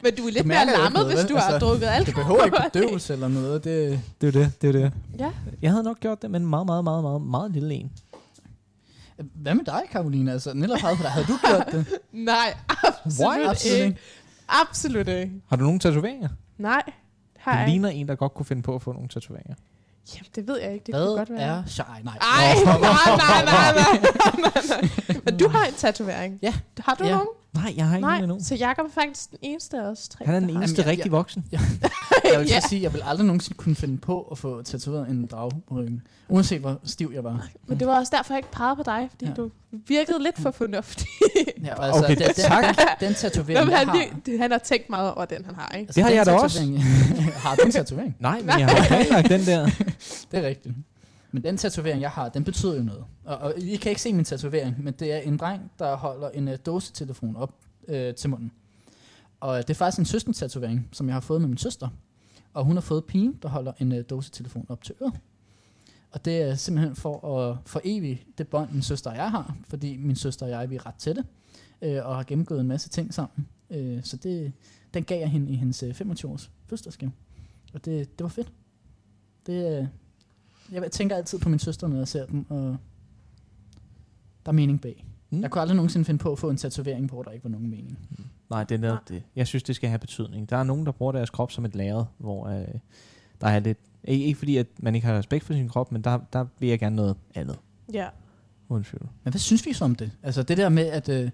[SPEAKER 3] Men du er lidt mere
[SPEAKER 1] Du mærker jo ikke
[SPEAKER 3] lammet,
[SPEAKER 1] noget,
[SPEAKER 3] hvis
[SPEAKER 1] vel?
[SPEAKER 3] du har
[SPEAKER 1] Altså,
[SPEAKER 3] drukket
[SPEAKER 1] Du
[SPEAKER 3] alkohol.
[SPEAKER 1] behøver ikke bedøvelse eller noget. Det...
[SPEAKER 8] Det er jo det, det er jo det.
[SPEAKER 3] Ja.
[SPEAKER 4] Jeg havde nok gjort det, men meget, meget, meget, meget, meget lille en.
[SPEAKER 1] Hvad med dig, Karoline? Altså, Nilla pegede på dig. Havde du gjort det?
[SPEAKER 3] Nej, absolut
[SPEAKER 1] Absolut
[SPEAKER 3] ikke.
[SPEAKER 1] ikke.
[SPEAKER 3] Absolut ikke.
[SPEAKER 4] Har du nogen tatoveringer?
[SPEAKER 3] Nej, har
[SPEAKER 4] Det
[SPEAKER 3] jeg ikke.
[SPEAKER 4] ligner en, der godt kunne finde på at få nogle tatoveringer.
[SPEAKER 3] Jamen, det ved jeg ikke. Det kunne
[SPEAKER 1] Hvad
[SPEAKER 3] godt være.
[SPEAKER 1] er shy? Nej.
[SPEAKER 3] Ej, nej, nej, nej, nej, nej, nej. Men du har en tatovering.
[SPEAKER 1] Ja.
[SPEAKER 3] Har du
[SPEAKER 1] Ja.
[SPEAKER 3] nogen?
[SPEAKER 4] Nej, jeg har ikke nogen endnu.
[SPEAKER 3] Nej, så Jakob er faktisk den eneste af os tre.
[SPEAKER 4] Han er den
[SPEAKER 3] der har
[SPEAKER 4] eneste
[SPEAKER 1] Jamen, jeg-
[SPEAKER 4] rigtig voksen.
[SPEAKER 1] Jeg vil
[SPEAKER 3] Ja.
[SPEAKER 1] så sige, jeg vil aldrig nogensinde kunne finde på at få tatoveret en drage på ryggen. Uanset hvor stiv jeg var.
[SPEAKER 3] Men det var også derfor, jeg ikke pegede på dig, fordi ja.
[SPEAKER 1] Ja.
[SPEAKER 3] du virkede lidt for fornuftig.
[SPEAKER 1] Ja, og altså,
[SPEAKER 8] Okay,
[SPEAKER 1] den,
[SPEAKER 8] tak.
[SPEAKER 1] Den, den
[SPEAKER 3] Nå,
[SPEAKER 1] tatovering,
[SPEAKER 3] men
[SPEAKER 1] jeg
[SPEAKER 3] han,
[SPEAKER 1] har...
[SPEAKER 3] har. han har tænkt meget over den, han har, ikke?
[SPEAKER 1] altså,
[SPEAKER 4] Det har
[SPEAKER 1] den
[SPEAKER 4] jeg da også.
[SPEAKER 1] tatovering- har du en tatovering?
[SPEAKER 4] Nej, men jeg har ikke planlagt den der.
[SPEAKER 1] Det er rigtigt. Men den tatovering, jeg har, den betyder jo noget. Og, og I kan ikke se min tatovering, men det er en dreng, der holder en uh, dåsetelefon op øh, til munden. Og øh, det er faktisk en søstertatovering, som jeg har fået med min søster. Og hun har fået pigen, der holder en øh, dåsetelefon op til øret. Og det er simpelthen for at forevige det bånd, min søster og jeg har, fordi min søster og jeg, vi er ret tætte, øh, og har gennemgået en masse ting sammen. Øh, så det, den gav jeg hende i hendes øh, 25-års fødselsdagsgave. Og det, det var fedt. Det, øh, jeg tænker altid på min søster, når jeg ser dem, og der er mening bag.
[SPEAKER 4] Mm.
[SPEAKER 1] Mm. Jeg kunne aldrig nogensinde finde på at få en tatovering på, hvor der ikke var nogen mening.
[SPEAKER 4] Nej, det er netop det. Jeg synes, det skal have betydning. Der er nogen, der bruger deres krop som et lærred, hvor øh, der er lidt... Ikke, ikke fordi, at man ikke har respekt for sin krop, men der, der vil jeg gerne noget andet.
[SPEAKER 3] Ja.
[SPEAKER 4] Uden tvivl.
[SPEAKER 1] Men hvad synes vi så om det? Altså det der med, at, øh,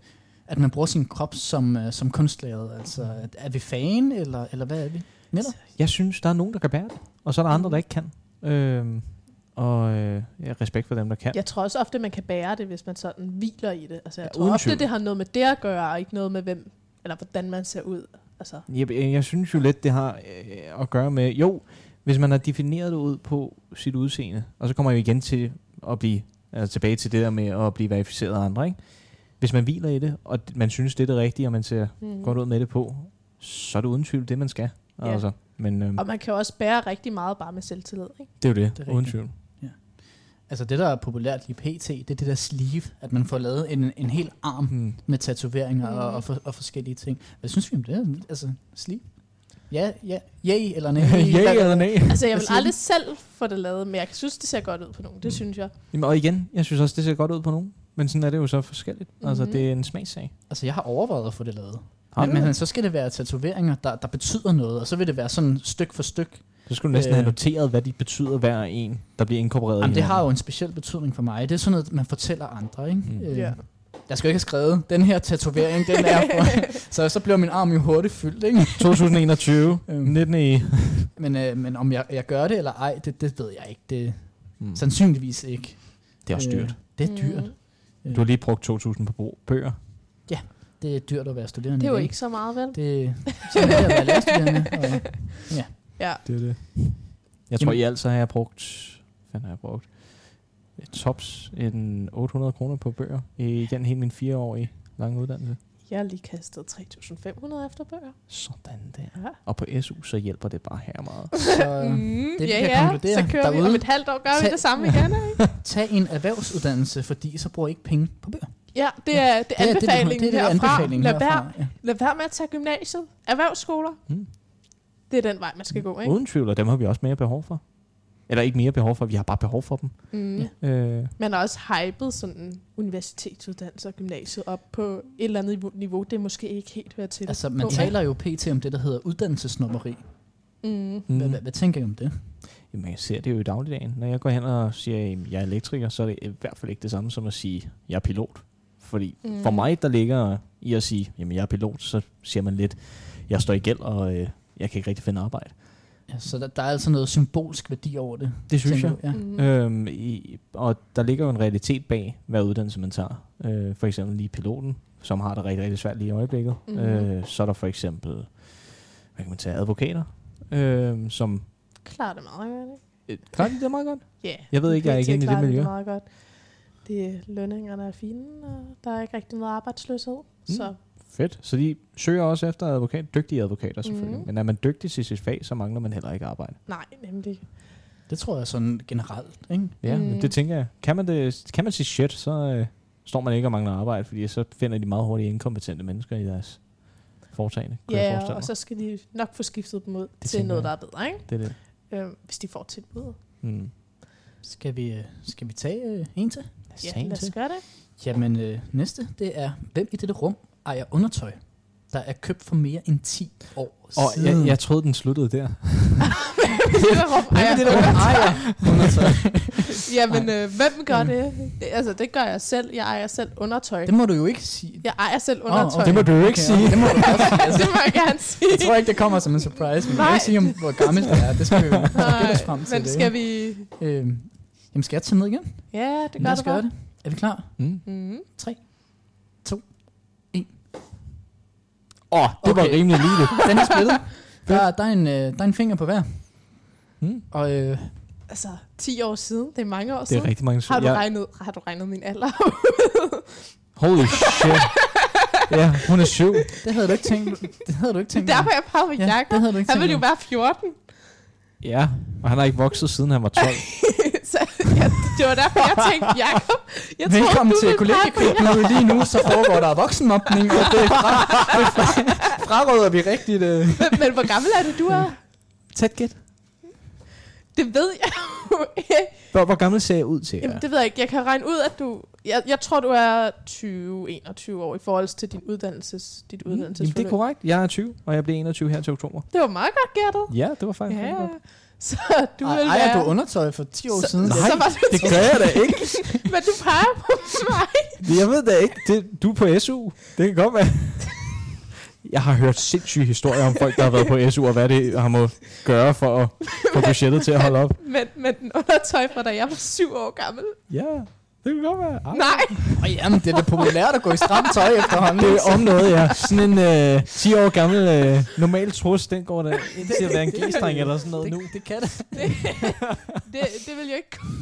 [SPEAKER 1] at man bruger sin krop som, øh, som kunstlæret. Altså, at- er vi fan, eller, eller hvad er vi? Netop.
[SPEAKER 4] Jeg synes, der er nogen, der kan bære det, og så er der andre, der ikke kan. Øh, og øh, ja, respekt for dem, der kan.
[SPEAKER 3] Jeg tror også ofte, man kan bære det, hvis man sådan hviler i det. Altså, jeg
[SPEAKER 4] Ja,
[SPEAKER 3] ja, tror
[SPEAKER 4] uden
[SPEAKER 3] ofte,
[SPEAKER 4] tvivl.
[SPEAKER 3] det har noget med det at gøre, og ikke noget med hvem, eller hvordan man ser ud. Altså,
[SPEAKER 4] Jeg, jeg synes jo lidt, det har øh, at gøre med, jo, hvis man har defineret det ud på sit udseende, og så kommer jeg jo igen til at blive, altså tilbage til det der med at blive verificeret af andre, ikke? Hvis man hviler i det, og d- man synes, det er det rigtige, og man ser
[SPEAKER 3] mm.
[SPEAKER 4] godt ud med det på, så er det uden tvivl det, man skal.
[SPEAKER 3] Ja.
[SPEAKER 4] Altså, men øhm,
[SPEAKER 3] Og man kan jo også bære rigtig meget bare med selvtillid, ikke?
[SPEAKER 4] det er jo det,
[SPEAKER 1] Det
[SPEAKER 4] det
[SPEAKER 1] er
[SPEAKER 4] er uden
[SPEAKER 1] rigtigt.
[SPEAKER 4] tvivl.
[SPEAKER 1] Altså det, der er populært i PT, det er det der sleeve, at man får lavet en, en hel arm
[SPEAKER 4] Hmm.
[SPEAKER 1] med tatoveringer og,
[SPEAKER 3] Mhm.
[SPEAKER 1] og, for, og forskellige ting. Hvad synes vi om det? Altså, sleeve? Ja, ja, yay eller nej? Hvad-
[SPEAKER 3] Altså,
[SPEAKER 4] nej?
[SPEAKER 3] jeg
[SPEAKER 1] Hvad
[SPEAKER 3] vil
[SPEAKER 1] siger
[SPEAKER 3] aldrig selv få det lavet, men jeg synes, det ser godt ud på nogen.
[SPEAKER 4] Mm.
[SPEAKER 3] Det synes jeg.
[SPEAKER 4] Jamen, og igen, jeg synes også, det ser godt ud på nogen. Men sådan er det jo så forskelligt. Mm-hmm. Altså,
[SPEAKER 3] Mhm.
[SPEAKER 4] det er en smagssag.
[SPEAKER 1] Altså, jeg har overvejet at få det lavet.
[SPEAKER 4] Har
[SPEAKER 1] Men,
[SPEAKER 4] du
[SPEAKER 1] men så skal det være tatoveringer, der, der betyder noget, og så vil det være sådan styk for styk.
[SPEAKER 4] Så skulle du næsten have
[SPEAKER 1] Øh.
[SPEAKER 4] noteret, hvad de betyder hver en, der bliver inkorporeret. i
[SPEAKER 1] Jamen, det
[SPEAKER 4] hinanden.
[SPEAKER 1] har jo en speciel betydning for mig. Det er sådan noget, man fortæller andre, ikke?
[SPEAKER 4] Mm.
[SPEAKER 1] Øh,
[SPEAKER 3] Ja.
[SPEAKER 1] Jeg skal jo ikke have skrevet, den her tatovering, den er for... så, så bliver min arm jo hurtigt fyldt, ikke?
[SPEAKER 4] 2021,
[SPEAKER 1] Øhm.
[SPEAKER 4] 19 i...
[SPEAKER 1] Men, øh, men om jeg, jeg gør det eller ej, det, det ved jeg ikke. Det,
[SPEAKER 4] Mm.
[SPEAKER 1] Sandsynligvis ikke.
[SPEAKER 4] Det er også dyrt.
[SPEAKER 1] Øh, det er dyrt.
[SPEAKER 3] Mm.
[SPEAKER 4] Du har lige brugt 2.000 på bo- bøger.
[SPEAKER 1] Det er dyrt at være studerende.
[SPEAKER 3] Det er jo
[SPEAKER 1] i dag.
[SPEAKER 3] ikke så meget, vel?
[SPEAKER 1] Det sådan er det at være lærerstuderende. Og,
[SPEAKER 4] Det er det. Jeg tror
[SPEAKER 1] Jamen.
[SPEAKER 4] i alt, så har jeg brugt... Hvad fanden har jeg brugt? Ja, Tops en 800 kroner på bøger igennem hele min fireårige lange uddannelse.
[SPEAKER 3] Jeg har lige kastet 3.500 efter bøger.
[SPEAKER 4] Sådan der.
[SPEAKER 3] Ja.
[SPEAKER 4] Og på SU, så hjælper det bare her meget.
[SPEAKER 1] så øh,
[SPEAKER 3] Mm,
[SPEAKER 1] det, vi
[SPEAKER 3] ja,
[SPEAKER 1] kan
[SPEAKER 3] ja.
[SPEAKER 1] konkludere
[SPEAKER 3] Så kører vi. Om
[SPEAKER 1] derude.
[SPEAKER 3] et halvt år gør vi
[SPEAKER 1] Tag-
[SPEAKER 3] det samme igen.
[SPEAKER 1] tag en erhvervsuddannelse, fordi så bruger I ikke penge på bøger.
[SPEAKER 3] Ja, det er, det er
[SPEAKER 1] det, det,
[SPEAKER 3] anbefalingen
[SPEAKER 1] det, det er
[SPEAKER 3] herfra.
[SPEAKER 1] anbefalingen
[SPEAKER 3] Lad,
[SPEAKER 1] herfra.
[SPEAKER 3] Være,
[SPEAKER 1] Ja.
[SPEAKER 3] lad være med at tage gymnasiet. Erhvervsskoler.
[SPEAKER 4] Mm.
[SPEAKER 3] Det er den vej, man skal gå, ikke?
[SPEAKER 4] Uden tvivl, og dem har vi også mere behov for. Eller ikke mere behov for, vi har bare behov for dem.
[SPEAKER 3] Mm.
[SPEAKER 4] Øh,
[SPEAKER 3] Man har også hypet sådan universitetsuddannelse og gymnasiet op på et eller andet niveau- niveau, det måske ikke helt hører til.
[SPEAKER 1] Altså, man
[SPEAKER 3] på,
[SPEAKER 1] taler jo pt. om det, der hedder uddannelsesnummeri.
[SPEAKER 3] Mm.
[SPEAKER 4] mm.
[SPEAKER 1] Hvad, hvad, hvad tænker I om det?
[SPEAKER 4] Jamen, jeg ser det jo i dagligdagen. Når jeg går hen og siger, at jeg er elektriker, så er det i hvert fald ikke det samme som at sige, at jeg er pilot. Fordi mm.
[SPEAKER 3] Mm.
[SPEAKER 4] for mig, der ligger i at sige, at jeg er pilot, så siger man lidt, jeg står i gæld, og øh, jeg kan ikke rigtig finde arbejde.
[SPEAKER 1] Ja, så der, der er altså noget symbolsk værdi over det.
[SPEAKER 4] Det synes
[SPEAKER 1] tænker
[SPEAKER 4] jeg.
[SPEAKER 1] du? Ja.
[SPEAKER 3] Mm.
[SPEAKER 4] Øhm, i, og der ligger jo en realitet bag hver uddannelse, man tager. Øh, for eksempel lige piloten, som har det rigtig, rigtig svært lige i øjeblikket.
[SPEAKER 3] Mhm.
[SPEAKER 4] Mm. Øh, så er der for eksempel, hvad kan man tage, advokater, øh, som
[SPEAKER 3] Klarer det meget godt, ikke?
[SPEAKER 4] øh, klarer de det meget godt.
[SPEAKER 3] Ja.
[SPEAKER 4] Jeg ved ikke, jeg er
[SPEAKER 3] PT
[SPEAKER 4] ikke inde i det
[SPEAKER 3] klarer
[SPEAKER 4] miljø.
[SPEAKER 3] meget godt. Det, lønningerne er fine, og der er ikke rigtig noget arbejdsløshed.
[SPEAKER 4] Mm.
[SPEAKER 3] Så
[SPEAKER 4] Fedt. Så de søger også efter advokat, dygtige advokater selvfølgelig.
[SPEAKER 3] Mhm.
[SPEAKER 4] Mm. Men er man dygtig til sit fag, så mangler man heller ikke arbejde.
[SPEAKER 3] nej, nemlig.
[SPEAKER 1] Det tror jeg sådan generelt, ikke?
[SPEAKER 4] Ja,
[SPEAKER 3] Mm.
[SPEAKER 4] mm. det tænker jeg. Kan man, det, kan man sige shit, så øh, står man ikke og mangler arbejde, fordi så finder de meget hurtigt inkompetente mennesker i deres foretagende. kunne jeg
[SPEAKER 3] Ja,
[SPEAKER 4] forestille
[SPEAKER 3] og
[SPEAKER 4] mig.
[SPEAKER 3] så skal de nok få skiftet dem ud det til
[SPEAKER 4] tænker
[SPEAKER 3] noget, der er
[SPEAKER 4] jeg.
[SPEAKER 3] bedre, ikke?
[SPEAKER 4] Det er det.
[SPEAKER 3] Øhm, hvis de får tilbud.
[SPEAKER 1] Øh.
[SPEAKER 4] Mm.
[SPEAKER 1] Skal vi, øh, skal vi tage øh, en til?
[SPEAKER 3] Ja, lad os gøre det.
[SPEAKER 1] Jamen, øh, næste, det er, hvem i dette rum ejer undertøj, der er købt for mere end 10 år
[SPEAKER 4] Og
[SPEAKER 1] siden?
[SPEAKER 4] jeg, jeg troede, den sluttede
[SPEAKER 3] det
[SPEAKER 4] der.
[SPEAKER 3] var rum.
[SPEAKER 1] Hvem i dette rum ejer undertøj?
[SPEAKER 3] Jamen, øh, hvem gør det? det? Altså, det gør jeg selv. Jeg ejer selv undertøj.
[SPEAKER 1] Mm. Det må du jo ikke sige.
[SPEAKER 3] Jeg ejer selv
[SPEAKER 1] Åh,
[SPEAKER 3] undertøj.
[SPEAKER 1] det må
[SPEAKER 4] du jo
[SPEAKER 1] Okay, Det må du godt sige. Altså,
[SPEAKER 3] det må jeg gerne sige.
[SPEAKER 1] jeg tror ikke, det kommer som en surprise. Vi kan
[SPEAKER 3] Nej.
[SPEAKER 1] ikke sige, om, hvor gammel det er. Det skal vi jo gætte os frem til.
[SPEAKER 3] men
[SPEAKER 1] det,
[SPEAKER 3] skal
[SPEAKER 1] ikke?
[SPEAKER 3] vi...
[SPEAKER 1] Øhm, jamen, skal jeg tage ned igen?
[SPEAKER 3] Ja, det gør
[SPEAKER 1] Lad os
[SPEAKER 3] det
[SPEAKER 1] gøre
[SPEAKER 3] bare.
[SPEAKER 1] det. Er vi klar?
[SPEAKER 4] Mm.
[SPEAKER 3] Mm.
[SPEAKER 4] Åh, oh, det okay. var
[SPEAKER 1] Okay.
[SPEAKER 4] rimelig lige det.
[SPEAKER 1] Den er splittet. Der, er- der, er, en, øh, der er en finger på hver.
[SPEAKER 4] Mm.
[SPEAKER 1] Og øh,
[SPEAKER 3] Altså, 10 år siden. Det er mange år
[SPEAKER 4] Det
[SPEAKER 3] siden.
[SPEAKER 4] er rigtig mange
[SPEAKER 3] Har du,
[SPEAKER 4] jeg,
[SPEAKER 3] regnet, har du regnet min alder?
[SPEAKER 4] Holy shit. ja, hun er syv.
[SPEAKER 1] det havde du ikke tænkt. Det havde du ikke tænkt.
[SPEAKER 3] Derfor jeg på med
[SPEAKER 1] ja,
[SPEAKER 3] jakke.
[SPEAKER 1] det havde du ikke
[SPEAKER 3] Han
[SPEAKER 1] tænkt.
[SPEAKER 3] ville jo være 14.
[SPEAKER 4] Ja, og han har ikke vokset, siden han var 12.
[SPEAKER 3] så ja, det var derfor, jeg tænkte, Jacob, jeg tror,
[SPEAKER 1] Velkommen
[SPEAKER 3] du
[SPEAKER 1] til
[SPEAKER 3] ville pege på
[SPEAKER 1] kollegieklubben, hvor lige nu så foregår der voksenmobning, og det, er fra, det er fra, fraråder vi rigtigt. Øh.
[SPEAKER 3] Men, men hvor gammel er det, du er?
[SPEAKER 4] Tæt gæt.
[SPEAKER 3] Det ved jeg jo ikke.
[SPEAKER 4] Hvor, hvor gammel ser jeg ud til?
[SPEAKER 3] Jamen, det ved jeg ikke. Jeg kan regne ud, at du... Jeg, jeg tror, du er 20-21 år i forhold til din uddannelses, dit
[SPEAKER 4] Mm, Jamen, det
[SPEAKER 3] uddannelsesforløb.
[SPEAKER 4] er korrekt. Jeg er 20, og jeg bliver 21 her til oktober.
[SPEAKER 3] det var meget godt gættet.
[SPEAKER 4] Ja, det var faktisk rigtig
[SPEAKER 3] Ja,
[SPEAKER 4] godt.
[SPEAKER 3] så du vil
[SPEAKER 1] Ej,
[SPEAKER 3] være...
[SPEAKER 1] du undertøj for 10 år siden.
[SPEAKER 3] så var du
[SPEAKER 4] Det gør jeg da ikke.
[SPEAKER 3] Men du peger på mig.
[SPEAKER 4] Jeg ved da ikke. Det, du er på SU. Det kan godt være. Jeg har hørt sindssyge historier om folk, der har været på SU, og hvad det har må gøre for at få budgettet til at holde op.
[SPEAKER 3] Men, men den undertøj fra da jeg var syv år gammel.
[SPEAKER 4] Ja, det kan godt være. Ej.
[SPEAKER 3] Nej,
[SPEAKER 1] Og jamen, det er da populært at gå i stramt tøj efterhånden. altså.
[SPEAKER 4] Det er om noget, ja. Sådan en øh, 10 år gammel øh, normal trus, den går da ind til at være en g-streng eller sådan noget nu.
[SPEAKER 1] det kan det.
[SPEAKER 3] det, det vil jo ikke kunne.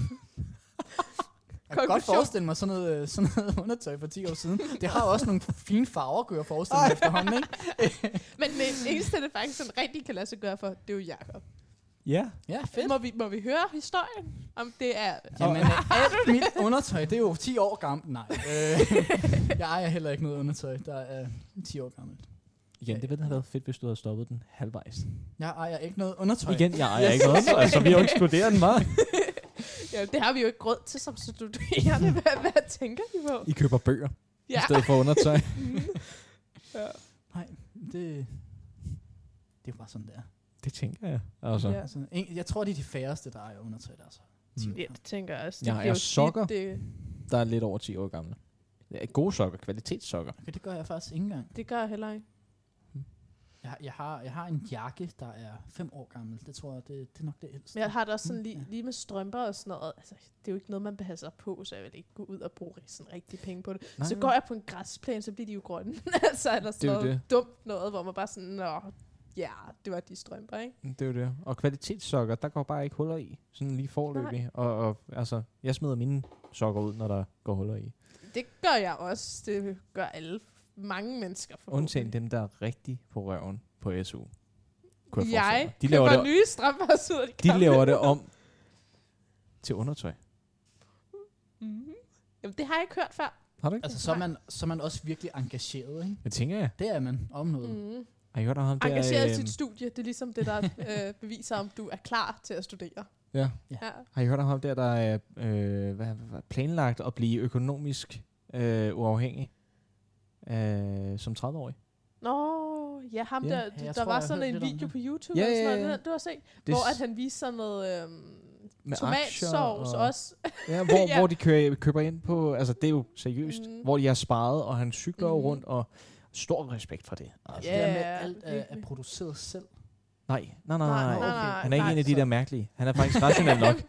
[SPEAKER 1] Jeg kan godt
[SPEAKER 3] Konklusion.
[SPEAKER 1] forestille mig sådan noget, øh, sådan noget undertøj for 10 år siden. Det har også nogle fine farver, kunne jeg forestille mig efterhånden, ikke?
[SPEAKER 3] Men det eneste, det faktisk sådan rigtig kan lade sig gøre for, det er jo Jacob.
[SPEAKER 4] Ja.
[SPEAKER 1] Ja, fedt.
[SPEAKER 3] Må vi, må vi høre historien? Om det er...
[SPEAKER 1] Jamen, øh, alt mit undertøj, det er jo 10 år gammelt. Nej, øh, jeg ejer heller ikke noget undertøj, der er 10 år gammelt.
[SPEAKER 4] Igen, det ville have været fedt, hvis du havde stoppet den halvvejs.
[SPEAKER 1] Jeg ejer ikke noget undertøj.
[SPEAKER 4] Igen, jeg ejer ikke noget, så altså, vi har jo eksploderet den meget.
[SPEAKER 3] Ja, det har vi jo ikke råd til som studerende. Hvad, hvad tænker I på?
[SPEAKER 4] I køber bøger ja.
[SPEAKER 3] Ja.
[SPEAKER 4] i stedet for undertøj.
[SPEAKER 1] Nej, det, Øh, det er jo bare sådan, det er.
[SPEAKER 4] Det tænker jeg. Altså, ja.
[SPEAKER 3] Ja.
[SPEAKER 1] Altså, en, jeg tror, det er de færreste, der ejer undertøj, altså.
[SPEAKER 4] Mm.
[SPEAKER 3] Ja, det tænker jeg også. Det
[SPEAKER 4] Jeg
[SPEAKER 3] bliver
[SPEAKER 4] er
[SPEAKER 3] jo
[SPEAKER 4] sokker.
[SPEAKER 3] tit, Det,
[SPEAKER 4] der er lidt over 10 år gamle. Ja, gode sokker, kvalitetssokker.
[SPEAKER 1] Okay, det gør jeg faktisk ikke engang.
[SPEAKER 3] det gør jeg heller ikke.
[SPEAKER 4] Mm.
[SPEAKER 1] Jeg, jeg, har, jeg har en jakke, der er 5 år gammel. Det tror jeg, det, det er nok det ældste.
[SPEAKER 3] Men jeg har det
[SPEAKER 1] Mm,
[SPEAKER 3] også sådan lige, lige med strømper og sådan noget. Altså, det er jo ikke noget, man passer på, så jeg vil ikke gå ud og bruge sådan rigtig penge på det.
[SPEAKER 4] Nej,
[SPEAKER 3] Nej, så
[SPEAKER 4] nej.
[SPEAKER 3] går jeg på en græsplæne, så bliver de jo grønne. altså, eller
[SPEAKER 4] Det er
[SPEAKER 3] sådan
[SPEAKER 4] jo
[SPEAKER 3] noget
[SPEAKER 4] det.
[SPEAKER 3] dumt noget, hvor man bare sådan, nå, ja, det var de strømper, ikke?
[SPEAKER 4] Mm, Det er jo det. Og kvalitetssokker, der går bare ikke huller i. Sådan lige forløbig. Og, og, altså, jeg smider mine sokker ud, når der går huller i.
[SPEAKER 3] Det gør jeg også. Det gør alle mange mennesker for.
[SPEAKER 4] Undtagen dem, der er rigtig på røven på SU. Kunne
[SPEAKER 3] jeg,
[SPEAKER 4] jeg, forestille
[SPEAKER 3] jeg
[SPEAKER 4] mig. de laver, det,
[SPEAKER 3] nye strømper og sidder de,
[SPEAKER 4] de laver det om til undertøj.
[SPEAKER 3] Mhm. Jamen, det har jeg ikke hørt før.
[SPEAKER 4] Har du ikke
[SPEAKER 1] Altså, så er, man, så er man også virkelig engageret, ikke?
[SPEAKER 4] det? Det tænker jeg.
[SPEAKER 1] Det er man om noget. Mm.
[SPEAKER 3] Mm.
[SPEAKER 4] Har I hørt om ham der?
[SPEAKER 3] Engageret i
[SPEAKER 4] øhm,
[SPEAKER 3] sit studie, det er ligesom det, der øh, beviser, om du er klar til at studere.
[SPEAKER 4] Ja.
[SPEAKER 1] Ja.
[SPEAKER 3] ja.
[SPEAKER 4] Har I hørt om ham der, der er øh, hvad, hvad, planlagt at blive økonomisk øh, uafhængig øh, som 30-årig?
[SPEAKER 3] Nå, ja, ham
[SPEAKER 4] Ja,
[SPEAKER 3] der,
[SPEAKER 1] jeg
[SPEAKER 3] der
[SPEAKER 1] tror,
[SPEAKER 3] var
[SPEAKER 1] jeg har
[SPEAKER 3] sådan
[SPEAKER 1] hørt
[SPEAKER 3] en
[SPEAKER 1] lidt om
[SPEAKER 3] video
[SPEAKER 1] det.
[SPEAKER 3] på YouTube,
[SPEAKER 4] Ja,
[SPEAKER 3] ja, ja,
[SPEAKER 4] ja,
[SPEAKER 3] ja.
[SPEAKER 4] ja.
[SPEAKER 3] Sådan, noget, du har set,
[SPEAKER 4] Det
[SPEAKER 3] hvor
[SPEAKER 4] s-
[SPEAKER 3] at han viste sådan noget øhm,
[SPEAKER 4] Med aktier
[SPEAKER 3] tomatsovs
[SPEAKER 4] og-
[SPEAKER 3] og... også.
[SPEAKER 4] Ja, hvor, ja.
[SPEAKER 3] Ja.
[SPEAKER 4] hvor de kører, køber ind på, altså det er jo seriøst, mm.
[SPEAKER 3] Mm.
[SPEAKER 4] hvor de har sparet, og han cykler mm.
[SPEAKER 3] Mhm.
[SPEAKER 4] rundt, og stor respekt for det. Altså,
[SPEAKER 1] Ja, det der med,
[SPEAKER 3] Mm. Ja,
[SPEAKER 1] at alt er, er
[SPEAKER 3] virkelig.
[SPEAKER 1] produceret selv.
[SPEAKER 4] Nej, nej, nej, nej. nej.
[SPEAKER 1] nej. okay.
[SPEAKER 4] Han er ikke en af de
[SPEAKER 3] så
[SPEAKER 4] der mærkelige. Han er faktisk rationel nok.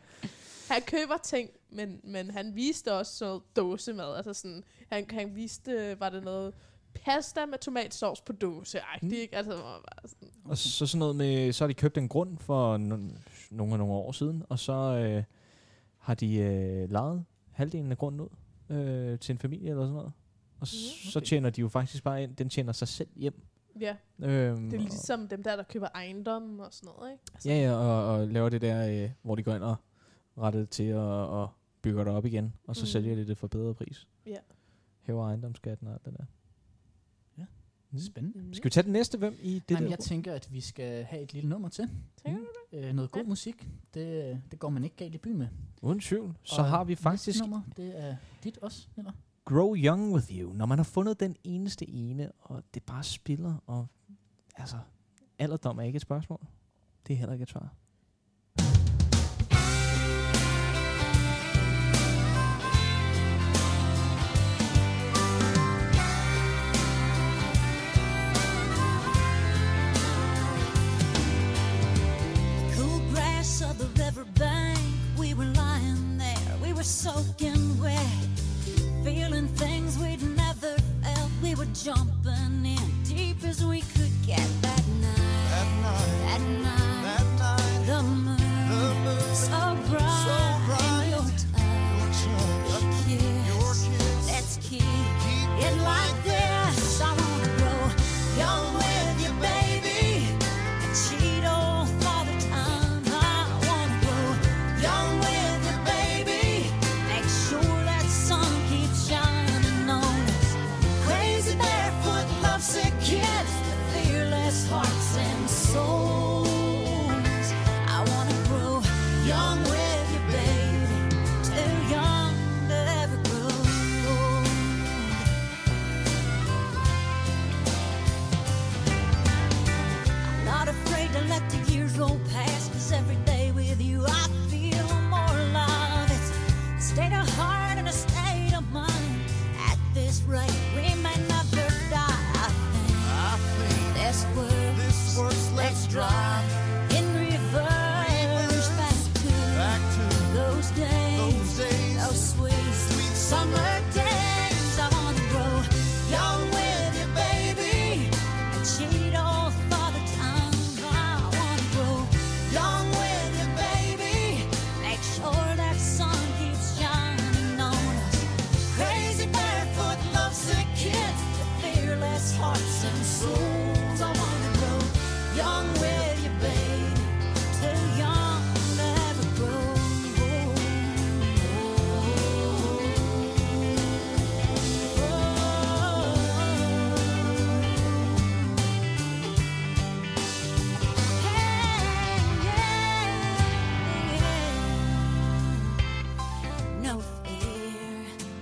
[SPEAKER 3] Han køber ting, men, men han viste også sådan noget dåsemad. Altså sådan, han, han viste, var det noget pasta med tomatsovs på dåse. Ej,
[SPEAKER 4] Mm.
[SPEAKER 3] det er ikke, altså, hvor man bare sådan,
[SPEAKER 4] Og så sådan noget med, så har de købt en grund for no- nogle og nogle år siden, og så øh, har de øh, lejet halvdelen af grunden ud øh, til en familie eller sådan noget. Og s- så tjener de jo faktisk bare ind, den tjener sig selv hjem.
[SPEAKER 3] ja,
[SPEAKER 4] Øhm,
[SPEAKER 3] det er
[SPEAKER 4] og-
[SPEAKER 3] ligesom dem der, der køber ejendomme og sådan noget, ikke? Altså,
[SPEAKER 4] Ja, ja, og, og laver det der, øh, hvor de går ind og retter det til og, og bygger det op igen, og
[SPEAKER 1] Mhm.
[SPEAKER 4] så mm.
[SPEAKER 3] Mm.
[SPEAKER 4] sælger de det for bedre pris.
[SPEAKER 3] Ja.
[SPEAKER 4] Hæver ejendomsskatten og alt det der. Mhm.
[SPEAKER 1] Spændende.
[SPEAKER 3] Mm.
[SPEAKER 4] Skal vi tage den næste? Hvem i det
[SPEAKER 1] Det Jamen,
[SPEAKER 4] der?
[SPEAKER 1] jeg tænker, at vi skal have et lille nummer til.
[SPEAKER 3] Tænker du
[SPEAKER 1] Øh, noget god
[SPEAKER 3] Ja.
[SPEAKER 1] musik. Det, øh, det går man ikke galt i byen med.
[SPEAKER 4] Uden tvivl. Så
[SPEAKER 1] Og
[SPEAKER 4] har vi
[SPEAKER 1] næste
[SPEAKER 4] faktisk
[SPEAKER 1] nummer, det er dit også, eller?
[SPEAKER 4] Grow Young With You. Når man har fundet den eneste ene, og det bare spiller, og altså, alderdom er ikke et spørgsmål. Det er heller ikke et svar.
[SPEAKER 13] cool grass of the riverbank. We were lying there, we were soaking wet, feeling things we'd never felt. We were jumping in deep as we could get that night.
[SPEAKER 11] That night,
[SPEAKER 13] That night,
[SPEAKER 11] that night,
[SPEAKER 13] the moon
[SPEAKER 11] the moon,
[SPEAKER 13] so bright,
[SPEAKER 11] So bright.
[SPEAKER 13] and your touch,
[SPEAKER 11] your touch, your
[SPEAKER 13] kiss.
[SPEAKER 11] kiss.
[SPEAKER 13] Let's keep it like this. I wanna grow young with you, baby. I cheat all father time. I wanna grow young with you, baby. Make sure that sun keeps shining on us. Crazy barefoot, lovesick kids, with fearless hearts and souls. I wanna grow young with you, baby too young to ever grow old. I'm not afraid to let the years roll past, cause every day with you I feel more alive. It's a state of heart and a state of mind. At this rate, we may never die. I think
[SPEAKER 11] I think
[SPEAKER 13] this world,
[SPEAKER 11] this works. Let's
[SPEAKER 13] let's
[SPEAKER 11] drive
[SPEAKER 13] drive in reverse back to
[SPEAKER 11] back to
[SPEAKER 13] those days.
[SPEAKER 11] those days.
[SPEAKER 13] Oh, sweet, sweet summer days. I wanna grow young with you, baby. And cheat all father time. I wanna grow young with you, baby. Make sure that sun keeps shining on us. Crazy barefoot, lovesick kids with fearless hearts and souls. I wanna grow young with you, baby. Too young to ever grow Oh, old. oh,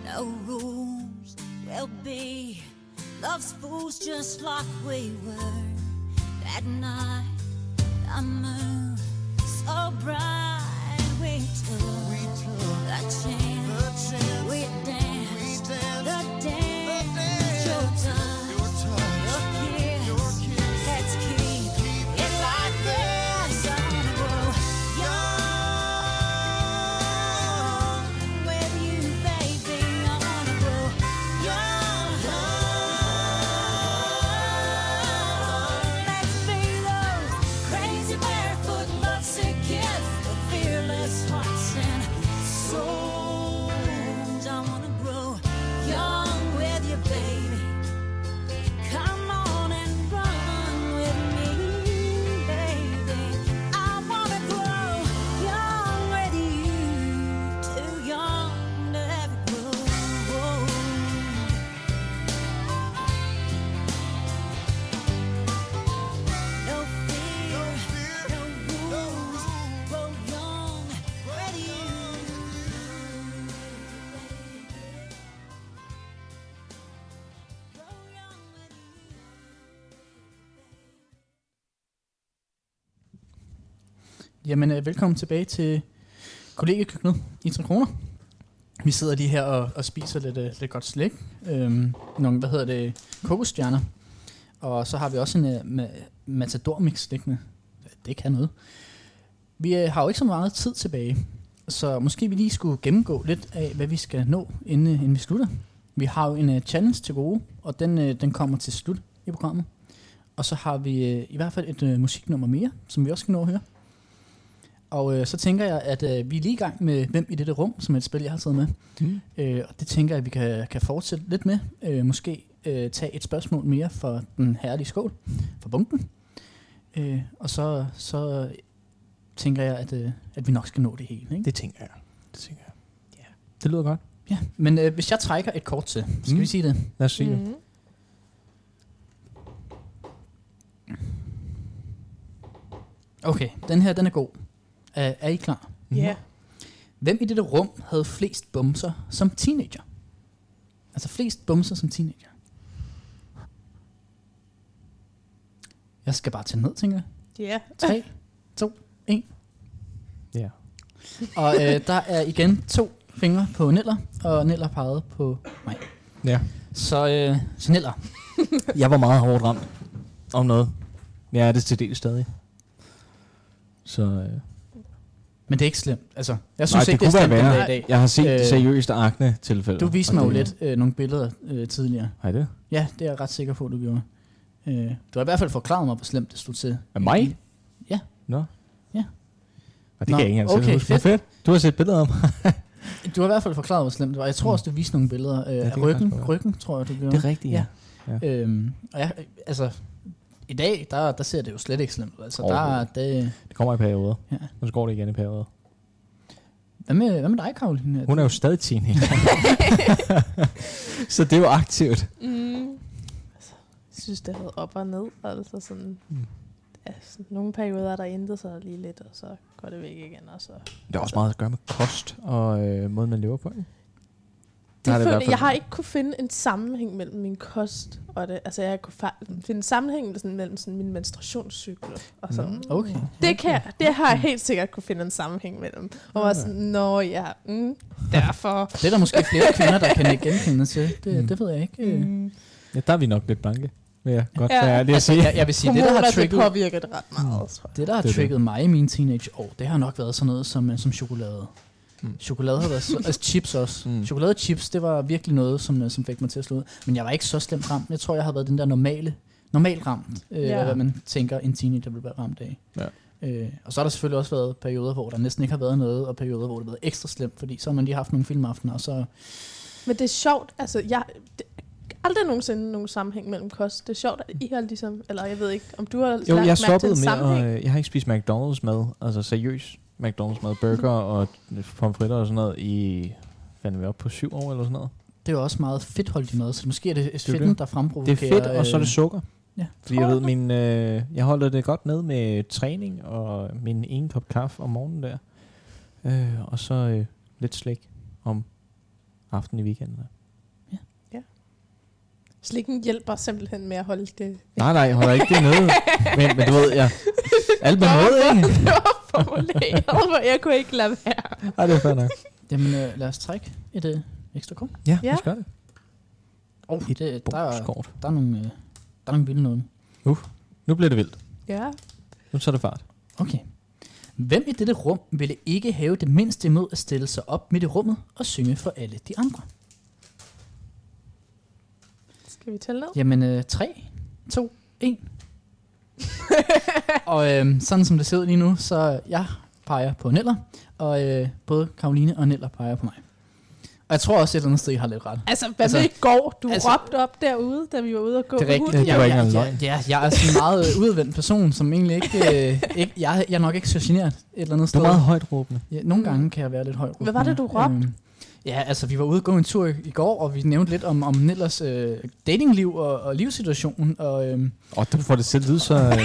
[SPEAKER 13] no rules. We'll be love's fools just like we were that night. The moon so bright, we took, we took the chance. We danced, the dance. Your touch, your kiss. Let's keep, it like this. I wanna grow young with you, baby. I wanna grow young. Let's be those crazy barefoot lovesick kids with fearless hearts and souls. I wanna grow young with you, baby. Come on and run with me, baby. I wanna grow young with you, too young to ever grow. No fear, no rules. Grow young with you, baby. Grow young with you, baby.
[SPEAKER 1] Jamen, øh, velkommen tilbage til kollegekøkkenet i 3 kroner. Vi sidder lige her og, og spiser lidt, øh, lidt godt slik. Øhm, nogle, hvad hedder det, kokosstjerner. Og så har vi også en øh, ma- matador-mix liggende. Det kan noget. Vi øh, har jo ikke så meget tid tilbage, så måske vi lige skulle gennemgå lidt af, hvad vi skal nå, inden, øh, inden vi slutter. Vi har jo en øh, challenge til gode, og den, øh, den kommer til slut i programmet. Og så har vi øh, i hvert fald et øh, musiknummer mere, som vi også skal nå at høre. Og øh, så tænker jeg, at øh, vi er lige i gang med Hvem i dette rum, som er et spil, jeg har taget med.
[SPEAKER 4] Mm.
[SPEAKER 1] Øh, og det tænker jeg, at vi kan, kan fortsætte lidt med. Øh, måske øh, tage et spørgsmål mere fra den herlige skål, fra bunken. Øh, og så, så tænker jeg, at, øh, at vi nok skal nå det hele. Ikke?
[SPEAKER 4] Det tænker jeg. Det tænker jeg. Ja. Det lyder godt.
[SPEAKER 1] Ja. Men øh, hvis jeg trækker et kort til, skal mm.
[SPEAKER 4] Mm.
[SPEAKER 1] vi sige det?
[SPEAKER 4] Lad os sige mm. det.
[SPEAKER 3] Mm.
[SPEAKER 1] Okay, den her den er god. Er, er I klar?
[SPEAKER 4] Mhm.
[SPEAKER 3] Ja.
[SPEAKER 1] Hvem i dette rum havde flest bumser som teenager? Altså flest bumser som teenager. Jeg skal bare tage ned, tænker jeg.
[SPEAKER 3] Ja.
[SPEAKER 1] 3, 2, 1.
[SPEAKER 4] Ja.
[SPEAKER 1] Og øh, der er igen to fingre på Niller, og Niller pegede på mig.
[SPEAKER 4] Ja.
[SPEAKER 1] Så, øh, så Niller,
[SPEAKER 4] Jeg var meget hårdt ramt om noget. Jeg er det til del stadig. Så øh,
[SPEAKER 1] men det er ikke slemt. Altså, jeg
[SPEAKER 4] nej,
[SPEAKER 1] synes
[SPEAKER 4] det,
[SPEAKER 1] ikke,
[SPEAKER 4] kunne
[SPEAKER 1] det er
[SPEAKER 4] være
[SPEAKER 1] slemt den dag i
[SPEAKER 4] værre.
[SPEAKER 1] dag.
[SPEAKER 4] Jeg har set
[SPEAKER 1] Øh,
[SPEAKER 4] øh, seriøst akne tilfælde.
[SPEAKER 1] Du viste mig jo lidt øh, nogle billeder øh, tidligere.
[SPEAKER 4] Har jeg det?
[SPEAKER 1] Ja, det er jeg ret sikker på, du gjorde. Øh, du har i hvert fald forklaret mig, hvor slemt det stod til.
[SPEAKER 4] Af mig?
[SPEAKER 1] Ja.
[SPEAKER 4] Nå.
[SPEAKER 1] Ja.
[SPEAKER 4] Og det
[SPEAKER 1] Nå,
[SPEAKER 4] kan jeg ikke engang selv
[SPEAKER 1] okay,
[SPEAKER 4] huske. Hvor
[SPEAKER 1] fedt.
[SPEAKER 4] fedt. Du har set billeder af mig.
[SPEAKER 1] Du har i hvert fald forklaret, hvor slemt det var. Jeg tror også, du viste nogle billeder øh,
[SPEAKER 4] Mm. det
[SPEAKER 1] af
[SPEAKER 4] kan
[SPEAKER 1] ryggen.
[SPEAKER 4] faktisk godt være.
[SPEAKER 1] Ryggen, tror jeg, du gjorde.
[SPEAKER 4] Det er rigtigt, ja.
[SPEAKER 1] Øhm, og jeg, øh, altså, i dag, der, der ser det jo slet ikke slemt ud. Altså, der, er- det,
[SPEAKER 4] Det kommer i perioder.
[SPEAKER 1] Ja.
[SPEAKER 4] Ja. Og så går det igen i perioder.
[SPEAKER 1] hvad, med, hvad med dig, Karoline?
[SPEAKER 4] Hun er jo stadig teenager. så det er jo aktivt.
[SPEAKER 3] Mm. Altså, Jeg synes, det havde op og ned. Altså sådan,
[SPEAKER 4] Hmm.
[SPEAKER 3] ja, sådan nogle perioder er der intet, så er der lige lidt, og så går det væk igen. Og så.
[SPEAKER 4] Det har også meget at gøre med kost og øh, måden, man lever på. Ikke?
[SPEAKER 3] Det
[SPEAKER 4] er det i hvert
[SPEAKER 3] følte,
[SPEAKER 4] fald-
[SPEAKER 3] jeg har ikke kunne finde en sammenhæng mellem min kost og det. Altså, jeg kunne fa- finde en sammenhæng sådan, mellem sådan, min menstruationscykel og sådan. Mm.
[SPEAKER 1] Okay.
[SPEAKER 3] Det, kan, jeg- det
[SPEAKER 4] Mm.
[SPEAKER 3] har jeg helt sikkert kunne finde en sammenhæng mellem. Og var sådan, nå ja, mm, derfor.
[SPEAKER 1] Det er der måske flere kvinder, der kan ikke genkende til. Det, mm.
[SPEAKER 4] Mm.
[SPEAKER 1] det ved jeg ikke. Mm.
[SPEAKER 3] Mm.
[SPEAKER 4] Ja, der er vi nok lidt blanke. Vil jeg godt
[SPEAKER 3] Ja. altså,
[SPEAKER 4] ja. være ærlig at sige.
[SPEAKER 1] Altså, Jeg, jeg vil sige, det der, har
[SPEAKER 3] Hormoner, det
[SPEAKER 1] trigget, Mm.
[SPEAKER 3] påvirker det ret meget, tror jeg.
[SPEAKER 1] det, der har
[SPEAKER 4] Det er det.
[SPEAKER 1] trigget mig i mine teenageår, det har nok været sådan noget som, øh, som chokolade. Mm.
[SPEAKER 4] Mm.
[SPEAKER 1] Chokolade har været så, altså chips også. Mm.
[SPEAKER 4] Mm.
[SPEAKER 1] Chokolade og chips, det var virkelig noget, som, øh, som fik mig til at slå ud. Men jeg var ikke så slemt ramt. Jeg tror, jeg havde været den der normale, normal ramt, øh, ja.
[SPEAKER 3] Ja.
[SPEAKER 1] hvad man tænker, en teenager vil være ramt af.
[SPEAKER 4] Ja.
[SPEAKER 1] Øh, og så har der selvfølgelig også været perioder, hvor der næsten ikke har været noget, og perioder, hvor det har været ekstra slemt, fordi så har man lige haft nogle filmaftener, og så...
[SPEAKER 3] Men det er sjovt, altså jeg... Det, aldrig nogensinde nogen sammenhæng mellem kost. Det er sjovt, at I har ligesom... Eller jeg ved ikke, om du har lagt
[SPEAKER 4] Jo, jeg
[SPEAKER 3] mærke til en
[SPEAKER 4] stoppede med,
[SPEAKER 3] sammenhæng.
[SPEAKER 4] og øh, jeg har ikke spist McDonald's mad, altså seriøst McDonald's mad, burger
[SPEAKER 3] Mm.
[SPEAKER 4] og pomfritter og sådan noget i, fandt vi op på syv år eller sådan noget.
[SPEAKER 1] Det er jo også meget fedtholdig mad, så måske er det
[SPEAKER 4] jo
[SPEAKER 1] fedten,
[SPEAKER 4] det.
[SPEAKER 1] der
[SPEAKER 4] Det
[SPEAKER 1] fremprovokerer... øh,
[SPEAKER 4] er fedt, og så er det sukker.
[SPEAKER 1] ja.
[SPEAKER 4] Fordi jeg ved, min, øh, jeg holder det godt ned med træning og min ene kop kaffe om morgenen der. Øh, og så øh, lidt slik om aften i weekenden.
[SPEAKER 3] Slikken hjælper simpelthen med at holde det.
[SPEAKER 4] Nej, nej, holder ikke det nede. Men, men du ved, jeg... Alt med noget, ikke?
[SPEAKER 3] Det var formuleret, hvor jeg kunne ikke lade være.
[SPEAKER 4] Nej, det er fair nok.
[SPEAKER 1] Jamen, øh, lad os trække et øh, ekstra kort.
[SPEAKER 4] Ja,
[SPEAKER 3] Ja.
[SPEAKER 4] ja. gør det.
[SPEAKER 1] Oh, det, der, er-
[SPEAKER 4] Bonuskort.
[SPEAKER 1] der, er nogle, øh, der er nogle vilde nogen.
[SPEAKER 4] Nu bliver det vildt.
[SPEAKER 3] Ja.
[SPEAKER 4] Nu tager det fart.
[SPEAKER 1] Okay. Hvem i dette rum ville ikke have det mindste imod at stille sig op midt i rummet og synge for alle de andre?
[SPEAKER 3] Skal vi tælle ned?
[SPEAKER 1] Jamen, øh, 3, 2, 1. og øh, sådan som det ser ud lige nu, så jeg peger på Neller, og øh, både Karoline og Neller peger på mig. Og jeg tror også et eller andet sted, I har lidt ret.
[SPEAKER 3] Altså, hvad altså,
[SPEAKER 1] Altså,
[SPEAKER 3] med i går? Du
[SPEAKER 1] altså-
[SPEAKER 3] altså, råbte op derude, da vi var ude og gå
[SPEAKER 1] Det er
[SPEAKER 3] med
[SPEAKER 1] rigtigt.
[SPEAKER 3] hunden.
[SPEAKER 4] Det var ikke
[SPEAKER 1] jeg,
[SPEAKER 4] engang
[SPEAKER 1] jeg, jeg, jeg er sådan en meget øh, udadvendt person, som egentlig ikke... Øh, ikke jeg, jeg er nok ikke så generet et eller andet
[SPEAKER 4] Du
[SPEAKER 1] sted.
[SPEAKER 4] er meget højt råbende.
[SPEAKER 1] Ja, nogle gange kan jeg være lidt høj.
[SPEAKER 3] Hvad var det, du råbte?
[SPEAKER 1] Øhm, ja, altså vi var ude og gå en tur i, i går, og vi nævnte lidt om, om Nillers øh, datingliv og, og livssituationen. Og, øhm,
[SPEAKER 4] Og du får det selv lyd, så øh,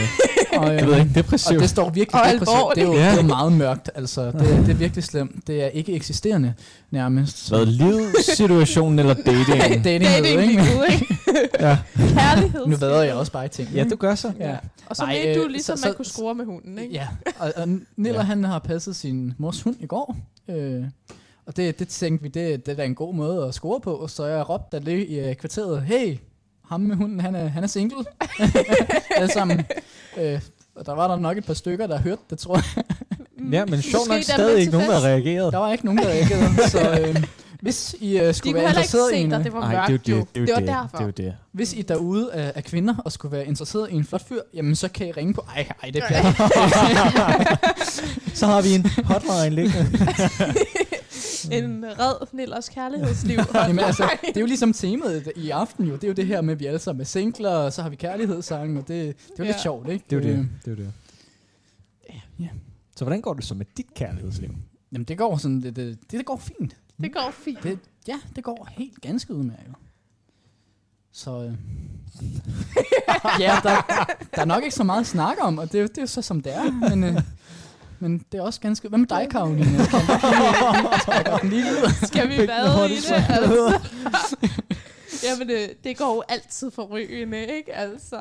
[SPEAKER 1] og,
[SPEAKER 4] jeg
[SPEAKER 1] øhm,
[SPEAKER 4] ved ikke, depressiv.
[SPEAKER 1] og det står virkelig
[SPEAKER 3] Og
[SPEAKER 1] depressivt. Det er jo
[SPEAKER 4] alvorligt.
[SPEAKER 1] det er jo meget mørkt, altså. Det, er- det er virkelig slemt. Det er ikke eksisterende nærmest.
[SPEAKER 4] Hvad, livssituationen eller dating?
[SPEAKER 1] dating,
[SPEAKER 3] Det er det
[SPEAKER 1] ikke?
[SPEAKER 3] egentlig ude, ikke?
[SPEAKER 4] Ja.
[SPEAKER 3] Kærlighed.
[SPEAKER 1] Nu vader jeg også bare i ting.
[SPEAKER 4] ja, du gør så.
[SPEAKER 1] Ja.
[SPEAKER 3] Og så
[SPEAKER 1] Nej,
[SPEAKER 3] ved du
[SPEAKER 1] øh,
[SPEAKER 3] ligesom,
[SPEAKER 1] så-
[SPEAKER 3] man
[SPEAKER 1] så-
[SPEAKER 3] kunne score med hunden, ikke?
[SPEAKER 1] Ja, og, og Niller
[SPEAKER 4] Ja.
[SPEAKER 1] ja. han har passet sin mors hund i går, øh, og det, det tænkte vi, det, det er da en god måde at score på, så jeg råbte der lige i øh, kvarteret, hey, ham med hunden, han er, han er single. Alle sammen. Øh, og der var der nok et par stykker, der hørte det, tror jeg.
[SPEAKER 4] Ja, men sjovt
[SPEAKER 3] Mm. Måske
[SPEAKER 4] nok
[SPEAKER 3] der er
[SPEAKER 4] stadig
[SPEAKER 3] med
[SPEAKER 4] ikke nogen, der
[SPEAKER 3] tilfælds.
[SPEAKER 4] reagerede.
[SPEAKER 1] Der var ikke nogen, der reagerede, så øh, hvis I øh,
[SPEAKER 3] De
[SPEAKER 1] skulle
[SPEAKER 3] kunne
[SPEAKER 1] være
[SPEAKER 3] heller ikke
[SPEAKER 1] interesseret i
[SPEAKER 3] se dig,
[SPEAKER 1] en, øh,
[SPEAKER 3] det var
[SPEAKER 4] Nej,
[SPEAKER 3] mørkt
[SPEAKER 4] det er jo det. Det er jo
[SPEAKER 3] Det var
[SPEAKER 4] det.
[SPEAKER 3] derfor.
[SPEAKER 4] Det er jo det.
[SPEAKER 1] hvis I derude er, er kvinder og skulle være interesseret i en flot fyr, jamen så kan I ringe på, ej, ej, det bliver
[SPEAKER 4] Så har vi en hotline liggende.
[SPEAKER 3] En red Nillers kærlighedsliv.
[SPEAKER 1] Jamen, altså, det er jo ligesom temaet i aften jo. Det er jo det her med, at vi alle sammen er singler, og så har vi kærlighedssange, og det, det er jo ja. lidt
[SPEAKER 3] Ja.
[SPEAKER 1] sjovt, ikke?
[SPEAKER 4] Det er jo
[SPEAKER 1] Øh,
[SPEAKER 4] det. det, er jo det.
[SPEAKER 1] Ja.
[SPEAKER 4] Så hvordan går det så med dit kærlighedsliv?
[SPEAKER 1] Jamen, det går sådan, det, det, det, det går fint.
[SPEAKER 3] Det går fint.
[SPEAKER 1] Det, ja, det går helt ganske udmærket. Så øh. ja, der, der er nok ikke så meget at snakke om, og det, er jo- det er jo så som det er, men, øh, men det er også ganske... Hvad med dig, Karoline? Kan du lige- lige ud?
[SPEAKER 3] Skal vi vade i det? Altså. Jamen, øh, det, det går jo altid for rygende, ikke? Altså.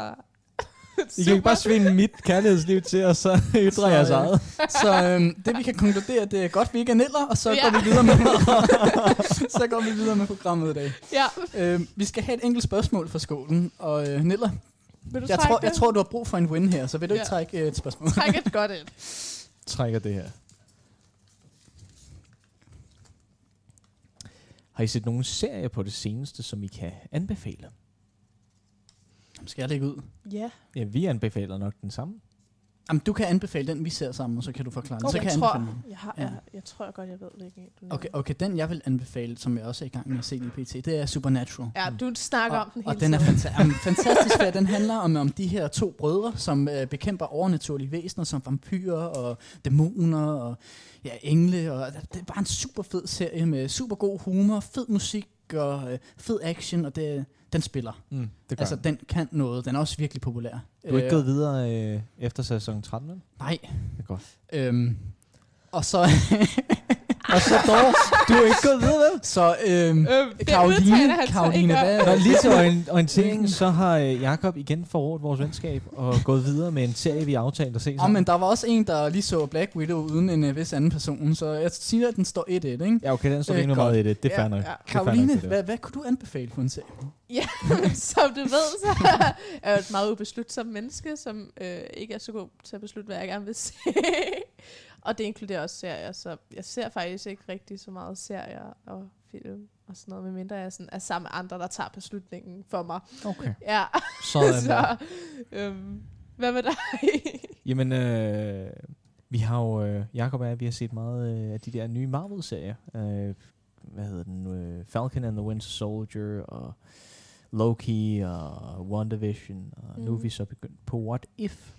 [SPEAKER 4] I kan ikke bare svinge mit kærlighedsliv til, og så ytre
[SPEAKER 1] Så,
[SPEAKER 4] jeres
[SPEAKER 1] øh,
[SPEAKER 4] eget.
[SPEAKER 1] Så øh, det vi kan konkludere, det er godt, vi ikke er niller, og så
[SPEAKER 3] Ja.
[SPEAKER 1] går vi videre med så går vi videre med programmet i dag.
[SPEAKER 3] Ja,
[SPEAKER 1] Øh, vi skal have et enkelt spørgsmål fra skolen, og øh, Niller,
[SPEAKER 3] vil du
[SPEAKER 1] jeg
[SPEAKER 3] trække
[SPEAKER 1] tror,
[SPEAKER 3] det?
[SPEAKER 1] jeg tror, du har brug for en win her, så vil du
[SPEAKER 3] Ja.
[SPEAKER 1] ikke trække øh, et spørgsmål?
[SPEAKER 3] Træk et godt ind.
[SPEAKER 4] Trækker det her. Har I set nogen serier på det seneste, som I kan anbefale?
[SPEAKER 1] Skal jeg lægge ud?
[SPEAKER 3] Ja.
[SPEAKER 4] Ja, vi anbefaler nok den samme.
[SPEAKER 1] Jamen, du kan anbefale den, vi ser sammen, og så kan du forklare den.
[SPEAKER 3] Okay,
[SPEAKER 1] så kan
[SPEAKER 3] jeg, tror,
[SPEAKER 1] anbefale den.
[SPEAKER 3] jeg, har,
[SPEAKER 1] Ja.
[SPEAKER 3] jeg, jeg tror godt, jeg ved det ikke. helt.
[SPEAKER 1] Okay, okay, den jeg vil anbefale, som jeg også er i gang med at se lige pt, det er Supernatural.
[SPEAKER 3] Ja, du snakker om den hele
[SPEAKER 1] og den er
[SPEAKER 3] tiden.
[SPEAKER 1] fanta- jamen, fantastisk, for den handler om, om de her to brødre, som øh, bekæmper overnaturlige væsener, som vampyrer og dæmoner og ja, engle. Og, det er bare en super fed serie med super god humor, fed musik og øh, fed action, og det, den spiller.
[SPEAKER 4] Mm, det
[SPEAKER 1] Altså, den kan noget. Den er også virkelig populær.
[SPEAKER 4] Du er ikke gået videre øh, efter sæson 13, vel?
[SPEAKER 1] Nej.
[SPEAKER 4] Det er godt.
[SPEAKER 1] Øhm, og så,
[SPEAKER 4] Og så dog, du er ikke gået videre, vel?
[SPEAKER 1] så øhm,
[SPEAKER 3] Øh, det udtaler
[SPEAKER 1] Karoline,
[SPEAKER 3] han så
[SPEAKER 1] Karoline,
[SPEAKER 3] ikke om.
[SPEAKER 1] hvad,
[SPEAKER 4] Nå, lige til orien- orientering, så har øh, Jakob igen forrådt vores venskab og gået videre med en serie, vi aftalte at se
[SPEAKER 1] Åh, oh,
[SPEAKER 4] sammen.
[SPEAKER 1] men der var også en, der lige så Black Widow uden en uh, vis anden person, så jeg siger, at den står 1-1, ikke?
[SPEAKER 4] Ja, okay, den står
[SPEAKER 1] Øh,
[SPEAKER 4] rimelig
[SPEAKER 1] godt.
[SPEAKER 4] meget i det. Det er
[SPEAKER 3] Ja,
[SPEAKER 4] fair nok.
[SPEAKER 3] ja.
[SPEAKER 4] Det er fair nok,
[SPEAKER 1] Karoline,
[SPEAKER 4] det der.
[SPEAKER 1] hvad, hvad kunne du anbefale på en serie?
[SPEAKER 3] som du ved, så er jeg jo et meget ubeslutsomt menneske, som øh, ikke er så god til at beslutte, hvad jeg gerne vil se. og det inkluderer også serier, så jeg ser faktisk ikke rigtig så meget serier og film og sådan noget, medmindre jeg sådan er sammen med andre, der tager beslutningen for mig.
[SPEAKER 1] Okay.
[SPEAKER 3] Ja,
[SPEAKER 4] Sådan der.
[SPEAKER 3] så øhm, hvad med dig?
[SPEAKER 4] Jamen, øh, vi har jo, øh, Jacob og jeg, vi har set meget øh, af de der nye Marvel-serier. Øh, hvad hedder den? Øh, Falcon and the Winter Soldier, og Loki, og WandaVision, og mm. nu er
[SPEAKER 3] Mhm.
[SPEAKER 4] vi så begyndt på What If,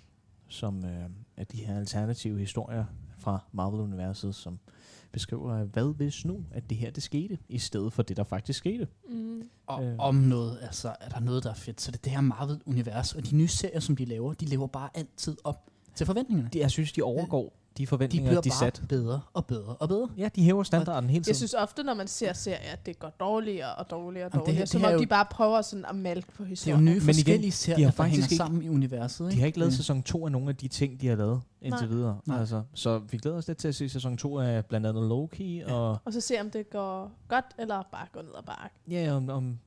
[SPEAKER 4] som øh, er de her alternative historier fra Marvel-universet, som beskriver, øh, hvad hvis nu, at det her det skete, i stedet for det, der faktisk skete.
[SPEAKER 3] mm.
[SPEAKER 1] Og
[SPEAKER 4] Øh.
[SPEAKER 1] om noget, altså, er der noget, der er fedt, så det er det her Marvel-univers, og de nye serier, som de laver, de lever bare altid op til forventningerne. Øh,
[SPEAKER 4] De, jeg synes, de overgår de
[SPEAKER 1] De
[SPEAKER 4] forventninger,
[SPEAKER 1] bliver
[SPEAKER 4] de, de
[SPEAKER 1] bare
[SPEAKER 4] satte.
[SPEAKER 1] bedre og bedre og bedre.
[SPEAKER 4] Ja, de hæver standarden hele
[SPEAKER 3] Jeg
[SPEAKER 4] tiden.
[SPEAKER 3] synes ofte, når man ser serier, at det går dårligere og dårligere og
[SPEAKER 1] Jamen, det
[SPEAKER 3] dårligere.
[SPEAKER 1] her- det
[SPEAKER 3] Som
[SPEAKER 1] her er
[SPEAKER 3] om
[SPEAKER 1] jo-
[SPEAKER 3] de bare prøver sådan at malke på
[SPEAKER 1] Det er jo
[SPEAKER 3] historien.
[SPEAKER 1] nye
[SPEAKER 4] igen,
[SPEAKER 1] forskellige
[SPEAKER 4] de
[SPEAKER 1] serier,
[SPEAKER 4] har
[SPEAKER 1] der
[SPEAKER 4] faktisk
[SPEAKER 1] hænger
[SPEAKER 4] ikke-
[SPEAKER 1] sammen i universet. Ikke?
[SPEAKER 4] De har ikke lavet
[SPEAKER 1] Mm.
[SPEAKER 4] sæson 2 af nogle af de ting, de har lavet indtil
[SPEAKER 3] Nej.
[SPEAKER 4] videre.
[SPEAKER 1] Nej.
[SPEAKER 4] Altså, så vi glæder os lidt til at se sæson 2 af blandt andet Loki, ja. og
[SPEAKER 3] Og så se, om det går godt, eller bare går ned ad bakke.
[SPEAKER 4] ja, om, om,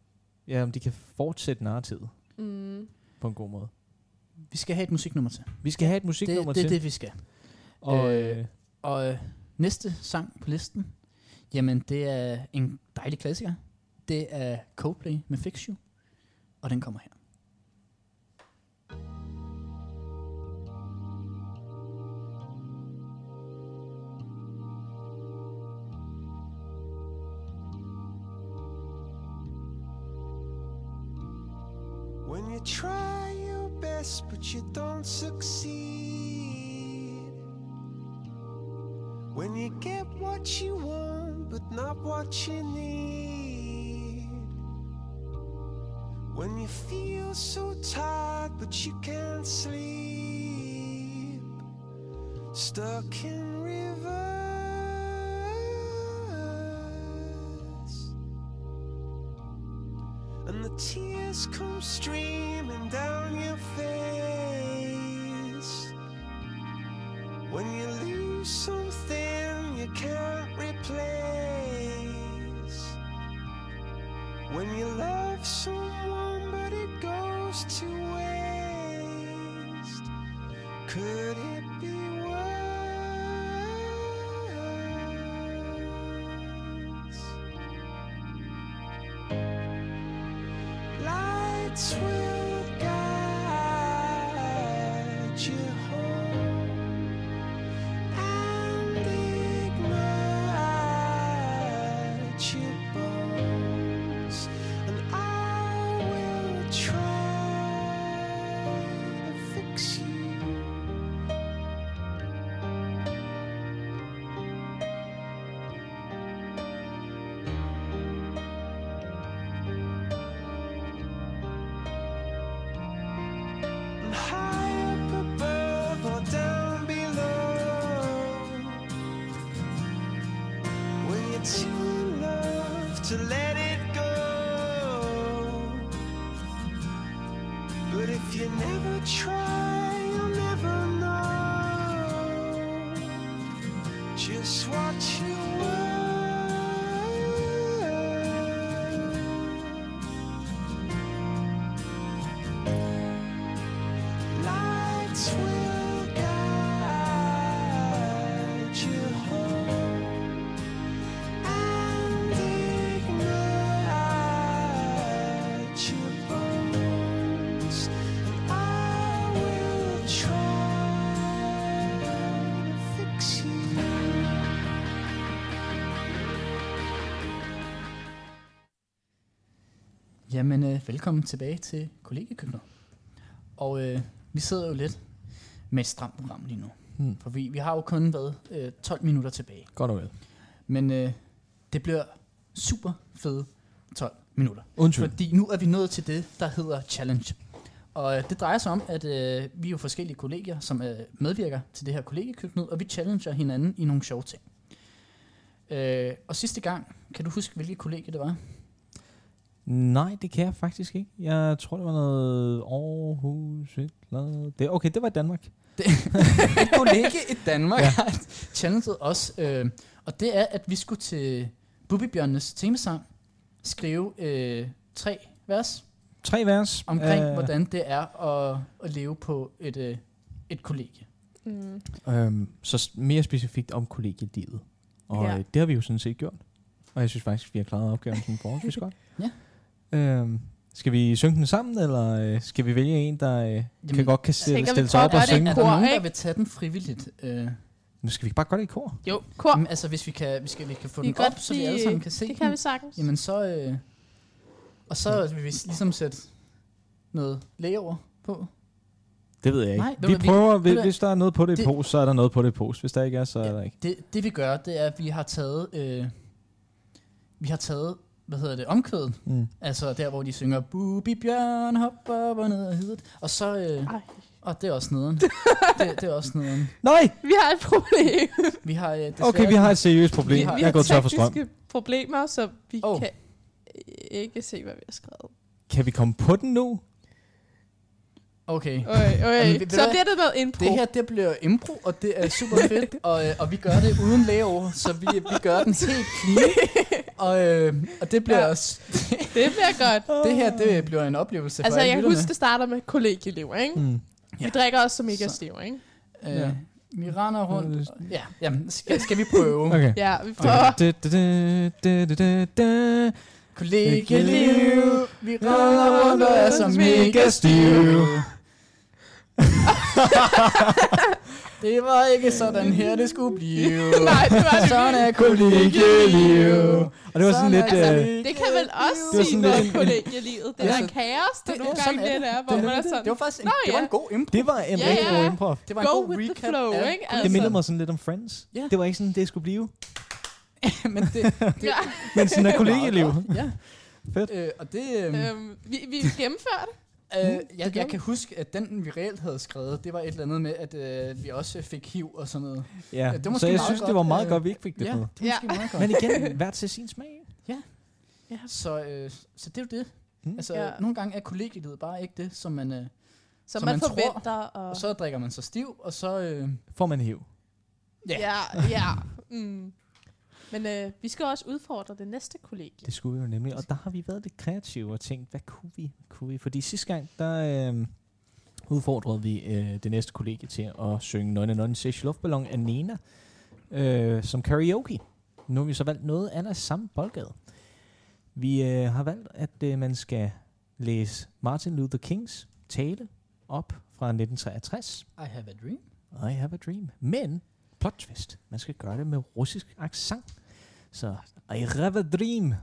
[SPEAKER 4] ja, om de kan fortsætte narrativet
[SPEAKER 3] Mm.
[SPEAKER 4] på en god måde.
[SPEAKER 1] Vi skal have et musiknummer til.
[SPEAKER 4] Vi skal have et musiknummer
[SPEAKER 1] det, det er
[SPEAKER 4] til,
[SPEAKER 1] det, vi skal.
[SPEAKER 4] og
[SPEAKER 1] øh,
[SPEAKER 4] øh,
[SPEAKER 1] Og øh, næste sang på listen, jamen det er en dejlig klassiker. Det er Coldplay med Fix You, og den kommer her.
[SPEAKER 8] When you try your best but you don't succeed. When you get what you want but not what you need. When you feel so tired but you can't sleep. Stuck in reverse and the tears come streaming down your face. When you lose something you can't replace. When you love someone but it goes to waste. Could it be worse? Lights will guide you home and ignite your bones, and I will try to fix you. And high up above or down below. When you're too in love to let it go. But if you never try, you'll never know just what you were. Lights will guide you home and ignite your bones. I will try to fix you.
[SPEAKER 1] Jamen, øh, velkommen tilbage til kollegekøkkenet. Og øh, vi sidder jo lidt med et stramt program lige nu.
[SPEAKER 4] Hmm.
[SPEAKER 1] For vi, vi har jo kun været øh, 12 minutter tilbage.
[SPEAKER 4] godt og vel.
[SPEAKER 1] Men øh, det bliver super fede 12 minutter.
[SPEAKER 4] Undskyld.
[SPEAKER 1] Fordi nu er vi nået til det, der hedder challenge. Og øh, det drejer sig om, at øh, vi er jo forskellige kolleger, som øh, medvirker til det her kollegekøkkenet, og vi challenger hinanden i nogle sjove ting. Øh, og sidste gang, kan du huske, hvilket kollegie det var?
[SPEAKER 4] Nej, det kan jeg faktisk ikke. Jeg tror, det var noget Aarhus... et eller andet. Det, okay, det var i Danmark.
[SPEAKER 1] Et kollegie i Danmark ja. har challenget os, øh, og det er, at vi skulle til Bubibjørnenes temasang skrive øh, tre vers
[SPEAKER 4] Tre vers.
[SPEAKER 1] omkring,
[SPEAKER 4] øh,
[SPEAKER 1] øh. hvordan det er at, at leve på et, øh, et kollegie.
[SPEAKER 3] Mm.
[SPEAKER 4] Øhm, så s- mere specifikt om kollegielivet. Og
[SPEAKER 3] Ja.
[SPEAKER 4] ja. det har vi jo sådan set gjort. Og jeg synes faktisk, vi har klaret opgaven sådan forholdsvis godt.
[SPEAKER 1] Ja.
[SPEAKER 4] Øhm, skal vi synge den sammen, eller øh, skal vi vælge en, der øh,
[SPEAKER 1] Jamen,
[SPEAKER 4] kan godt
[SPEAKER 3] tænker
[SPEAKER 4] kan stille,
[SPEAKER 3] vi
[SPEAKER 4] stille sig op
[SPEAKER 3] godt,
[SPEAKER 4] og
[SPEAKER 3] er det
[SPEAKER 4] synge?
[SPEAKER 1] Er
[SPEAKER 3] Kor,
[SPEAKER 1] der nogen, der
[SPEAKER 3] ikke? Oh,
[SPEAKER 1] vil tage den frivilligt? Øh,
[SPEAKER 4] Nu skal vi ikke bare godt i kor.
[SPEAKER 3] Jo, kor.
[SPEAKER 1] Jamen, altså, hvis vi kan, hvis vi kan få
[SPEAKER 3] Vi
[SPEAKER 1] den
[SPEAKER 3] kan
[SPEAKER 1] op,
[SPEAKER 3] godt
[SPEAKER 1] så vi
[SPEAKER 3] sige,
[SPEAKER 1] alle sammen kan se
[SPEAKER 3] Det kan
[SPEAKER 1] den,
[SPEAKER 3] vi sagtens.
[SPEAKER 1] jamen så... Øh, og så vil vi ligesom sætte noget læge over på.
[SPEAKER 4] Det ved jeg ikke.
[SPEAKER 1] Nej, det
[SPEAKER 4] vi
[SPEAKER 1] var- vi-
[SPEAKER 4] prøver, vi,
[SPEAKER 1] det var-
[SPEAKER 4] hvis der er noget på det,
[SPEAKER 1] det-
[SPEAKER 4] i pose, så er der noget på det i pose. Hvis der ikke er, så er
[SPEAKER 1] Ja.
[SPEAKER 4] der ikke.
[SPEAKER 1] Det, det vi gør, det er, at vi har taget... Øh, vi har taget, hvad hedder det, omkvædet.
[SPEAKER 4] Mm.
[SPEAKER 1] Altså der, hvor de synger, Bubi Bjørn hopper op og ned og hidet. Og så, øh,
[SPEAKER 3] Ej,
[SPEAKER 1] Og det er også nederen. det, det er også nederen.
[SPEAKER 4] Nej!
[SPEAKER 3] Vi har et problem.
[SPEAKER 1] Vi har øh, desværre...
[SPEAKER 4] Okay, vi har et seriøst problem.
[SPEAKER 1] Vi har-
[SPEAKER 4] Jeg
[SPEAKER 3] vi
[SPEAKER 4] er
[SPEAKER 3] har
[SPEAKER 4] gået tør for strøm.
[SPEAKER 3] tekniske problemer, så vi
[SPEAKER 1] Oh.
[SPEAKER 3] oh. kan ikke se, hvad vi har skrevet.
[SPEAKER 4] Kan vi komme på den nu?
[SPEAKER 1] Okay.
[SPEAKER 3] Okay,
[SPEAKER 1] Jamen,
[SPEAKER 3] okay.
[SPEAKER 1] ved du
[SPEAKER 3] så
[SPEAKER 1] hvad?
[SPEAKER 3] bliver det noget impro.
[SPEAKER 1] Det her, det bliver impro, og det er super fedt, og, øh, og vi gør det uden laver, så vi, vi gør den helt clean, og, øh, og det bliver
[SPEAKER 3] Ja.
[SPEAKER 1] ja. også,
[SPEAKER 3] det bliver godt.
[SPEAKER 1] det her, det bliver en oplevelse for
[SPEAKER 3] Altså,
[SPEAKER 1] alle
[SPEAKER 3] jeg kan
[SPEAKER 1] lytterne.
[SPEAKER 3] huske, det starter med kollegieelever, ikke?
[SPEAKER 4] Mm.
[SPEAKER 3] Vi drikker også som mega
[SPEAKER 1] Så-
[SPEAKER 3] stiv, ikke?
[SPEAKER 1] Øh,
[SPEAKER 4] Ja.
[SPEAKER 1] Vi render
[SPEAKER 4] Ja,
[SPEAKER 1] rundt.
[SPEAKER 4] det
[SPEAKER 1] Ja, jamen, skal, skal vi prøve? okay.
[SPEAKER 4] Okay.
[SPEAKER 3] Ja, vi prøver.
[SPEAKER 4] okay. Da, da, da, da, da, da.
[SPEAKER 1] Kollegieliv, vi render rundt og er så mega stive. det var ikke sådan her, det skulle blive.
[SPEAKER 3] Nej, det var det
[SPEAKER 1] Sådan er
[SPEAKER 3] virkelig.
[SPEAKER 1] kollegieliv.
[SPEAKER 4] Og det var sådan lidt...
[SPEAKER 1] Sådan er
[SPEAKER 4] Øh,
[SPEAKER 1] kollegieliv.
[SPEAKER 3] Det kan vel også
[SPEAKER 4] Det var
[SPEAKER 3] sige
[SPEAKER 4] sådan
[SPEAKER 3] noget
[SPEAKER 4] lidt
[SPEAKER 3] om
[SPEAKER 4] en-
[SPEAKER 3] kollegielivet. Det er
[SPEAKER 1] Ja.
[SPEAKER 3] der kaos, der
[SPEAKER 1] Det-
[SPEAKER 3] nogle gange
[SPEAKER 1] ja, sådan er
[SPEAKER 3] det
[SPEAKER 1] det.
[SPEAKER 3] er, hvor man er
[SPEAKER 1] det
[SPEAKER 3] sådan,
[SPEAKER 1] var faktisk en,
[SPEAKER 3] Nå,
[SPEAKER 1] det var
[SPEAKER 3] ja.
[SPEAKER 1] en god impro.
[SPEAKER 4] det var en
[SPEAKER 3] Ja,
[SPEAKER 4] rigtig
[SPEAKER 3] ja.
[SPEAKER 4] improv.
[SPEAKER 1] Det var en
[SPEAKER 3] go
[SPEAKER 1] god
[SPEAKER 3] with the
[SPEAKER 1] recap
[SPEAKER 3] flow,
[SPEAKER 1] af
[SPEAKER 3] ikke? Altså.
[SPEAKER 4] Det minder mig sådan lidt om Friends.
[SPEAKER 1] Ja.
[SPEAKER 4] Det var ikke sådan, det skulle blive.
[SPEAKER 1] men det, det
[SPEAKER 3] Ja,
[SPEAKER 4] Men sådan er kollegieliv.
[SPEAKER 1] Ja.
[SPEAKER 4] Fedt.
[SPEAKER 1] Øh, og det, øh,
[SPEAKER 3] øhm, vi, vi gennemfører det.
[SPEAKER 1] øh, jeg, jeg kan huske, at den vi reelt havde skrevet, det var et eller andet med, at øh, vi også fik hiv og sådan noget.
[SPEAKER 4] Ja.
[SPEAKER 1] det var
[SPEAKER 4] Så
[SPEAKER 1] måske
[SPEAKER 4] jeg
[SPEAKER 1] meget
[SPEAKER 4] synes,
[SPEAKER 1] godt,
[SPEAKER 4] det var meget
[SPEAKER 1] øh,
[SPEAKER 4] godt, vi ikke fik det
[SPEAKER 1] ja,
[SPEAKER 4] på.
[SPEAKER 1] det er måske meget godt.
[SPEAKER 4] Men igen, hvert til sin smag.
[SPEAKER 1] Så, øh, så det er jo det.
[SPEAKER 4] Mm.
[SPEAKER 1] Altså,
[SPEAKER 3] Ja.
[SPEAKER 1] ja. nogle gange er kollegielivet bare ikke det, som man... Øh,
[SPEAKER 3] Så
[SPEAKER 1] Som
[SPEAKER 3] man
[SPEAKER 1] man tror.
[SPEAKER 3] forventer. Og,
[SPEAKER 1] og så drikker man sig stiv, og så... Øh,
[SPEAKER 4] Får man hæv.
[SPEAKER 1] ja.
[SPEAKER 3] ja, ja. Mm. Men øh, vi skal også udfordre det næste kollegie.
[SPEAKER 4] Det skulle vi jo nemlig. Og der har vi været lidt kreative og tænkt, hvad kunne vi? Kunne vi? Fordi sidste gang, der øh, udfordrede vi øh, det næste kollega til at synge Nonne Nonne Sage Luftballon af Nena øh, som karaoke. Nu har vi så valgt noget andet af samme boldgade. Vi øh, har valgt, at øh, man skal læse Martin Luther Kings tale op fra 1963.
[SPEAKER 1] I have a dream.
[SPEAKER 4] I have a dream. Men, plot twist, man skal gøre det med russisk accent. Så, I have a dream.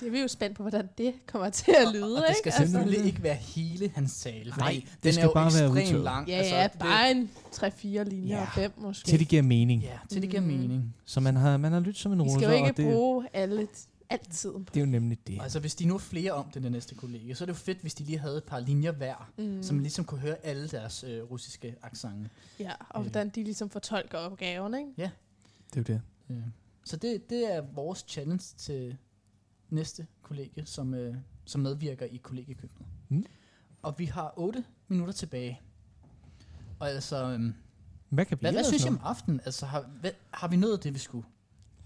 [SPEAKER 3] Det er vi jo spændt på, hvordan det kommer til at lyde,
[SPEAKER 1] og det skal
[SPEAKER 3] ikke? altså.
[SPEAKER 1] selvfølgelig ikke være hele hans tale,
[SPEAKER 4] Nej,
[SPEAKER 1] fordi den
[SPEAKER 4] det
[SPEAKER 1] er
[SPEAKER 4] skal
[SPEAKER 1] jo
[SPEAKER 4] bare være
[SPEAKER 1] ekstremt
[SPEAKER 4] udtaget.
[SPEAKER 1] lang.
[SPEAKER 3] Ja,
[SPEAKER 1] altså,
[SPEAKER 3] ja,
[SPEAKER 1] det-
[SPEAKER 3] bare en 3-4 linjer,
[SPEAKER 4] Ja.
[SPEAKER 3] og 5 måske.
[SPEAKER 4] Til det giver mening.
[SPEAKER 1] Ja, til det giver
[SPEAKER 3] Mm.
[SPEAKER 1] mening.
[SPEAKER 4] Så man har, man har lyttet som en
[SPEAKER 3] Vi
[SPEAKER 4] russer,
[SPEAKER 3] skal jo
[SPEAKER 4] og
[SPEAKER 3] ikke
[SPEAKER 4] det,
[SPEAKER 3] bruge alle, altid.
[SPEAKER 4] det er jo nemlig det.
[SPEAKER 1] Altså, hvis de nu er flere om det, det næste kollega, så er det jo fedt, hvis de lige havde et par linjer hver,
[SPEAKER 3] Mm.
[SPEAKER 1] mm. så man ligesom kunne høre alle deres øh, russiske accenter.
[SPEAKER 3] Ja, og
[SPEAKER 1] Øh.
[SPEAKER 3] hvordan de ligesom fortolker opgaven, ikke?
[SPEAKER 4] Det er jo det.
[SPEAKER 1] Øh. Så det, det er vores challenge til næste kollegie, som, øh, som medvirker i kollegiekøkkenet.
[SPEAKER 4] Mm.
[SPEAKER 1] Og vi har 8 minutter tilbage. Og altså, øhm,
[SPEAKER 4] Hvad kan vi
[SPEAKER 1] hvad, hvad
[SPEAKER 4] ellers
[SPEAKER 1] synes I
[SPEAKER 4] nå?
[SPEAKER 1] om aftenen? Altså, har, hvad, har vi nået det, vi skulle?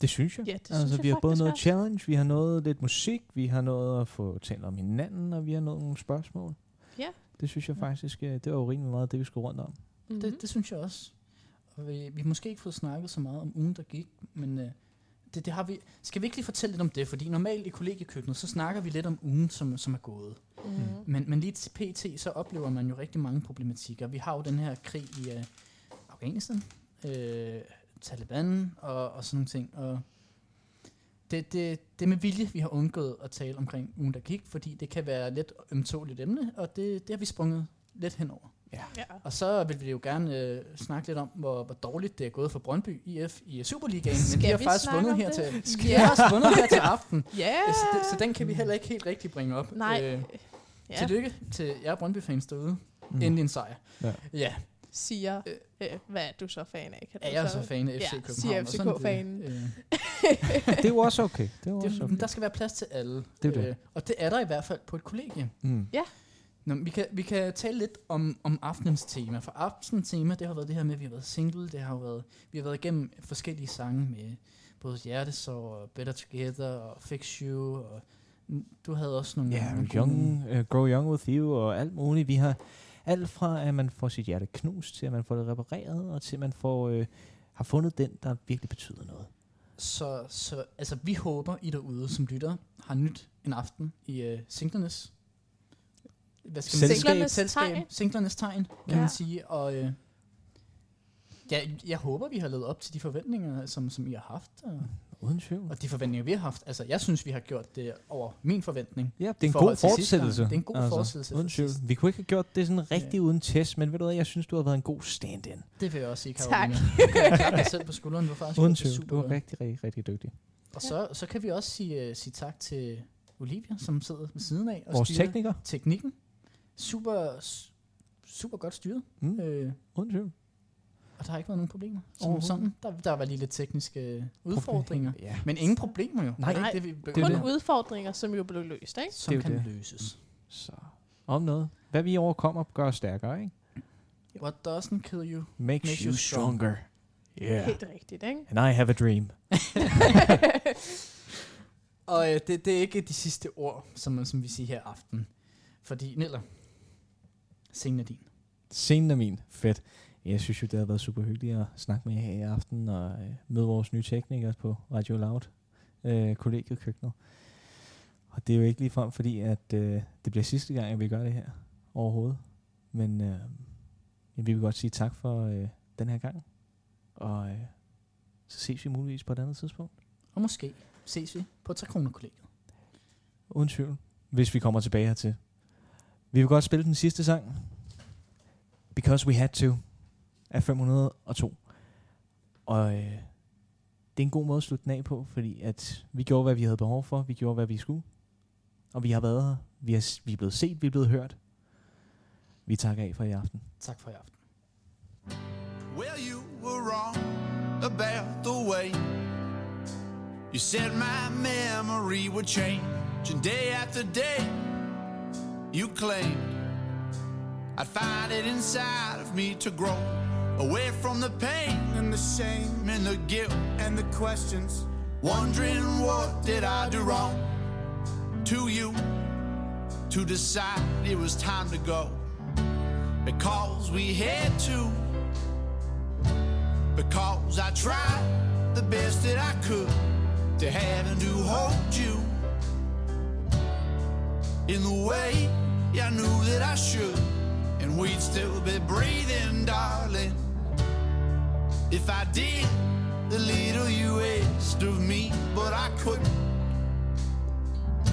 [SPEAKER 4] Det synes jeg.
[SPEAKER 3] Ja, det
[SPEAKER 4] altså,
[SPEAKER 3] synes jeg
[SPEAKER 4] vi har både
[SPEAKER 3] faktisk
[SPEAKER 4] noget
[SPEAKER 3] også.
[SPEAKER 4] challenge, vi har noget lidt musik, vi har noget at få talt om hinanden, og vi har noget nogle spørgsmål.
[SPEAKER 3] Ja.
[SPEAKER 4] Det synes jeg faktisk, øh, det var jo rimelig meget det, vi skulle rundt om.
[SPEAKER 3] Mm-hmm.
[SPEAKER 1] Det, det synes jeg også. Og vi, vi har måske ikke fået snakket så meget om ugen, der gik, men øh, det, det har vi... Skal vi ikke lige fortælle lidt om det? Fordi normalt i kollegiekøkkenet, så snakker vi lidt om ugen, som, som er gået.
[SPEAKER 3] Mm-hmm.
[SPEAKER 1] Men, men lige til PT, så oplever man jo rigtig mange problematikker. Vi har jo den her krig i øh, Afghanistan, øh, Taliban og, og sådan nogle ting. Og det, det, det er med vilje, vi har undgået at tale omkring ugen, der gik, fordi det kan være lidt ømtåligt emne, og det, det har vi sprunget lidt henover.
[SPEAKER 3] Ja.
[SPEAKER 1] Og så vil vi jo gerne øh, snakke lidt om, hvor, hvor dårligt det er gået for Brøndby IF i Superligaen. Men
[SPEAKER 3] Skal
[SPEAKER 1] de har
[SPEAKER 3] vi
[SPEAKER 1] faktisk
[SPEAKER 3] snakke
[SPEAKER 1] vundet
[SPEAKER 3] om
[SPEAKER 1] her
[SPEAKER 3] det?
[SPEAKER 1] til,
[SPEAKER 3] Skal-
[SPEAKER 1] de har faktisk vundet her til aften. Øh,
[SPEAKER 3] Yeah.
[SPEAKER 1] Så, det, så den kan vi heller ikke helt rigtig bringe op.
[SPEAKER 3] Nej.
[SPEAKER 1] Øh,
[SPEAKER 3] ja.
[SPEAKER 1] Tillykke til jer Brøndby-fans derude. Mm. Endelig en sejr.
[SPEAKER 4] Ja.
[SPEAKER 1] ja
[SPEAKER 3] Siger, øh, hvad er du så fan af? Kan du
[SPEAKER 1] er jeg så fan af FC
[SPEAKER 3] Ja,
[SPEAKER 1] København.
[SPEAKER 3] siger
[SPEAKER 1] og sådan er det.
[SPEAKER 3] FCK-fanen.
[SPEAKER 1] Øh,
[SPEAKER 4] det er jo også okay. Det er jo
[SPEAKER 1] det,
[SPEAKER 4] også
[SPEAKER 1] men
[SPEAKER 4] okay.
[SPEAKER 1] der skal være plads til alle.
[SPEAKER 4] Det er det.
[SPEAKER 1] Øh, og det er der i hvert fald på et kollegie.
[SPEAKER 4] Mm.
[SPEAKER 1] Nå, men vi, kan, vi kan tale lidt om, om aftenens tema, for aftenens tema, det har været det her med, at vi har været single, det har jo været, vi har været igennem forskellige sange med både Hjertesorg og Better Together og Fix You, og mm, du havde også nogle...
[SPEAKER 4] Ja,
[SPEAKER 1] nogle
[SPEAKER 4] yeah,
[SPEAKER 1] gode nogle.
[SPEAKER 4] young, uh, grow young with you og alt muligt. Vi har alt fra, at man får sit hjerte knust, til at man får det repareret, og til at man får, øh, har fundet den, der virkelig betyder noget.
[SPEAKER 1] Så, så altså, vi håber, I derude som lytter har nyt en aften i uh, singlernes... Hvad skal man sige?
[SPEAKER 3] Singlernes
[SPEAKER 1] Selskab.
[SPEAKER 3] tegn.
[SPEAKER 1] Singlernes tegn, kan
[SPEAKER 3] Ja.
[SPEAKER 1] ja. man sige. Og øh, ja, jeg håber, vi har levet op til de forventninger, som, som I har haft. Og,
[SPEAKER 4] Mm, Uden tvivl.
[SPEAKER 1] og de forventninger, vi har haft. Altså, jeg synes, vi har gjort det over min forventning.
[SPEAKER 4] Ja, det er
[SPEAKER 1] i
[SPEAKER 4] en god
[SPEAKER 1] forhold til sidste gang.
[SPEAKER 4] fortsættelse. Altså,
[SPEAKER 1] Det er en god fortsættelse
[SPEAKER 4] Uden
[SPEAKER 1] fra
[SPEAKER 4] tvivl.
[SPEAKER 1] sidst.
[SPEAKER 4] Vi kunne ikke have gjort det sådan rigtig uden test, men ved du hvad, jeg synes, du har været en god stand-in.
[SPEAKER 1] Det vil jeg også sige,
[SPEAKER 3] Tak.
[SPEAKER 1] Karoline. Tak. Jeg klapper dig selv på skulderen. Du har faktisk
[SPEAKER 4] Uden
[SPEAKER 1] gjort det
[SPEAKER 4] tvivl. Du
[SPEAKER 1] super
[SPEAKER 4] var
[SPEAKER 1] godt.
[SPEAKER 4] rigtig, rigtig, rigtig dygtig.
[SPEAKER 1] Og så, så kan vi også sige, uh, sige tak til Olivia, som sidder ved siden af og
[SPEAKER 4] Vores
[SPEAKER 1] styrer
[SPEAKER 4] tekniker.
[SPEAKER 1] teknikken. Super s- super godt styret.
[SPEAKER 4] Mm.
[SPEAKER 1] Øh,
[SPEAKER 4] Uden tvivl.
[SPEAKER 1] og der har ikke været nogen problemer. Som
[SPEAKER 4] Overhovedet.
[SPEAKER 1] sådan, der, der var lige lidt tekniske udfordringer.
[SPEAKER 4] Ja.
[SPEAKER 1] Men ingen problemer jo.
[SPEAKER 4] Nej,
[SPEAKER 1] det er
[SPEAKER 3] nej.
[SPEAKER 1] ikke det, vi det,
[SPEAKER 4] er
[SPEAKER 3] Kun
[SPEAKER 4] det.
[SPEAKER 3] udfordringer, som jo blev løst, ikke?
[SPEAKER 1] som
[SPEAKER 4] det er
[SPEAKER 1] kan
[SPEAKER 4] jo det.
[SPEAKER 1] løses.
[SPEAKER 4] Så om noget. Hvad vi overkommer, gør os stærkere, ikke?
[SPEAKER 1] What doesn't kill you?
[SPEAKER 4] Makes,
[SPEAKER 1] Makes
[SPEAKER 4] you
[SPEAKER 1] you
[SPEAKER 4] stronger. Yeah.
[SPEAKER 3] Helt rigtigt, ikke?
[SPEAKER 4] And I have a dream.
[SPEAKER 1] Og øh, det, det er ikke de sidste ord, som, som vi siger her aften. Fordi, Niller, scenen er din.
[SPEAKER 4] Scenen er min. Fedt. Jeg synes jo, det har været super hyggeligt at snakke med jer her i aften og øh, møde vores nye teknikere på Radio Loud, øh, kollegiet køkkenet. Og det er jo ikke ligefrem fordi, at øh, det bliver sidste gang, at vi gør det her overhovedet. Men øh, jamen, vi vil godt sige tak for øh, den her gang. Og øh, så ses vi muligvis på et andet tidspunkt.
[SPEAKER 1] Og måske ses vi på 3 kroner kollegiet.
[SPEAKER 4] Uden tvivl. Hvis vi kommer tilbage hertil. Vi vil godt spille den sidste sang. Because We Had To. Af 502. Og øh, det er en god måde at slutte den af på, fordi at vi gjorde, hvad vi havde behov for. Vi gjorde, hvad vi skulle. Og vi har været her. Vi, er, vi er blevet set. Vi er blevet hørt. Vi takker af for i aften.
[SPEAKER 1] Tak for i aften.
[SPEAKER 11] Well, you were wrong about the way you said my memory would change. And day after day, you claimed I'd find it inside of me to grow away from the pain
[SPEAKER 6] And the shame
[SPEAKER 11] and the guilt.
[SPEAKER 6] and the questions.
[SPEAKER 11] Wondering what did I do wrong to you to decide it was time to go because we had to because I tried the best that I could to have and to hold you in the way I knew that I should and we'd still be breathing darling if I did the little you asked of me, but I couldn't.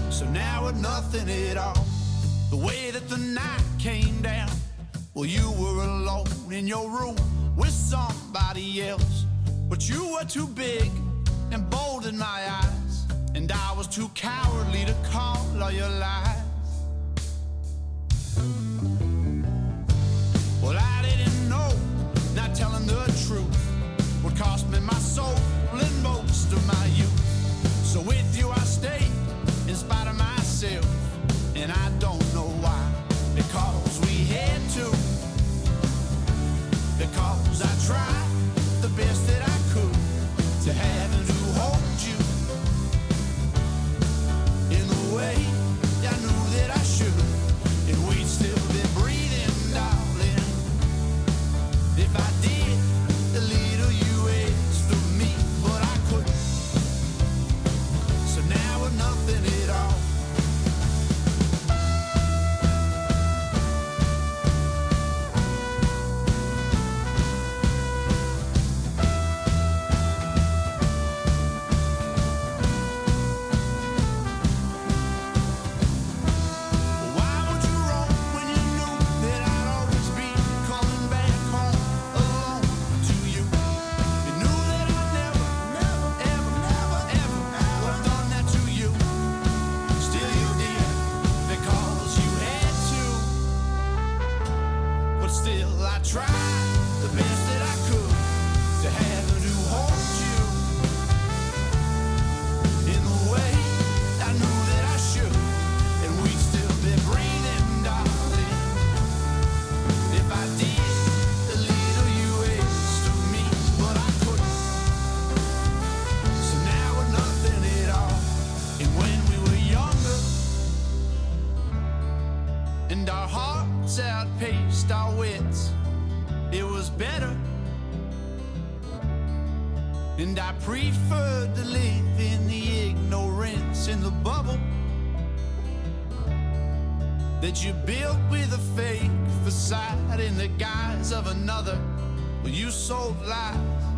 [SPEAKER 11] So now with nothing at all, the way that the night came down, well, you were alone in your room with somebody else, but you were too big and bold in my eyes, and I was too cowardly to call all your lies. Well, I didn't know not telling the truth would cost me my soul and most of my youth. So with you, I stayed in spite of myself, and I don't know why. Because we had to. Because I tried the best that I could to have and to hold you in the way I knew that I should, and we'd still be breathing, darling. If I did, the little you asked of me, but I couldn't. So now we're nothing at all. Why would you roam when you knew that I'd always be coming back home alone to you? You knew that I never, never, ever, never, ever would have done that to you. Still you did because you had to. But still I tried the best that I could to have and to hold you in the way I knew that I should. And we'd still be breathing, darling. If I did the little you asked of me, but I couldn't. So now we're nothing at all. And when we were younger, and our hearts outpaced our wits, it was better. And I preferred to live in the ignorance in the bubble that you built with a fake facade in the guise of another. Well, you sold lies